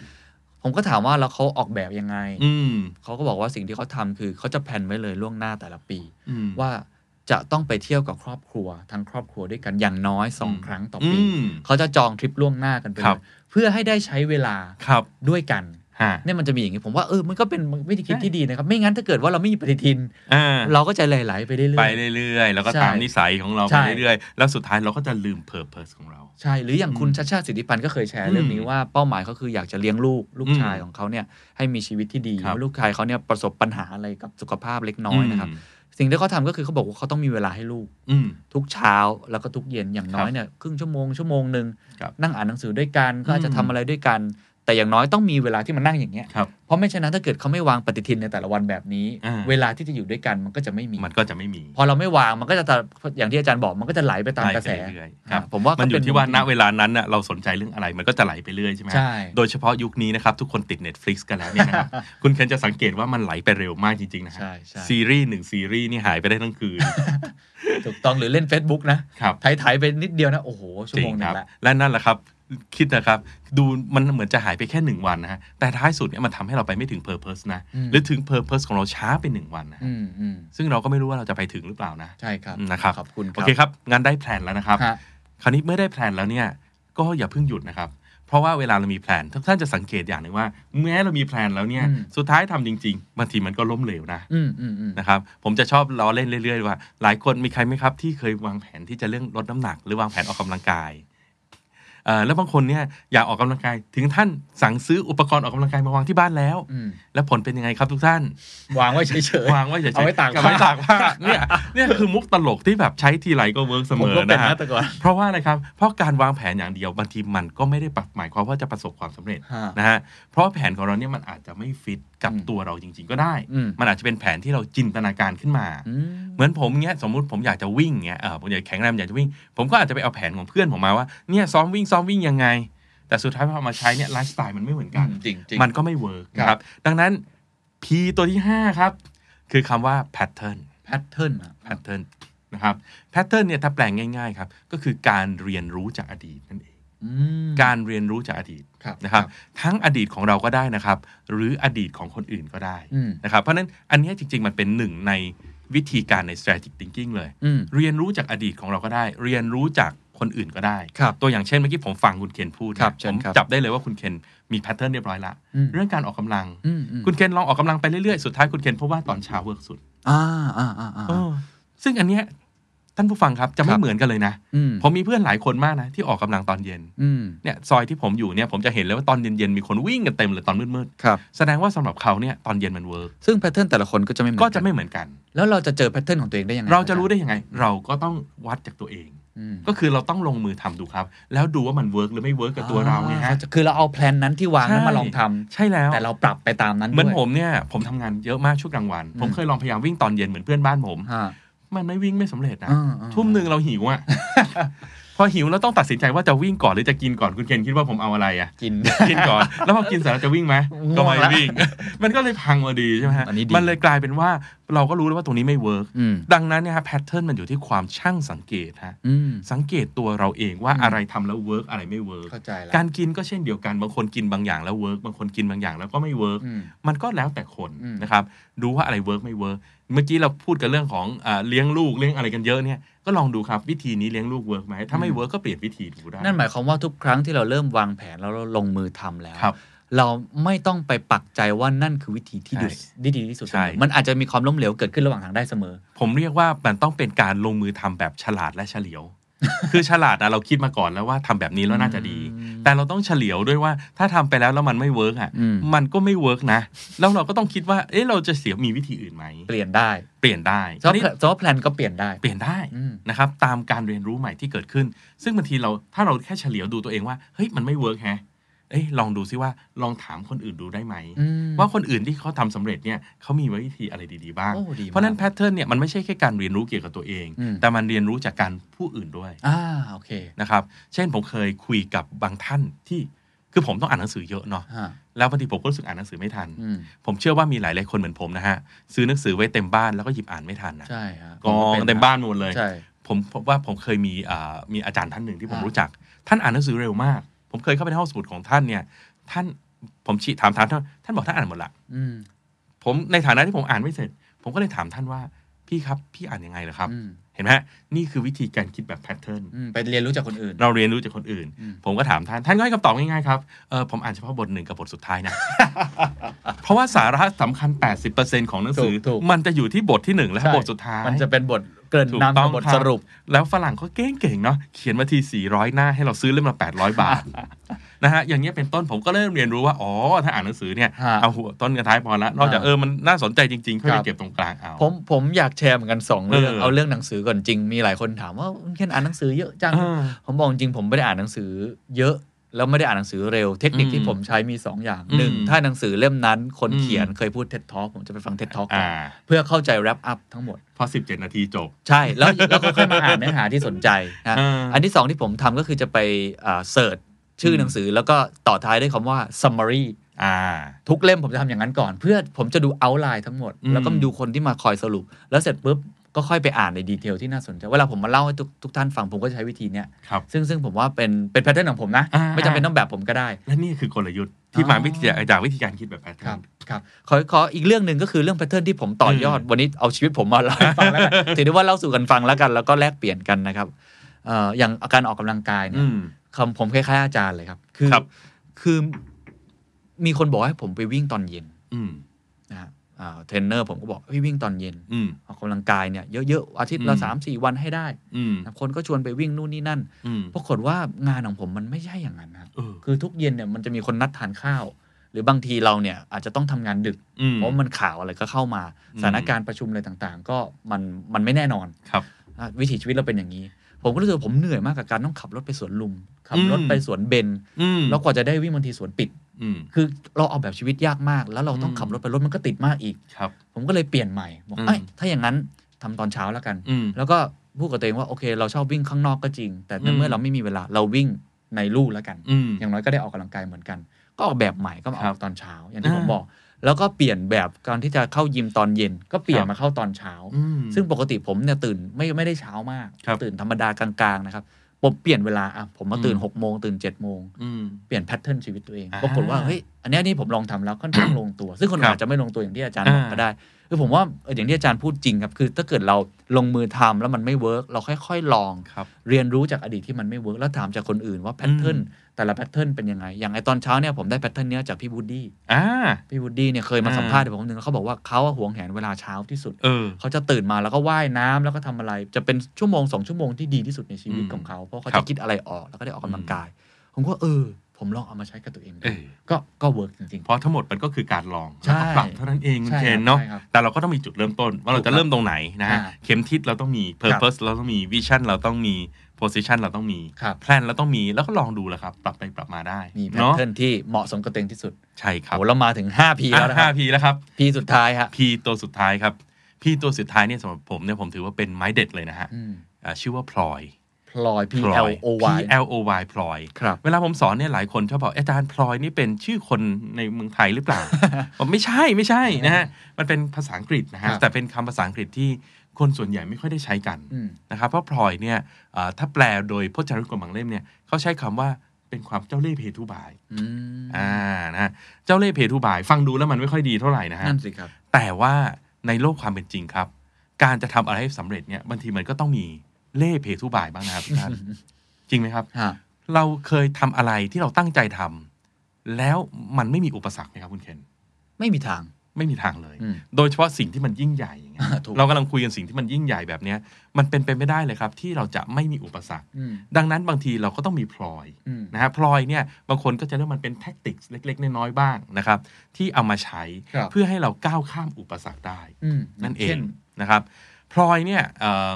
Speaker 3: ผมก็ถามว่าแล้วเขาออกแบบยังไง
Speaker 4: อืม
Speaker 3: เขาก็บอกว่าสิ่งที่เขาทำคือเขาจะแพลนไว้เลยล่วงหน้าแต่ละปี
Speaker 4: อืม
Speaker 3: ว่าจะต้องไปเที่ยวกับครอบครัว ทั้งครอบครัวด้วยกันอย่างน้อยสองครั้งต่อปี
Speaker 4: อืม
Speaker 3: เขาจะจองทริปล่วงหน้ากันไปเล
Speaker 4: ครับ
Speaker 3: ยเพื่อให้ได้ใช้เวลา
Speaker 4: ครับ
Speaker 3: ด้วยกัน
Speaker 4: ฮะ
Speaker 3: เนี่ยมันจะมีอย่างนี้ผมว่าเออมันก็เป็นวิธีคิด
Speaker 4: ใช่
Speaker 3: ที่ดีนะครับไม่งั้นถ้าเกิดว่าเราไม่มีปฏิทิน
Speaker 4: อ่า
Speaker 3: เราก็จะไหลๆไปเรื่อยๆ
Speaker 4: ไปเรื่อยๆ แล้วก็
Speaker 3: ใช่
Speaker 4: ตามนิสัยของเรา
Speaker 3: ใช่
Speaker 4: ไปเรื่อยๆ แล้วสุดท้ายเราก็จะลืม Purpose ของเรา
Speaker 3: ใช่ หรืออย่างคุณ
Speaker 4: อืม
Speaker 3: ชาชาติสิทธิพันธ์ก็เคยแช
Speaker 4: อื
Speaker 3: ร์
Speaker 4: ม
Speaker 3: เรื่องนี้ว่าเป้าหมายเขาคืออยากจะเลี้ยงลูก ลูก
Speaker 4: อืม
Speaker 3: ชายของเขาเนี่ยให้มีชีวิตที่ดี
Speaker 4: ครับ
Speaker 3: ว่าลูกชายเขาเนี่ยประสบปัญหาอะไรกับสุขภาพเล็กน้อยนะครับ สิ่งที่เขาทำก็คือเขาบอกว่าเขาต้องมีเวลาให้ลูก
Speaker 4: อืม
Speaker 3: ทุกเช้าแล้วก็ทุกเย็นอย่างน้อยเนี่ยครึ่งชั่วโมงชั่วโมงหนึ่ง
Speaker 4: ครับ
Speaker 3: นั่งอ่านหนังสือด้วยกันก็อาจ
Speaker 4: อื
Speaker 3: จะ
Speaker 4: ม
Speaker 3: ทำอะไรด้วยกัน แต่อย่างน้อยต้องมีเวลาที่มันนั่งอย่างเงี้ย
Speaker 4: ครับ
Speaker 3: เพราะไม่ฉะนั้นถ้าเกิดเขาไม่วางปฏิทินในแต่ละวันแบบนี้
Speaker 4: อ่า
Speaker 3: เวลาที่จะอยู่ด้วยกันมันก็จะไม่มี
Speaker 4: มันก็จะไม่มี
Speaker 3: พอเราไม่วางมันก็จะตะอย่างที่อาจารย์บอกมันก็จะไหลไปตามกระแส
Speaker 4: ไปเอยๆครับ
Speaker 3: อ่าผมว่า
Speaker 4: มั
Speaker 3: มัน
Speaker 4: อยู่ที่ว่าณเวลานั้นน่ะเราสนใจเรื่องอะไรมันก็จะไหลไปเรื่อยใช่ไหมฮะ
Speaker 3: ใช่
Speaker 4: โดยเฉพาะยุคนี้นะครับ ทุกคนติด Netflix กันแล้วเนี่ยนะครับ คุณเคนจะสังเกตว่ามันไหลไปเร็วมากจริง ๆ นะฮะ
Speaker 3: ใช่ใช่
Speaker 4: ซีรีส์หนึ่งซีรีส์นี่หายไปได้ทั้ง คืน
Speaker 3: ถูกต้องหรือเล่น Facebook นะครับ ไถ่ายๆไปนิดเดียวนะ โอ้โห ชั่ว
Speaker 4: จริ
Speaker 3: โม
Speaker 4: ง
Speaker 3: งหนึ
Speaker 4: ค
Speaker 3: ง
Speaker 4: รับ
Speaker 3: ละ
Speaker 4: และนั่นแหละครับ คิดนะครับ ดูมันเหมือนจะหายไปแค่หนึ่งวันนะฮะแต่ท้ายสุดเนี่ยมันทำให้เราไปไม่ถึง Purpose นะ
Speaker 3: อืม
Speaker 4: หรือถึง Purpose ของเราช้าไปหนึ่งวันนะฮะ
Speaker 3: อืมอืม
Speaker 4: ซึ่งเราก็ไม่รู้ว่าเราจะไปถึงหรือเปล่านะ
Speaker 3: ใช่ครับ
Speaker 4: นะครับ
Speaker 3: ขอบคุณ
Speaker 4: โอเคครับงานได้แพลนแล้วนะครับ
Speaker 3: ฮะ
Speaker 4: คราวนี้เมื่อได้แพลนแล้วเนี่ยก็อย่าเพิ่งหยุดนะครับ เพราะว่าเวลาเรามีแผนท่านจะสังเกตอย่างหนึ่งว่าแม้เรามีแผนแล้วเนี่ย
Speaker 3: อืม
Speaker 4: สุดท้ายทำจริงๆบางทีมันก็ล้มเหลวนะ
Speaker 3: อืมอืมอืม
Speaker 4: นะครับผมจะชอบล้อเล่นเรื่อยๆว่า หลายคนมีใครไหมครับที่เคยวางแผนที่จะเรื่องลดน้ำหนัก หรือวางแผนออกกำลังกายเอ่อแล้วบางคนเนี่ยอยากออกกำลังกาย ถึงท่านสั่งซื้ออุปกรณ์ออกกำลังกายมาวางที่บ้านแล้ว
Speaker 3: อืม
Speaker 4: แล้วผลเป็นยังไงครับทุกท่าน
Speaker 3: วางไว้เฉย
Speaker 4: วางไว้เฉยๆ
Speaker 3: เอาไว้ตาก
Speaker 4: เอไว้ตากผ้าเนี่ยเนี่ยคือมุกตลกที่แบบใช้ทีไรก็เวิร์กเส
Speaker 3: ผมม
Speaker 4: อ
Speaker 3: ก็เป็น
Speaker 4: นะฮะ
Speaker 3: นะแต่ก่อน
Speaker 4: เพราะว่าอะไรครับ เพราะการวางแผนอย่างเดียวบางทีมันก็ไม่ได้ปรับหมายความว่าจะประสบความสำเร็จ
Speaker 3: ฮะ
Speaker 4: นะฮะเพราะแผนของเราเนี่ยมันอาจจะไม่ฟิตกับ
Speaker 3: อืม
Speaker 4: ตัวเราจริง ๆ ก็ได้
Speaker 3: อืม
Speaker 4: มันอาจจะเป็นแผนที่เราจินตนาการขึ้นมา
Speaker 3: อืม
Speaker 4: เหมือนผมเงี้ยสมมุติผมอยากจะวิ่งเงี้ยเออผมอยากแข็งแรงอยากจะวิ่ง ผมก็อาจจะไปเอาแผนของเพื่อนผมมาว่าเนี่ยซ้อมวิ่งซ้อมวิ่งยังไง แต่สุดท้ายพอเอามาใช้เนี่ยไลฟ์สไตล์มันไม่เหมือนกัน
Speaker 3: จริงจริง
Speaker 4: มันก็ไม่เวิร์ก
Speaker 3: ครับ
Speaker 4: ครับ ดังนั้น P ตัวที่ 5 ครับ คือคำว่า pattern
Speaker 3: แพทเทิร์นอะ
Speaker 4: pattern นะครับ pattern เนี่ยถ้าแปลงง่ายๆครับ ก็คือการเรียนรู้จากอดีตนั่นเอง
Speaker 3: อืม
Speaker 4: การเรียนรู้จากอดีต
Speaker 3: ครับ
Speaker 4: นะครับ
Speaker 3: ครับ
Speaker 4: ทั้งอดีตของเราก็ได้นะครับ หรืออดีตของคนอื่นก็ได้
Speaker 3: อืม
Speaker 4: นะครับเพราะฉะนั้นอันเนี้ยจริง ๆ มันเป็นหนึ่งในวิธีการใน strategic thinking เลย
Speaker 3: อืม
Speaker 4: เรียนรู้จากอดีตของเราก็ได้ เรียนรู้จากคนอื่นก็ได้
Speaker 3: ครับ
Speaker 4: ตัวอย่างเช่นเมื่อกี้ผมฟังคุณเคนพูด
Speaker 3: ครับ
Speaker 4: นะ
Speaker 3: เชิ
Speaker 4: ผ
Speaker 3: ญ
Speaker 4: ม
Speaker 3: ครับ
Speaker 4: จับได้เลยว่าคุณเคนมีแพทเทิร์นเรียบร้อยละ
Speaker 3: อืม
Speaker 4: เรื่องการออกกำลัง
Speaker 3: อืมอืม
Speaker 4: คุณเคนลองออกกำลังไปเรื่อยๆ สุดท้ายคุณเคนพบว่าตอนเช้าเวิร์กสุด
Speaker 3: อ่าอ่าอ่าอ่า
Speaker 4: เออซึ่งอันเนี้ยท่านผู้ฟังครับจะ
Speaker 3: ค
Speaker 4: ไม่
Speaker 3: รับ
Speaker 4: เหมือนกันเลยนะ
Speaker 3: อืม
Speaker 4: ผมมีเพื่อนหลายคนมากนะ ที่ออกกำลังตอนเย็น
Speaker 3: อืม
Speaker 4: เนี่ยซอยที่ผมอยู่เนี่ยผมจะเห็นเลยว่าตอนเย็นๆมีคนวิ่งกันเต็มเลยตอนมืด
Speaker 3: ครับ
Speaker 4: ๆ แสดงว่าสำหรับเขาเนี่ยตอนเย็นมันเวิร์ก
Speaker 3: ซึ่งแพทเทิร์นแต่ละคนก็จะไม่เหมือน
Speaker 4: ก็
Speaker 3: น
Speaker 4: จะไม่เหมือนกัน
Speaker 3: แล้วเราจะเจอแพทเทิร์นของตัวเองได้ยังไง
Speaker 4: เราจะรู้ได้ยังไง เราก็ต้องวัดจากตัวเอง
Speaker 3: อืม
Speaker 4: ก็คือเราต้องลงมือทำดูครับ แล้วดูว่ามันเวิร์กหรือไม่เวิร์กกับตัวเราเนี่ย
Speaker 3: อ่
Speaker 4: ฮะ
Speaker 3: ข้ใจคือเราเอาแพลนนั้นที่วางนั้น
Speaker 4: ใช่
Speaker 3: มาลองทำ
Speaker 4: ใช่แล้ว
Speaker 3: แต่เราปรับไปตามนั้น
Speaker 4: เหมือน
Speaker 3: ด้วย
Speaker 4: ผมเนี่ยผมทำงานเยอะมากช่วงกลางวัน
Speaker 3: อืม
Speaker 4: ผมเคยลองพยายามวิ่งตอนเย็นเหมือนเพื่อนบ้านผม
Speaker 3: ฮะ
Speaker 4: มันไม่วิ่งไม่สำเร็จนะ
Speaker 3: อ่าอ่า
Speaker 4: ทุ่มหนึ่งเราหิวอะ พอหิวแล้วต้องตัดสินใจว่าจะวิ่งก่อนหรือจะกินก่อนคุณเคนคิดว่าผมเอาอะไรอะ
Speaker 3: กิน
Speaker 4: กินก่อน แล้วพอกินเสร็จแล้วจะวิ่งไหม
Speaker 3: ง่
Speaker 4: ก็
Speaker 3: วง
Speaker 4: ไม่
Speaker 3: ละ
Speaker 4: วิ่ง มันก็เลยพังมาดีใช่ไหมฮะ
Speaker 3: อันนี้ดี
Speaker 4: มันเลยกลายเป็นว่าเราก็รู้แล้วว่าตรงนี้ไม่เวิร์ก
Speaker 3: อืม
Speaker 4: ดังนั้นเนี่ยฮะแพทเทิร์นมันอยู่ที่ความช่างสังเกตฮะ
Speaker 3: อืม
Speaker 4: สังเกตตัวเราเองว่าอะไรทำแล้วเวิร์กอะไรไม่เวิร์ก
Speaker 3: เข้าใจละ
Speaker 4: การกินก็เช่นเดียวกันบางคนกินบางอย่างแล้วเวิร์กบางคนกินบางอย่างแล้วก็ไม่เวิร์ก
Speaker 3: อืม
Speaker 4: มันก็แล้วแต่คน
Speaker 3: อืม
Speaker 4: นะครับดูว่าอะไรเวิร์กไม่เวิร์กเมื่อกี้เราพูดกันเรื่องของอาเลี้ยงลูกเลี้ยงอะไรกันเยอะเนี่ยก็ลองดูครับวิธีนี้เลี้ยงลูกเวิร์กไหมถ้าไม่เวิร์กก็เปลี่ยนวิธีดูได้
Speaker 3: นั่นหมายความว่าทุกครั้งที่เราเริ่มวางแผนแล้วเราลงมือทำแล้ว
Speaker 4: ครับ
Speaker 3: เราไม่ต้องไปปักใจว่านั่นคือวิธีที่ดี
Speaker 4: ใช่
Speaker 3: ที่ดีที่สุดเส
Speaker 4: ใช่
Speaker 3: มอมันอาจจะมีความล้มเหลวเกิดขึ้นระหว่างทางได้เสมอ
Speaker 4: ผมเรียกว่ามันต้องเป็นการลงมือทำแบบฉลาดและเฉลียว คือฉลาดนะเราคิดมาก่อนแล้วว่าทำแบบนี้แล้วน่าจะดี แต่เราต้องเฉลียวด้วยว่าถ้าทำไปแล้วแล้วมันไม่เวิร์กอ่ะ
Speaker 3: อืม
Speaker 4: มันก็ไม่เวิร์กนะแล้วเราก็ต้องคิดว่าเอ๊ะเราจะเสียมีวิธีอื่นไหม
Speaker 3: เปลี่ยนได้
Speaker 4: เปลี่ยนได้
Speaker 3: ซอฟ
Speaker 4: อันนี้
Speaker 3: ต์แพลนก็เปลี่ยนได้
Speaker 4: เปลี่ยนได้
Speaker 3: อืม
Speaker 4: นะครับตามการเรียนรู้ใหม่ที่เกิดขึ้น ซึ่งบางทีเราถ้าเราแค่เฉลียวดูตัวเองว่าเฮ้ยมันไม่เวิร์กแฮะเอ้ยลองดูซิว่าลองถามคนอื่นดูได้ไหม
Speaker 3: อืม
Speaker 4: ว่าคนอื่นที่เขาทำสำเร็จเนี่ยเขามีวิธีอะไรดีๆบ้าง
Speaker 3: โอ้ดีมาก
Speaker 4: เพราะฉะนั้นแพทเทิร์นเนี่ยมันไม่ใช่แค่การเรียนรู้เกี่ยวกับตัวเอง
Speaker 3: อืม
Speaker 4: แต่มันเรียนรู้จากการผู้อื่นด้วย
Speaker 3: อ่าโอเค
Speaker 4: นะครับเช่นผมเคยคุยกับบางท่านที่คือผมต้องอ่านหนังสือเยอะเนาะ
Speaker 3: ฮะ
Speaker 4: แล้วบางทีผมก็รู้สึกอ่านหนังสือไม่ทัน
Speaker 3: อืม
Speaker 4: ผมเชื่อว่ามีหลายๆคนเหมือนผมนะฮะซื้อหนังสือไว้เต็มบ้านแล้วก็หยิบอ่านไม่ทันนะ
Speaker 3: ใช่ฮะ
Speaker 4: กองเต็มบ้านหมดเลย
Speaker 3: ใช่
Speaker 4: ผมพบว่าผมเคยมีอ่ามีอาจารย์ท่านหนึ่งที่ผม
Speaker 3: อ่ารู้
Speaker 4: รู้จัก ท่านอ่านหนังสือเร็วมาก ผมเคยเข้าไปในห้องสมุดของท่านเนี่ยท่านผมชี้ถามถามท่านท่านบอกท่านอ่านหมดละ
Speaker 3: ืม
Speaker 4: ผมในฐานะที่ผมอ่านไม่เสร็จ ผมก็เลยถามท่านว่าพี่ครับพี่อ่านยังไงเหรอครับ
Speaker 3: อืม
Speaker 4: เห็นไหมฮะนี่คือวิธีการคิดแบบแพทเทิร์น
Speaker 3: อืมไปเรียนรู้จากคนอื่น
Speaker 4: เราเรียนรู้จากคนอื่น
Speaker 3: อืม
Speaker 4: ผมก็ถามท่านท่านก็ให้คำตอบง่ายๆครับเออผมอ่านเฉพาะบทหนึ่งกับบทสุดท้ายนะ เพราะว่าสาระสำคัญ 80%ของหนังสือ
Speaker 3: ถูกๆ
Speaker 4: มันจะอยู่ที่บทที่หนึ่งและ
Speaker 3: ใช่
Speaker 4: บทสุดท้าย
Speaker 3: มันจะเป็นบทเกริน
Speaker 4: ถูก
Speaker 3: นำ
Speaker 4: ต้
Speaker 3: กั
Speaker 4: อง
Speaker 3: บบท
Speaker 4: คบ
Speaker 3: สรุป
Speaker 4: แล้วฝรั่งก็เก่งๆเนาะเขียนมาที 400 หน้าให้เราซื้อเล่มละ 800 บาท นะฮะอย่างเงี้ยเป็นต้นผมก็เริ่มเรียนรู้ว่า อ๋อ ถ้าอ่านหนังสือเนี่ย
Speaker 3: ฮะ
Speaker 4: เอาหัวต้นกับท้ายพอละนอกจาก
Speaker 3: อ่า
Speaker 4: เออ มันน่าสนใจจริงๆค่อย
Speaker 3: ครั
Speaker 4: ไป
Speaker 3: บ
Speaker 4: เก็บตรงกลางเอา
Speaker 3: ผมผมอยากแชร์เหมือนกันสองเรื่อง
Speaker 4: เออ
Speaker 3: เอาเรื่องหนังสือก่อนจริง มีหลายคนถามว่าคุณเคนอ่านหนังสือเยอะจัง
Speaker 4: เออ
Speaker 3: ผมบอกจริงผมไม่ได้อ่านหนังสือเยอะแล้วไม่ได้อ่านหนังสือเร็วเทคนิคที่
Speaker 4: อืม
Speaker 3: ผมใช้มีสองอย่าง
Speaker 4: อืม
Speaker 3: หนึ่งถ้าหนังสือเล่มนั้นคน
Speaker 4: อืม
Speaker 3: เขียนเคยพูดเท็ดท็อกผมจะไปฟังเท็ดท็อก
Speaker 4: อ่า
Speaker 3: เพื่อเข้าใจแรปอัพทั้งหมด
Speaker 4: พอ 17 นาทีจบ
Speaker 3: ใช่ แล้ว แล้วก็ค่อยมาอ่านเนื้อหาที่สนใจนะ
Speaker 4: เอออั
Speaker 3: นที่สองที่ผมทำก็คือจะไปเสิร์ชชื่อ
Speaker 4: ม
Speaker 3: หนังสือแล้วก็ต่อท้ายด้วยคำว่า summary
Speaker 4: อ่า
Speaker 3: ทุกเล่มผมจะทำอย่างนั้นก่อน เพื่อผมจะดู outline ทั้งหมด
Speaker 4: อืม
Speaker 3: แล้วก็ดูคนที่มาคอยสรุป แล้วเสร็จปุ๊บก็ค่อยไปอ่านในดีเทลที่น่าสนใจเวลาผมมาเล่าให้ทุกทุกท่านฟังผมก็จะใช้วิธีเนี้ย
Speaker 4: ครับ
Speaker 3: ซึ่งซึ่งผมว่าเป็นเป็นแพทเทิร์นของผมนะ
Speaker 4: อ่า
Speaker 3: ไม่จำเป็นต้องแบบผมก็ได้
Speaker 4: และนี่คือกลยุทธ์ที่
Speaker 3: อ๋อ
Speaker 4: มาวิธีจากวิธีการคิดแบบแพทเทิร์น
Speaker 3: ครับขอขออีกเรื่องหนึ่งก็คือเรื่องแพทเทิร์นที่ผมต่อยอด
Speaker 4: อืม
Speaker 3: วันนี้เอาชีวิตผมมาเล่าให้ฟังแล้ว กันถือได้ว่าเล่าสู่กันฟังแล้วกัน แล้วก็แลกเปลี่ยนกันนะครับเอ่ออย่างอาการออกกำลังกายเนี่ย
Speaker 4: อืม
Speaker 3: คำผมคล้ายๆอาจารย์เลยครับ คือ
Speaker 4: ครับ
Speaker 3: คือมีคนบอกให้ผมไปวิ่งตอนเย็น
Speaker 4: อืม
Speaker 3: นะฮะอ่าเทรนเนอร์ผมก็บอกพี่วิ่งตอนเย็น
Speaker 4: อืม
Speaker 3: ออกกำลังกายเนี่ยเยอะๆอาทิตย์ละ
Speaker 4: อืม
Speaker 3: สามสี่วันให้ได้
Speaker 4: อืม
Speaker 3: นะคนก็ชวนไปวิ่งนู่นนี่นั่น
Speaker 4: อืม
Speaker 3: ปรากฏว่างานของผมมันไม่ใช่อย่างนั้นนะครับ
Speaker 4: เออ
Speaker 3: คือทุกเย็นเนี่ยมันจะมีคนนัดทานข้าว หรือบางทีเราเนี่ยอาจจะต้องทำงานดึก
Speaker 4: อืม
Speaker 3: เพราะมันข่าวอะไรก็เข้ามา
Speaker 4: อืม
Speaker 3: สถานการณ์ประชุมอะไรต่างๆ ก็มันมันไม่แน่นอน
Speaker 4: ครับ
Speaker 3: อ่ะวิถีชีวิตเราเป็นอย่างนี้ ผมก็รู้สึกว่าผมเหนื่อยมากกับการต้องขับรถไปสวนลุม ขับรถ
Speaker 4: อืม
Speaker 3: ไปสวนเบน
Speaker 4: อืม
Speaker 3: แล้วกว่าจะได้วิ่งบางทีสวนปิด
Speaker 4: อืม
Speaker 3: คือเราออกแบบชีวิตยากมาก แล้วเราต้อง
Speaker 4: อืม
Speaker 3: ขับรถไปรถมันก็ติดมากอีก
Speaker 4: ครับ
Speaker 3: ผมก็เลยเปลี่ยนใหม่บอก
Speaker 4: อืม
Speaker 3: เอ้ยถ้าอย่างนั้นทำตอนเช้าแล้วกัน
Speaker 4: อืม
Speaker 3: แล้วก็พูดกับตัวเองว่าโอเค เราชอบวิ่งข้างนอกก็จริง แต่ใน
Speaker 4: อืม
Speaker 3: เมื่อเราไม่มีเวลาเราวิ่งในลู่แล้วกัน
Speaker 4: อืม
Speaker 3: อย่างน้อยก็ได้ออกกำลังกายเหมือนกัน ก็ออกแบบใหม่ก็มาอ
Speaker 4: ครั
Speaker 3: อบ กตอนเช้า อย่างที่ผม
Speaker 4: อ่า
Speaker 3: บอก แล้วก็เปลี่ยนแบบการที่จะเข้ายิมตอนเย็น ก็เปลี่ย
Speaker 4: คน รับ
Speaker 3: มาเข้าตอนเช้า
Speaker 4: อืม
Speaker 3: ซึ่งปกติผมเนี่ยตื่นไม่ไม่ได้เช้ามาก
Speaker 4: ครับ
Speaker 3: ตื่นธรรมดากลางๆนะครับผมเปลี่ยนเวลาอ่ะผมมาตื่น
Speaker 4: อืม
Speaker 3: 6กโมงตื่น7จ็ดโมง
Speaker 4: อืม
Speaker 3: เปลี่ยนแพทเทิร์นชีวิตตัวเอง
Speaker 4: อ่า
Speaker 3: ปรากฏว่าเฮ้ยอันเนี้ยนี่ผมลองทำแล้วค่อนข้างลงตัว ซึ่งคนอื่
Speaker 4: ค
Speaker 3: น
Speaker 4: รับ
Speaker 3: อาจจะไม่ลงตัวอย่างที่อาจารย์บอก
Speaker 4: อ่า
Speaker 3: ก็ได้คือผมว่าเอออย่างที่อาจารย์พูดจริงครับคือ ถ้าเกิดเราลงมือทำแล้วมันไม่เวิร์กเราค่อยๆลอง
Speaker 4: ครับ
Speaker 3: เรียนรู้จากอดีตที่มันไม่เวิร์กแล้วถามจากคนอื่นว่าแพทเทิร์นแต่ละแพทเทิร์นเป็นยังไง อย่างไอตอนเช้าเนี่ยผมได้แพทเทิร์นเนี้ยจากพี่บูดดี้
Speaker 4: อ่า
Speaker 3: พี่บูดดี้เนี่ยเคยมา
Speaker 4: อ่า
Speaker 3: สัมภาษณ์ผมคนหนึ่งแล้วเขาบอกว่าเขาอะหวงแหนเวลาเช้าที่สุด
Speaker 4: เออ
Speaker 3: เขาจะตื่นมาแล้วก็ว่ายน้ำแล้วก็ทำอะไร จะเป็นชั่วโมงสองชั่วโมงที่ดีที่สุดในชีวิต
Speaker 4: อืม
Speaker 3: ของเขา เพราะเขา
Speaker 4: ครั
Speaker 3: จะ
Speaker 4: บ
Speaker 3: คิดอะไรออกแล้วก็ได้ออกกำลังกาย ผมก็เออ ผมลองเอามาใช้กับตัวเองดู
Speaker 4: เออ
Speaker 3: ก็ก็เวิร์กจริง
Speaker 4: เพราะทั้งหมดมันก็คือการลอง
Speaker 3: ใช่
Speaker 4: แล้วก็ปรับเท่านั้นเองคุณ
Speaker 3: ใช่ค
Speaker 4: เช
Speaker 3: รับ
Speaker 4: นเนาะ
Speaker 3: ใช่ครับ
Speaker 4: แต่เราก็ต้องมีจุดเริ่มต้น ว่าเรา
Speaker 3: ถูกครั
Speaker 4: จะ
Speaker 3: บ
Speaker 4: เริ่มตรงไหนนะฮะ
Speaker 3: อ่า
Speaker 4: เข็มทิศเราต้องมี Purpose เราต้องมีวิชั่นเราต้องมี Position เราต้องมี
Speaker 3: ครับ
Speaker 4: แพลนเราต้องมีแล้วก็ลองดูแหละครับ ปรับไปปรับมาได้
Speaker 3: ๆมีแพท
Speaker 4: เนาะ
Speaker 3: เทิร์นที่เหมาะสมกับตัวเองที่สุด
Speaker 4: ใช่ครับ
Speaker 3: โหเรามาถึง 5P แล้วนะค
Speaker 4: ห้า
Speaker 3: รับ
Speaker 4: พีแล้วครับ
Speaker 3: P สุดท้ายฮะ
Speaker 4: P ตัวสุดท้ายครับ P ตัวสุดท้ายเนี่ยสำหรับผมเนี่ยผมถือว่าเป็นไม้เด็ดเลยนะฮะ
Speaker 3: อืม
Speaker 4: อ่าชื่อว่าพลอย
Speaker 3: พลอย P
Speaker 4: พล
Speaker 3: L
Speaker 4: ย
Speaker 3: O
Speaker 4: P
Speaker 3: Y
Speaker 4: L O Y พลอย
Speaker 3: ครับ
Speaker 4: เวลาผมสอนเนี่ยหลายคนชอบบอกอาจารย์พลอยนี่เป็นชื่อคนในเมืองไทยหรือเปล่า ผมไม่ใช่ไม่ใช่นะฮะมันเป็นภาษาอังกฤษนะ
Speaker 3: ครั
Speaker 4: ฮะ
Speaker 3: บ
Speaker 4: แต่เป็นคำภาษาอังกฤษที่คนส่วนใหญ่ไม่ค่อยได้ใช้กัน
Speaker 3: อืม
Speaker 4: นะครับเพราะพลอยเนี่ยเอ่อถ้าแปลโดยพจนานุกรมบางเล่มเนี่ยเขาใช้คำว่าเป็นความเจ้าเล่ห์เพทุบาย
Speaker 3: อืม
Speaker 4: อ่านะฮะเจ้าเล่ห์เพทุบาย ฟังดูแล้วมันไม่ค่อยดีเท่าไหร่นะฮะ
Speaker 3: นั่นสิครับ
Speaker 4: แต่ว่าในโลกความเป็นจริงครับ การจะทำอะไรให้สำเร็จเนี่ยบางทีมันก็ต้องมีเล่ห์เพทุบายบ้างนะครับทุกท่าน จริงไหมครับ
Speaker 3: ฮะ
Speaker 4: เราเคยทำอะไรที่เราตั้งใจทำแล้วมันไม่มีอุปสรรคไหมครับคุณเคน
Speaker 3: ไม่มีทาง
Speaker 4: ไม่มีทางเลย
Speaker 3: อืม
Speaker 4: โดยเฉพาะสิ่งที่มันยิ่งใหญ่อย่างเงี้ย
Speaker 3: ถูก
Speaker 4: เรากำลังคุยกันสิ่งที่มันยิ่งใหญ่แบบเนี้ยมันเป็นไปไม่ได้เลยครับ ที่เราจะไม่มีอุปสรรค
Speaker 3: อืม
Speaker 4: ดังนั้นบางทีเราก็ต้องมีพลอย
Speaker 3: อืม
Speaker 4: นะฮะพลอยเนี่ยบางคนก็จะเรียกมันเป็นแท็กติกเล็ก ๆ น้อยๆบ้างนะครับ ที่เอามาใช้
Speaker 3: ครับ
Speaker 4: เพื่อให้เราก้าวข้ามอุปสรรคได้
Speaker 3: อืม
Speaker 4: นั่นเอ
Speaker 3: ช่
Speaker 4: งนะครับพลอยเนี่ยเอ่อ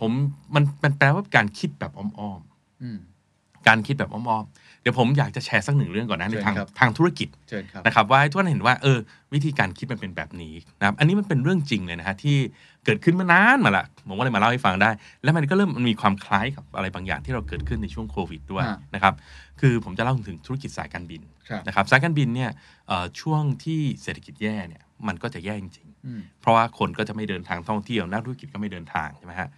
Speaker 4: ผมมันมันแปลว่าการคิดแบบอ้อมๆ
Speaker 3: อืม
Speaker 4: การคิดแบบอ้อมๆ เดี๋ยวผมอยากจะแชร์สักหนึ่งเรื่องก่อนนะในทาง
Speaker 3: เชิญครับ
Speaker 4: ทางธุรกิจ
Speaker 3: เชิญครับ
Speaker 4: นะครับว่าให้ทุกท่านเห็นว่าเออวิธีการคิดมันเป็นแบบนี้นะครับอันนี้มันเป็นเรื่องจริงเลยนะฮะที่เกิดขึ้นมานานมาละผมก็เลยมาเล่าให้ฟังได้ แล้วมันก็เริ่มมันมีความคล้ายกับอะไรบางอย่างที่เราเกิดขึ้นในช่วงโควิดด้วย
Speaker 3: อ่าน
Speaker 4: นะครับคือผมจะเล่าถึงธุรกิจสายการบิน
Speaker 3: ครับ
Speaker 4: นะครับสายการบินเนี่ยเอ่อช่วงที่เศรษฐกิจแย่เนี่ยมันก็จะแย่จริง
Speaker 3: อืม
Speaker 4: เพราะว่าคนก็จะไม่เดินทางท่องเที่ยว นักธุรกิจก็ไม่เดินทางใช่ไหมฮะ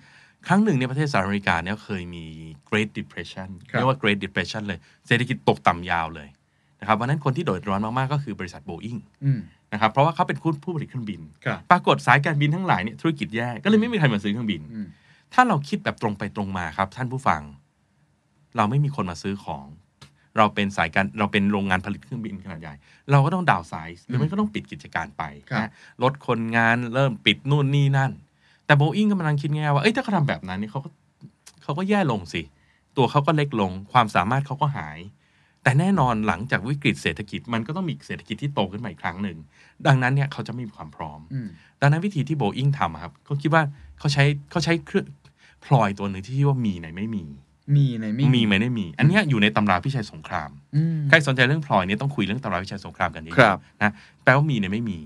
Speaker 4: ครั้งหนึ่งในยประเทศสหรัฐอเมริกาเนี่ยเคยมี Great Depression
Speaker 3: ครับ
Speaker 4: เรียกว่า Great Depression เลย เศรษฐกิจตกต่ำยาวเลยนะครับวันนั้นคนที่โดดร้อนมาก ๆ ก็คือบริษัท Boeing
Speaker 3: อืม
Speaker 4: นะครับเพราะว่าเขาเป็นผู้ผลิตเครื่องบิน
Speaker 3: ครับ
Speaker 4: ปรากฏสายการบินทั้งหลายเนี่ยธุรกิจแย่ก็เลยไม่มีใครมาซื้อเครื่องบิน
Speaker 3: อืม
Speaker 4: ถ้าเราคิดแบบตรงไปตรงมาครับ ท่านผู้ฟัง เราไม่มีคนมาซื้อของ เราเป็นสายการเราเป็นโรงงานผลิตเครื่องบินขนาดใหญ่ เราก็ต้องดาวไซส์หรือไม่ก็ต้องปิดกิจการไป
Speaker 3: ครับ
Speaker 4: นะลดคนงานเริ่มปิดนู่นนี่นั่น แต่โบอิงกำลังคิดไงว่าเอ้ยถ้าเขาทำแบบนั้นเนี่ยเขาก็เขาก็แย่ลงสิ ตัวเขาก็เล็กลง ความสามารถเขาก็หาย แต่แน่นอนหลังจากวิกฤตเศรษฐกิจมันก็ต้องมีเศรษฐกิจที่โตขึ้นมาอีกครั้งหนึ่งดังนั้นเนี่ยเขาจะไม่มีความพร้อม
Speaker 3: อืม
Speaker 4: ดังนั้นวิธีที่โบอิงทำอะครับเขาคิดว่าเขาใช้เขาใช้เครื่องพลอยตัวหนึ่งที่ชื่อว่ามีในไม่มี
Speaker 3: มีในไม่
Speaker 4: มีไหมไม่มี อันเนี้ยอยู่ในตำราพิชัยสงคราม
Speaker 3: อืม
Speaker 4: ใครสนใจเรื่องพลอยเนี่ยต้องคุยเรื่องตำราพิชัยสงครามกันเยอะ
Speaker 3: ครับ
Speaker 4: ๆนะแปลว่ามีในไม่มี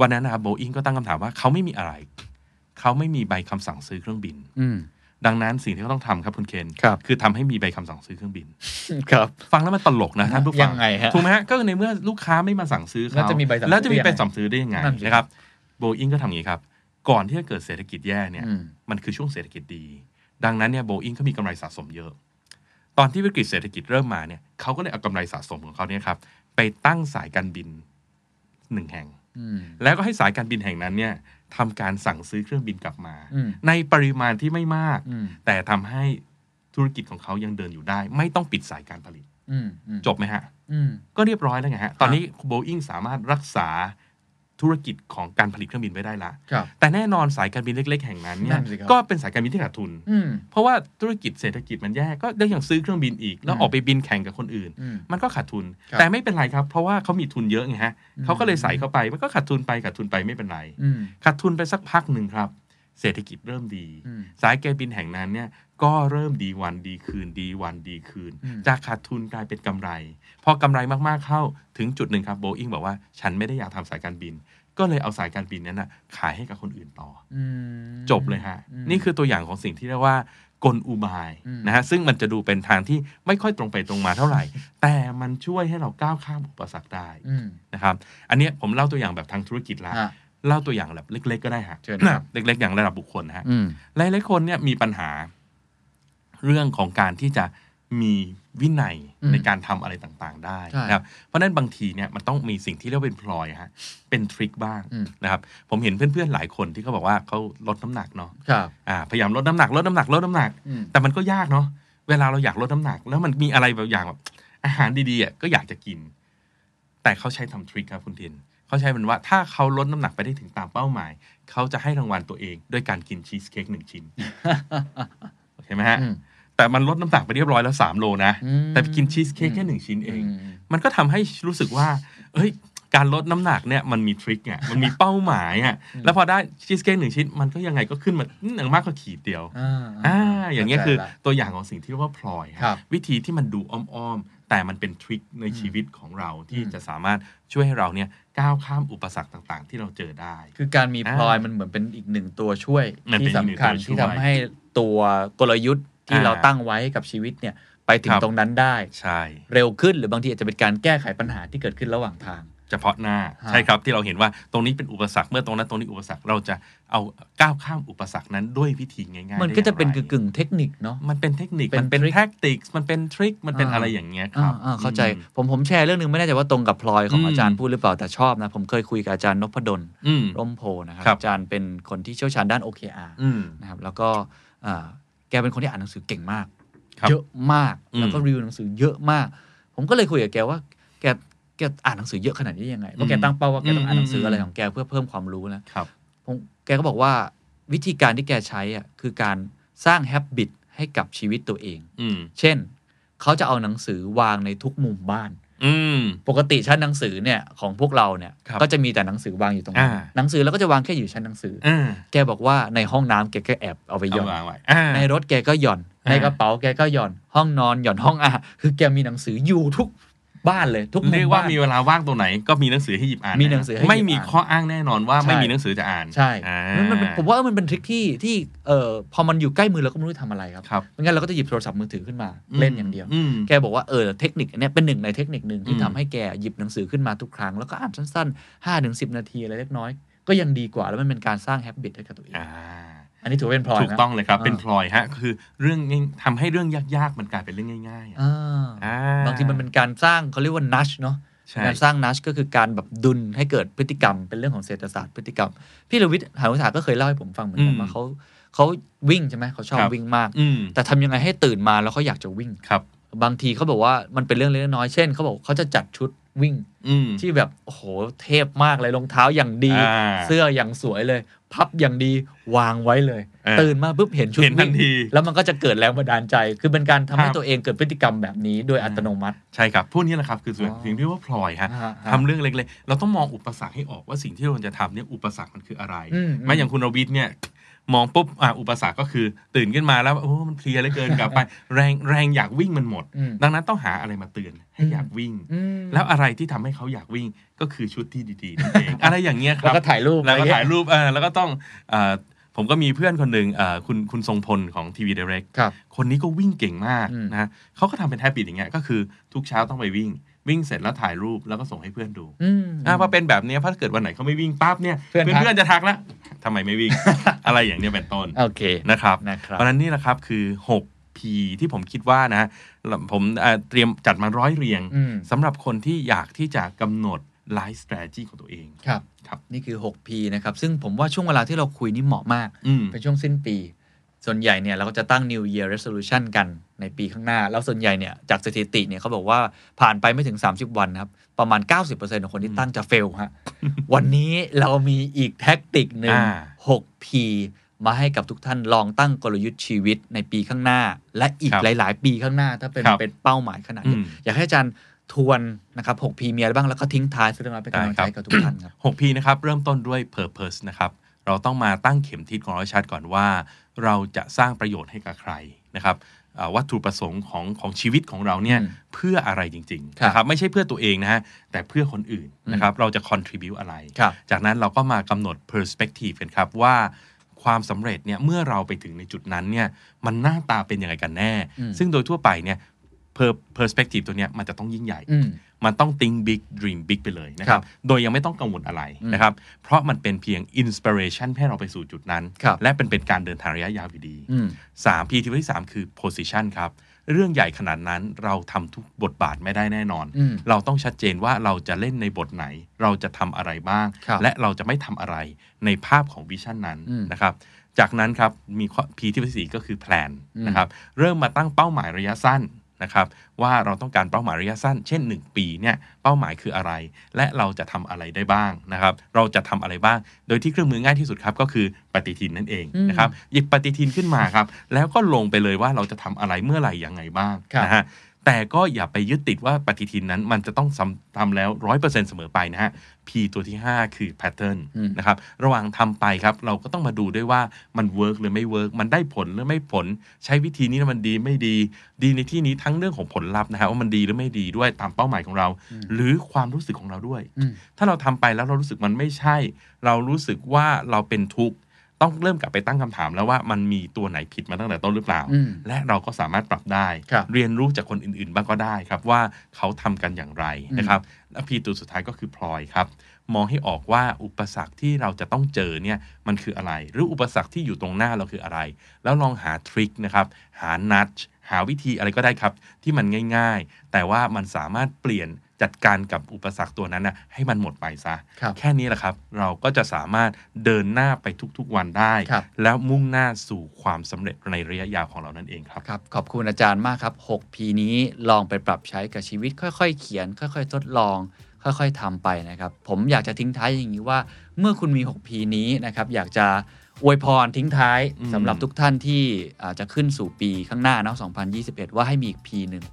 Speaker 4: วันนั้นนะครับโบอิงก็ตั้งคำถามว่าเขาไม่มีอะไร เขาไม่มีใบคำสั่งซื้อเครื่องบิน
Speaker 3: อืม
Speaker 4: ดังนั้นสิ่งที่เขาต้องทำครับคุณเคน
Speaker 3: ครับ
Speaker 4: คือทำให้มีใบคำสั่งซื้อเครื่องบิน
Speaker 3: ครับ
Speaker 4: ฟังแล้วมันตลกนะท่านผู้ฟั
Speaker 3: ยังไงฮะ
Speaker 4: ถูกไหมฮะก็ในเมื่อลูกค้าไม่มาสั่งซื้อ
Speaker 3: แล้
Speaker 4: เขา
Speaker 3: วจะมีใบสั่งซื้อ
Speaker 4: แล้วจะมีใบสั่งซื้อได้ยังไง
Speaker 3: นั่นสิ
Speaker 4: นะครับโบอิงก็ทำอย่างนี้ครับ ก่อนที่จะเกิดเศรษฐกิจแย่เนี่ย
Speaker 3: อืม
Speaker 4: มันคือช่วงเศรษฐกิจดี ดังนั้นเนี่ยโบอิงก็มีกำไรสะสมเยอะ ตอนที่วิกฤตเศรษฐกิจเริ่มมาเนี่ยเขาก็เลยเอากำไรสะสมของเขาเนี่ยครับไปตั้งสายการบินหนึ่งแห่ง
Speaker 3: อืม
Speaker 4: แล้วก็ให้สายการบินแห่งนั้นเนี่ยทำการสั่งซื้อเครื่องบินกลับมา
Speaker 3: อืม
Speaker 4: ในปริมาณที่ไม่มาก
Speaker 3: อืม
Speaker 4: แต่ทำให้ ธุรกิจของเขายังเดินอยู่ได้ ไม่ต้องปิดสายการผลิต
Speaker 3: อืมอืม
Speaker 4: จบไหมฮะ
Speaker 3: อืม
Speaker 4: ก็เรียบร้อยแล้วไงฮะ ตอนนี้โบอิ n งสามารถรักษาธุรกิจของการผลิตเครื่องบินไว้ได้ละ
Speaker 3: ครับ
Speaker 4: แต่แน่นอนสายการบินเล็ก ๆ แห่งนั้นเนี่
Speaker 3: นั่
Speaker 4: ย
Speaker 3: นสิครับ
Speaker 4: ก็เป็นสายการบินที่ขาดทุน
Speaker 3: อืม
Speaker 4: เพราะว่าธุรกิจเศรษฐกิจมันแย่ก็ยังยังซื้อเครื่องบินอีก แล้ว
Speaker 3: อืม
Speaker 4: ออกไปบินแข่งกับคนอื่น
Speaker 3: อืม
Speaker 4: มันก็ขาดทุน
Speaker 3: ครับ
Speaker 4: แต่ไม่เป็นไรครับ เพราะว่าเขามีทุนเยอะไงฮะ
Speaker 3: อืม
Speaker 4: เขาก็เลยใส่เข้าไปมันก็ขาดทุนไปขาดทุนไปไม่เป็นไร
Speaker 3: อืม
Speaker 4: ขาดทุนไปสักพักหนึ่งครับ เศรษฐกิจเริ่มดี
Speaker 3: อืม
Speaker 4: สายการบินแห่งนั้นเนี่ยก็เริ่มดีวันดีคืนดีวันดีคืน
Speaker 3: อืม
Speaker 4: จากขาดทุนกลายเป็นกำไร พอกำไรมากๆเข้าถึงจุดหนึ่งครับโบอิงบอกว่าฉันไม่ได้อยากทำสายการบิน ก็เลยเอาสายการบินนั้นนะขายให้กับคนอื่นต่อ
Speaker 3: อืม
Speaker 4: จบเลยฮะ
Speaker 3: อืม
Speaker 4: นี่คือตัวอย่างของสิ่งที่เรียกว่ากลอุบาย
Speaker 3: อืม
Speaker 4: นะฮะซึ่งมันจะดูเป็นทางที่ไม่ค่อยตรงไปตรงมาเท่าไหร่ แต่มันช่วยให้เราก้าวข้ามอุปสรรคได้
Speaker 3: อืม
Speaker 4: นะครับ อันเนี้ยผมเล่าตัวอย่างแบบทางธุรกิจละ
Speaker 3: ฮะ
Speaker 4: เล่าตัวอย่างแบบเล็ก ๆ ก็ได้ฮะ
Speaker 3: เชิญครับ
Speaker 4: เล็ก ๆ อย่างระดับบุคคลนะฮะ
Speaker 3: อืม
Speaker 4: หลายๆคนเนี่ยมีปัญหาเรื่องของการที่จะมีวินัย
Speaker 3: อืม
Speaker 4: ในการทำอะไรต่างๆ ได้
Speaker 3: ใช่
Speaker 4: นะครับ เพราะฉะนั้นบางทีเนี่ยมันต้องมีสิ่งที่เรียกว่าเป็นพลอยฮะเป็นทริคบ้าง
Speaker 3: อืม
Speaker 4: นะครับผมเห็นเพื่อนๆหลายคนที่เขาบอกว่าเขาลดน้ำหนักเนาะ
Speaker 3: ครับ
Speaker 4: อ่าพยายามลดน้ำหนักลดน้ำหนักลดน้ำหนัก
Speaker 3: อืม
Speaker 4: แต่มันก็ยากเนาะเวลาเราอยากลดน้ำหนัก แล้วมันมีอะไรแบบอย่างแบบอาหารดีๆอ่ะก็อยากจะกิน แต่เขาใช้ทำทริคครับคุณทินเขาใช้เป็นว่าถ้าเขาลดน้ำหนักไปได้ถึงตามเป้าหมาย เขาจะให้รางวัลตัวเองด้วยการกินชีสเค้กหนึ่ง ชิ้นโอเคไหมฮะ
Speaker 3: อืม
Speaker 4: แต่มันลดน้ำหนักไปเรียบร้อยแล้วสามโลนะ
Speaker 3: อืม
Speaker 4: แต่ไปกินชีสเค้กแค่หนึ่งชิ้นเอง
Speaker 3: ม
Speaker 4: มันก็ทำให้รู้สึกว่า เอ้ย การลดน้ำหนักเนี่ยมันมีทริคอ่ะ มันมีเป้าหมายอ่ะ แล้วพอได้ชีสเค้กหนึ่งชิ้น มันก็ยังไงก็ขึ้นมาอืมอย่างมากก็ขีดเดียว
Speaker 3: อ่า
Speaker 4: อ่า อย่างเงี้ยคือ
Speaker 3: เข้าใจละ
Speaker 4: ตัวอย่างของสิ่งที่เรียกว่าพลอย
Speaker 3: ครับ
Speaker 4: วิธีที่มันดูอ้อมๆ แต่มันเป็นทริคในชีวิตของเราที่
Speaker 3: อืม
Speaker 4: จะสามารถช่วยให้เราเนี่ยก้าวข้ามอุปสรรคต่างๆ ที่เราเจอได้
Speaker 3: คือการมี
Speaker 4: อ่า
Speaker 3: พลอยมันเหมือนเป็นอีกหนึ่งตัวช่วย
Speaker 4: มันเป็
Speaker 3: ที่
Speaker 4: น
Speaker 3: สำ
Speaker 4: อีกหนึ่ง
Speaker 3: คัญ
Speaker 4: ตัวช่วย
Speaker 3: ที่ทำให้ตัวกลยุทธ์ที่
Speaker 4: อ่า
Speaker 3: เราตั้งไว้กับชีวิตเนี่ยไปถึง
Speaker 4: ครับ
Speaker 3: ตรงนั้นได้
Speaker 4: ใช่
Speaker 3: เร็วขึ้นหรือบางทีอาจจะเป็นการแก้ไขปัญหาที่เกิดขึ้นระหว่างทาง
Speaker 4: เฉพาะหน้า
Speaker 3: ฮะ
Speaker 4: ใช่ครับที่เราเห็นว่าตรงนี้เป็นอุปสรรคเมื่อตรงนั้นตรงนี้อุปสรรคเราจะเอาก้าวข้ามอุปสรรคนั้นด้วยวิธีง่ายๆ
Speaker 3: มันก็จะ
Speaker 4: ได้อย่างไร
Speaker 3: เป็นกึ่งๆเทคนิคเนาะ
Speaker 4: มันเป็นเทคนิค
Speaker 3: เป็น
Speaker 4: มันเป็น
Speaker 3: trick
Speaker 4: แท็กติก มันเป็นทริค มันเป็น
Speaker 3: อ่า
Speaker 4: อะไรอย่างเงี้ยครับ
Speaker 3: อ่าๆเข้าใจ
Speaker 4: อืม
Speaker 3: ผมผมแชร์เรื่องหนึงไม่แน่ใจว่าตรงกับพลอยของ
Speaker 4: อืม
Speaker 3: อาจารย์พูดหรือเปล่าแต่ชอบนะ ผมเคยคุยกับอาจารย์นพดล
Speaker 4: อืม
Speaker 3: ร่มโพนะครั
Speaker 4: ครับ
Speaker 3: อาจารย์เป็นคนที่เชี่ยวชาญด้าน OKR
Speaker 4: อืม
Speaker 3: นะครับแล้วก็อ่าแกเป็นคนที่อ่านหนังสือเก่งมาก
Speaker 4: ครับ
Speaker 3: เยอะมาก
Speaker 4: อืม
Speaker 3: แล้วก็รีวิวหนังสือเยอะมาก ผมก็เลยคุยกับแกว่าแกแกอ่านหนังสือเยอะขนาดนี้ได้ยังไงเพราะแกตั้งเป้าว่าแกต้องอ่านหนังสืออะไรของแกเพื่อเพิ่มความรู้นะครับ ผมแกก็บอกว่าวิธีการที่แกใช้อ่ะคือการสร้างแฮบบิตให้กับชีวิตตัวเอง
Speaker 4: อืม
Speaker 3: เช่น เขาจะเอาหนังสือวางในทุกมุมบ้าน
Speaker 4: อืม
Speaker 3: ปกติชั้นหนังสือเนี่ยของพวกเราเนี่ย
Speaker 4: ครับ
Speaker 3: ก็จะมีแต่หนังสือวางอยู่ตรงนั้น
Speaker 4: อ่า
Speaker 3: หนังสือเราก็จะวางแค่อยู่ชั้นหนังสือ
Speaker 4: อ่า
Speaker 3: แกบอกว่าในห้องน้ำแกก็แอบเอาไปหย่
Speaker 4: เอา
Speaker 3: อน
Speaker 4: วางไว้อ่า
Speaker 3: ในรถแกก็หย่อน
Speaker 4: อ่า
Speaker 3: ในกระเป๋าแกก็หย่อน ห้องนอนหย่อนห้องอาหารคือแกมีหนังสืออยู่ทุกบ้านเลยทุกมุม
Speaker 4: เรียกว่า
Speaker 3: บ้น
Speaker 4: มีเวลาว่างตรงไหน ก็มีหนังสือให้หยิบอ่าน
Speaker 3: มีหนังสือให้หยิบอ่าน
Speaker 4: ไม่มีข้ออ้างแน่นอนว่า
Speaker 3: ใช่
Speaker 4: ไม่มีหนังสือจะอ่าน
Speaker 3: ใช่
Speaker 4: อ่า
Speaker 3: มันเป็นผมว่าเออมันเป็นทริคที่ที่เอ่อพอมันอยู่ใกล้มือเราก็ไม่รู้จะทำอะไรครับ
Speaker 4: ครับ
Speaker 3: ไม่งั้นเราก็จะหยิบโทรศัพท์มือถือขึ้นมาเล่นอย่างเดียว
Speaker 4: ม
Speaker 3: แกบอกว่าเออเทคนิคอันเนี้ยเป็นหนึ่งในเทคนิคหนึ่งที่
Speaker 4: อืม
Speaker 3: ทำให้แกหยิบหนังสือขึ้นมาทุกครั้ง แล้วก็อ่านสั้นๆ5้าถึงสินาทีอะไรเล็กน้อย ก็ยังดีกว่าแล้วมันเป็นการสร้างแฮบบิตให้กับตัวเอง
Speaker 4: อ่า
Speaker 3: อันนี้ถือว่าเป็นพลอยนะ
Speaker 4: ถูกต้องเลยครับ
Speaker 3: อ่า
Speaker 4: เป็นพลอยฮะ คือเรื่องง่ายทำให้เรื่องยากๆ มันกลายเป็นเรื่องง่ายๆอะ
Speaker 3: อ่า
Speaker 4: อ่
Speaker 3: บางทีมันเป็นการสร้างเขาเรียกว่านัชเนาะ
Speaker 4: ใช่
Speaker 3: การสร้างนัชก็คือการแบบดุลให้เกิดพฤติกรรม เป็นเรื่องของเศรษฐศาสตร์พฤติกรรม พี่ลวิทย์หาวิทยาก็เคยเล่าให้ผมฟังเหมือนกั
Speaker 4: อื
Speaker 3: น
Speaker 4: ม
Speaker 3: ว่าเขาเขาวิ่งใช่ไหมเขาชอบ
Speaker 4: ครับ
Speaker 3: วิ่งมาก
Speaker 4: อืม
Speaker 3: แต่ทำยังไงให้ตื่นมาแล้วเขาอยากจะวิ่ง
Speaker 4: ครับ
Speaker 3: บางทีเขาบอกว่ามันเป็นเรื่องเล็กน้อยเช่นเขาบอกเขาจะจัดชุดวิ่ง
Speaker 4: อืม
Speaker 3: ที่แบบโอ้โหเทพมากเลยรองเท้าอย่างดี
Speaker 4: อ่า
Speaker 3: เสื้ออย่างสวยเลย พับอย่างดีวางไว้เลย
Speaker 4: อ่า
Speaker 3: ตื่นมาปุ๊บเห็นชุด
Speaker 4: เห็นทัน
Speaker 3: วิ่ง
Speaker 4: ที
Speaker 3: แล้วมันก็จะเกิดแรงบันดาลใจ คือเป็นการทำให้
Speaker 4: ครับ
Speaker 3: ตัวเองเกิดพฤติกรรมแบบนี้โดยอัตโนมัติ
Speaker 4: ใช่ครับ พวกนี้แหละครับคือส่วน
Speaker 3: อ๋อ
Speaker 4: สิ่งที่เรียกว่าพลอยฮะ
Speaker 3: อ่าฮะ
Speaker 4: ทำเรื่องเล็กๆ เราต้องมองอุปสรรคให้ออกว่าสิ่งที่เราจะทำเนี่ยอุปสรรคมันคืออะไร
Speaker 3: อืม
Speaker 4: ไม่อย่างคุณรวิทย์เนี่ยมองปุ๊บอ่าอุปสรรคก็คือตื่นขึ้นมาแล้วโอ้มันเพลียเหลือเกินกลับไป แรงแรงอยากวิ่งมันหมด
Speaker 3: อืม
Speaker 4: ดังนั้นต้องหาอะไรมาเตือนให้อยากวิ่ง
Speaker 3: อืม
Speaker 4: แล้วอะไรที่ทำให้เขาอยากวิ่งก็คือชุดที่ดีๆนั่น เอง อะไรอย่างเงี้ยค
Speaker 3: แล้ว
Speaker 4: รับ
Speaker 3: ก็ถ่ายรูป
Speaker 4: แล้วก็ถ่า
Speaker 3: อะไร
Speaker 4: ย
Speaker 3: เงี้
Speaker 4: รูปเออแล้วก็ต้องเอ่อผมก็มีเพื่อนคนหนึ่งเอ่อคุณคุณทรงพลของทีวีเดเรก
Speaker 3: ครับ
Speaker 4: คนนี้ก็วิ่งเก่งมาก
Speaker 3: อืม
Speaker 4: นะเขาก็ทำเป็นแฮปปี้อย่างเงี้ย ก็คือทุกเช้าต้องไปวิ่ง วิ่งเสร็จแล้วถ่ายรูปแล้วก็ส่งให้เพื่อนดู
Speaker 3: อืม
Speaker 4: อ่าพอเป็นแบบเนี้ยพอถ้าเกิดวันไหนเขาไม่วิ่งปั๊บเนี่ย
Speaker 3: เพื่อนทัก
Speaker 4: เพื่อนๆจะทักละทำไมไม่วิ่ง อะไรอย่างเนี้ยเป็นต้น
Speaker 3: โอเค
Speaker 4: นะครับ
Speaker 3: นะครับ
Speaker 4: เพราะฉะนั้นนี่แหละครับคือ 6P ที่ผมคิดว่านะผมเอ่อเตรียมจัดมาร้อยเรียง
Speaker 3: อืม
Speaker 4: สำหรับคนที่อยากที่จะกำหนดไลฟ์ส t r a t e g y ของตัวเอง
Speaker 3: ครับ
Speaker 4: ครับ
Speaker 3: นี่คือ 6P นะครับ ซึ่งผมว่าช่วงเวลาที่เราคุยนี่เหมาะมาก
Speaker 4: อืม
Speaker 3: เป็นช่วงสิ้นปี ส่วนใหญ่เนี่ยเราก็จะตั้ง New Year Resolution กันในปีข้างหน้า แล้วส่วนใหญ่เนี่ยจากสถิติเนี่ยเขาบอกว่าผ่านไปไม่ถึง 30 วันนะครับ ประมาณ 90%ของคนที่ตั้งจะเฟลฮะ วันนี้เรามีอีกแท็กติกหนึ่ง
Speaker 4: อ่า
Speaker 3: 6P มาให้กับทุกท่านลองตั้งกลยุทธ์ชีวิตในปีข้างหน้า และอีก
Speaker 4: ครับ
Speaker 3: หลาย ๆ ปีข้างหน้าถ้าเป็น
Speaker 4: ครับ
Speaker 3: เป็นเป้าหมายขนาดนี้
Speaker 4: อืม
Speaker 3: อยากให้อาจารย์ทวนนะครับ 6P มีอะไรบ้างแล้วก็ทิ้งท้ายสุดท้ายเป็นกำลังใจกับทุกท่านครับ
Speaker 4: 6 P นะครับ เริ่มต้นด้วย Purpose นะครับ เราต้องมาตั้งเข็มทิศของเราให้ชัดก่อนว่า เราจะสร้างประโยชน์ให้กับใครนะครับอ่าวัตถุประสงค์ของของชีวิตของเราเนี่ย
Speaker 3: อืม
Speaker 4: เพื่ออะไรจริง
Speaker 3: ครับ
Speaker 4: ๆนะครับไม่ใช่เพื่อตัวเองนะฮะแต่เพื่อคนอื่นนะครับเราจะ contribu อะไร
Speaker 3: ครับ
Speaker 4: จากนั้นเราก็มากำหนด perspective กันครับว่าความสำเร็จเนี่ยเมื่อเราไปถึงในจุดนั้นเนี่ยมันหน้าตาเป็นยังไงกันแน่
Speaker 3: อืม
Speaker 4: ซึ่งโดยทั่วไปเนี่ย per- perspective ตัวเนี้ยมันจะต้องยิ่งใหญ่
Speaker 3: อืม
Speaker 4: มันต้อง think big dream big ไปเลยนะค
Speaker 3: ครั
Speaker 4: รับ
Speaker 3: บ
Speaker 4: โดยยังไม่ต้องกังวลอะไร
Speaker 3: อืม
Speaker 4: นะครับ เพราะมันเป็นเพียง inspiration ให้เราไปสู่จุดนั้น
Speaker 3: ครับ
Speaker 4: และเป็นเป็นการเดินทางระยะยาวอยู่ดี
Speaker 3: อืม
Speaker 4: สามพีที่ที่สามคือ position ครับ เรื่องใหญ่ขนาดนั้นเราทำทุกบทบาทไม่ได้แน่นอน
Speaker 3: อืม
Speaker 4: เราต้องชัดเจนว่าเราจะเล่นในบทไหน เราจะทำอะไรบ้าง
Speaker 3: ครับ
Speaker 4: และเราจะไม่ทำอะไรในภาพของวิชั่นนั้น
Speaker 3: อืม
Speaker 4: นะครับ จากนั้นครับมีข้อ P ที่ที่สี่ก็คือ plan
Speaker 3: อืม
Speaker 4: นะครับ เริ่มมาตั้งเป้าหมายระยะสั้นนะครับ ว่าเราต้องการเป้าหมายระยะสั้น เช่น 1 ปีเนี่ยเป้าหมายคืออะไร และเราจะทำอะไรได้บ้างนะครับ เราจะทำอะไรบ้าง โดยที่เครื่องมือง่ายที่สุดครับก็คือปฏิทินนั่นเองนะครับหยิบปฏิทินขึ้นมาครับ แล้วก็ลงไปเลยว่าเราจะทำอะไรเมื่อไหร่ยังไงบ้าง
Speaker 3: ครับ
Speaker 4: นะฮะแต่ก็อย่าไปยึดติดว่าปฏิทินนั้นมันจะต้องทำทำแล้วร้อยเปอร์เซ็นต์เสมอไปนะฮะ P ตัวที่ 5 คือ pattern
Speaker 3: อืม
Speaker 4: นะครับระหว่างทำไปครับเราก็ต้องมาดูด้วยว่ามันเวิร์กหรือไม่เวิร์กมันได้ผลหรือไม่ผล ใช้วิธีนี้แล้วมันดีไม่ดี ดีในที่นี้ทั้งเรื่องของผลลัพธ์นะฮะว่ามันดีหรือไม่ดีด้วยตามเป้าหมายของเรา หรือความรู้สึกของเราด้วย
Speaker 3: อืม
Speaker 4: ถ้าเราทำไปแล้วเรารู้สึกมันไม่ใช่ เรารู้สึกว่าเราเป็นทุกข์ต้องเริ่มกลับไปตั้งคำถามแล้วว่ามันมีตัวไหนผิดมาตั้งแต่ต้นหรือเปล่า
Speaker 3: อืม
Speaker 4: และเราก็สามารถปรับได้
Speaker 3: ครับ
Speaker 4: เรียนรู้จากคนอื่นๆ บ้างก็ได้ครับว่าเขาทำกันอย่างไร
Speaker 3: อืม
Speaker 4: นะครับและพีตัวสุดท้ายก็คือพลอยครับ มองให้ออกว่าอุปสรรคที่เราจะต้องเจอเนี่ยมันคืออะไร หรืออุปสรรคที่อยู่ตรงหน้าเราคืออะไร แล้วลองหาทริคนะครับ หานัดหาวิธีอะไรก็ได้ครับ ที่มันง่ายๆ แต่ว่ามันสามารถเปลี่ยนจัดการกับอุปสรรคตัวนั้นนะให้มันหมดไปซะ
Speaker 3: ครับ
Speaker 4: แค่นี้แหละครับ เราก็จะสามารถเดินหน้าไปทุกๆวันได้
Speaker 3: ครับ
Speaker 4: แล้วมุ่งหน้าสู่ความสำเร็จในระยะยาวของเรานั่นเองครับ
Speaker 3: ครับขอบคุณอาจารย์มากครับ 6P นี้ลองไปปรับใช้กับชีวิต ค่อย ๆ เขียน ค่อย ๆ ทดลอง ค่อย ๆทำไปนะครับ ผมอยากจะทิ้งท้ายอย่างนี้ว่า เมื่อคุณมี 6P นี้นะครับ อยากจะอวยพรทิ้งท้าย
Speaker 4: อืม
Speaker 3: สำหรับทุกท่านที่อาจจะขึ้นสู่ปีข้างหน้าเนาะ2021 ว่าให้มีอีก P หนึ่ง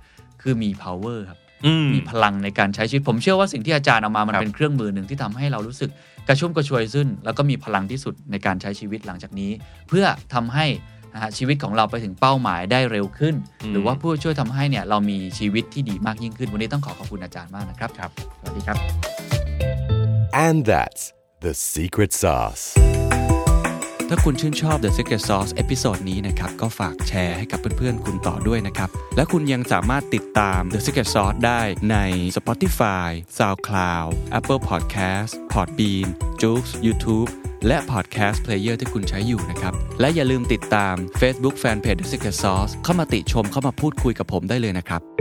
Speaker 3: คือมี power ครับ
Speaker 4: อืม
Speaker 3: มีพลังในการใช้ชีวิต ผมเชื่อว่าสิ่งที่อาจารย์เอามา มัน
Speaker 4: ครับ
Speaker 3: เป็นเครื่องมือหนึ่งที่ทำให้เรารู้สึกกระชุ่มกระชวยขึ้น แล้วก็มีพลังที่สุดในการใช้ชีวิตหลังจากนี้ เพื่อทำให้นะฮะชีวิตของเราไปถึงเป้าหมายได้เร็วขึ้น
Speaker 4: อืม
Speaker 3: หรือว่าผู้ช่วยทำให้เนี่ยเรามีชีวิตที่ดีมากยิ่งขึ้น วันนี้ต้องขอขอบคุณอาจารย์มากนะครับ
Speaker 4: ครับ
Speaker 3: สวัสดีครับ
Speaker 1: And that's the secret sauce.
Speaker 5: ถ้าคุณชื่นชอบ The Secret Sauce เอพิโซดนี้นะครับ ก็ฝากแชร์ให้กับเพื่อนๆ คุณต่อด้วยนะครับ และคุณยังสามารถติดตาม The Secret Sauce ได้ใน Spotify, SoundCloud, Apple Podcast, Podbean, j o o x YouTube และ Podcast Player ที่คุณใช้อยู่นะครับ และอย่าลืมติดตาม Facebook Fanpage The Secret Sauce เข้ามาติชมเข้ามาพูดคุยกับผมได้เลยนะครับ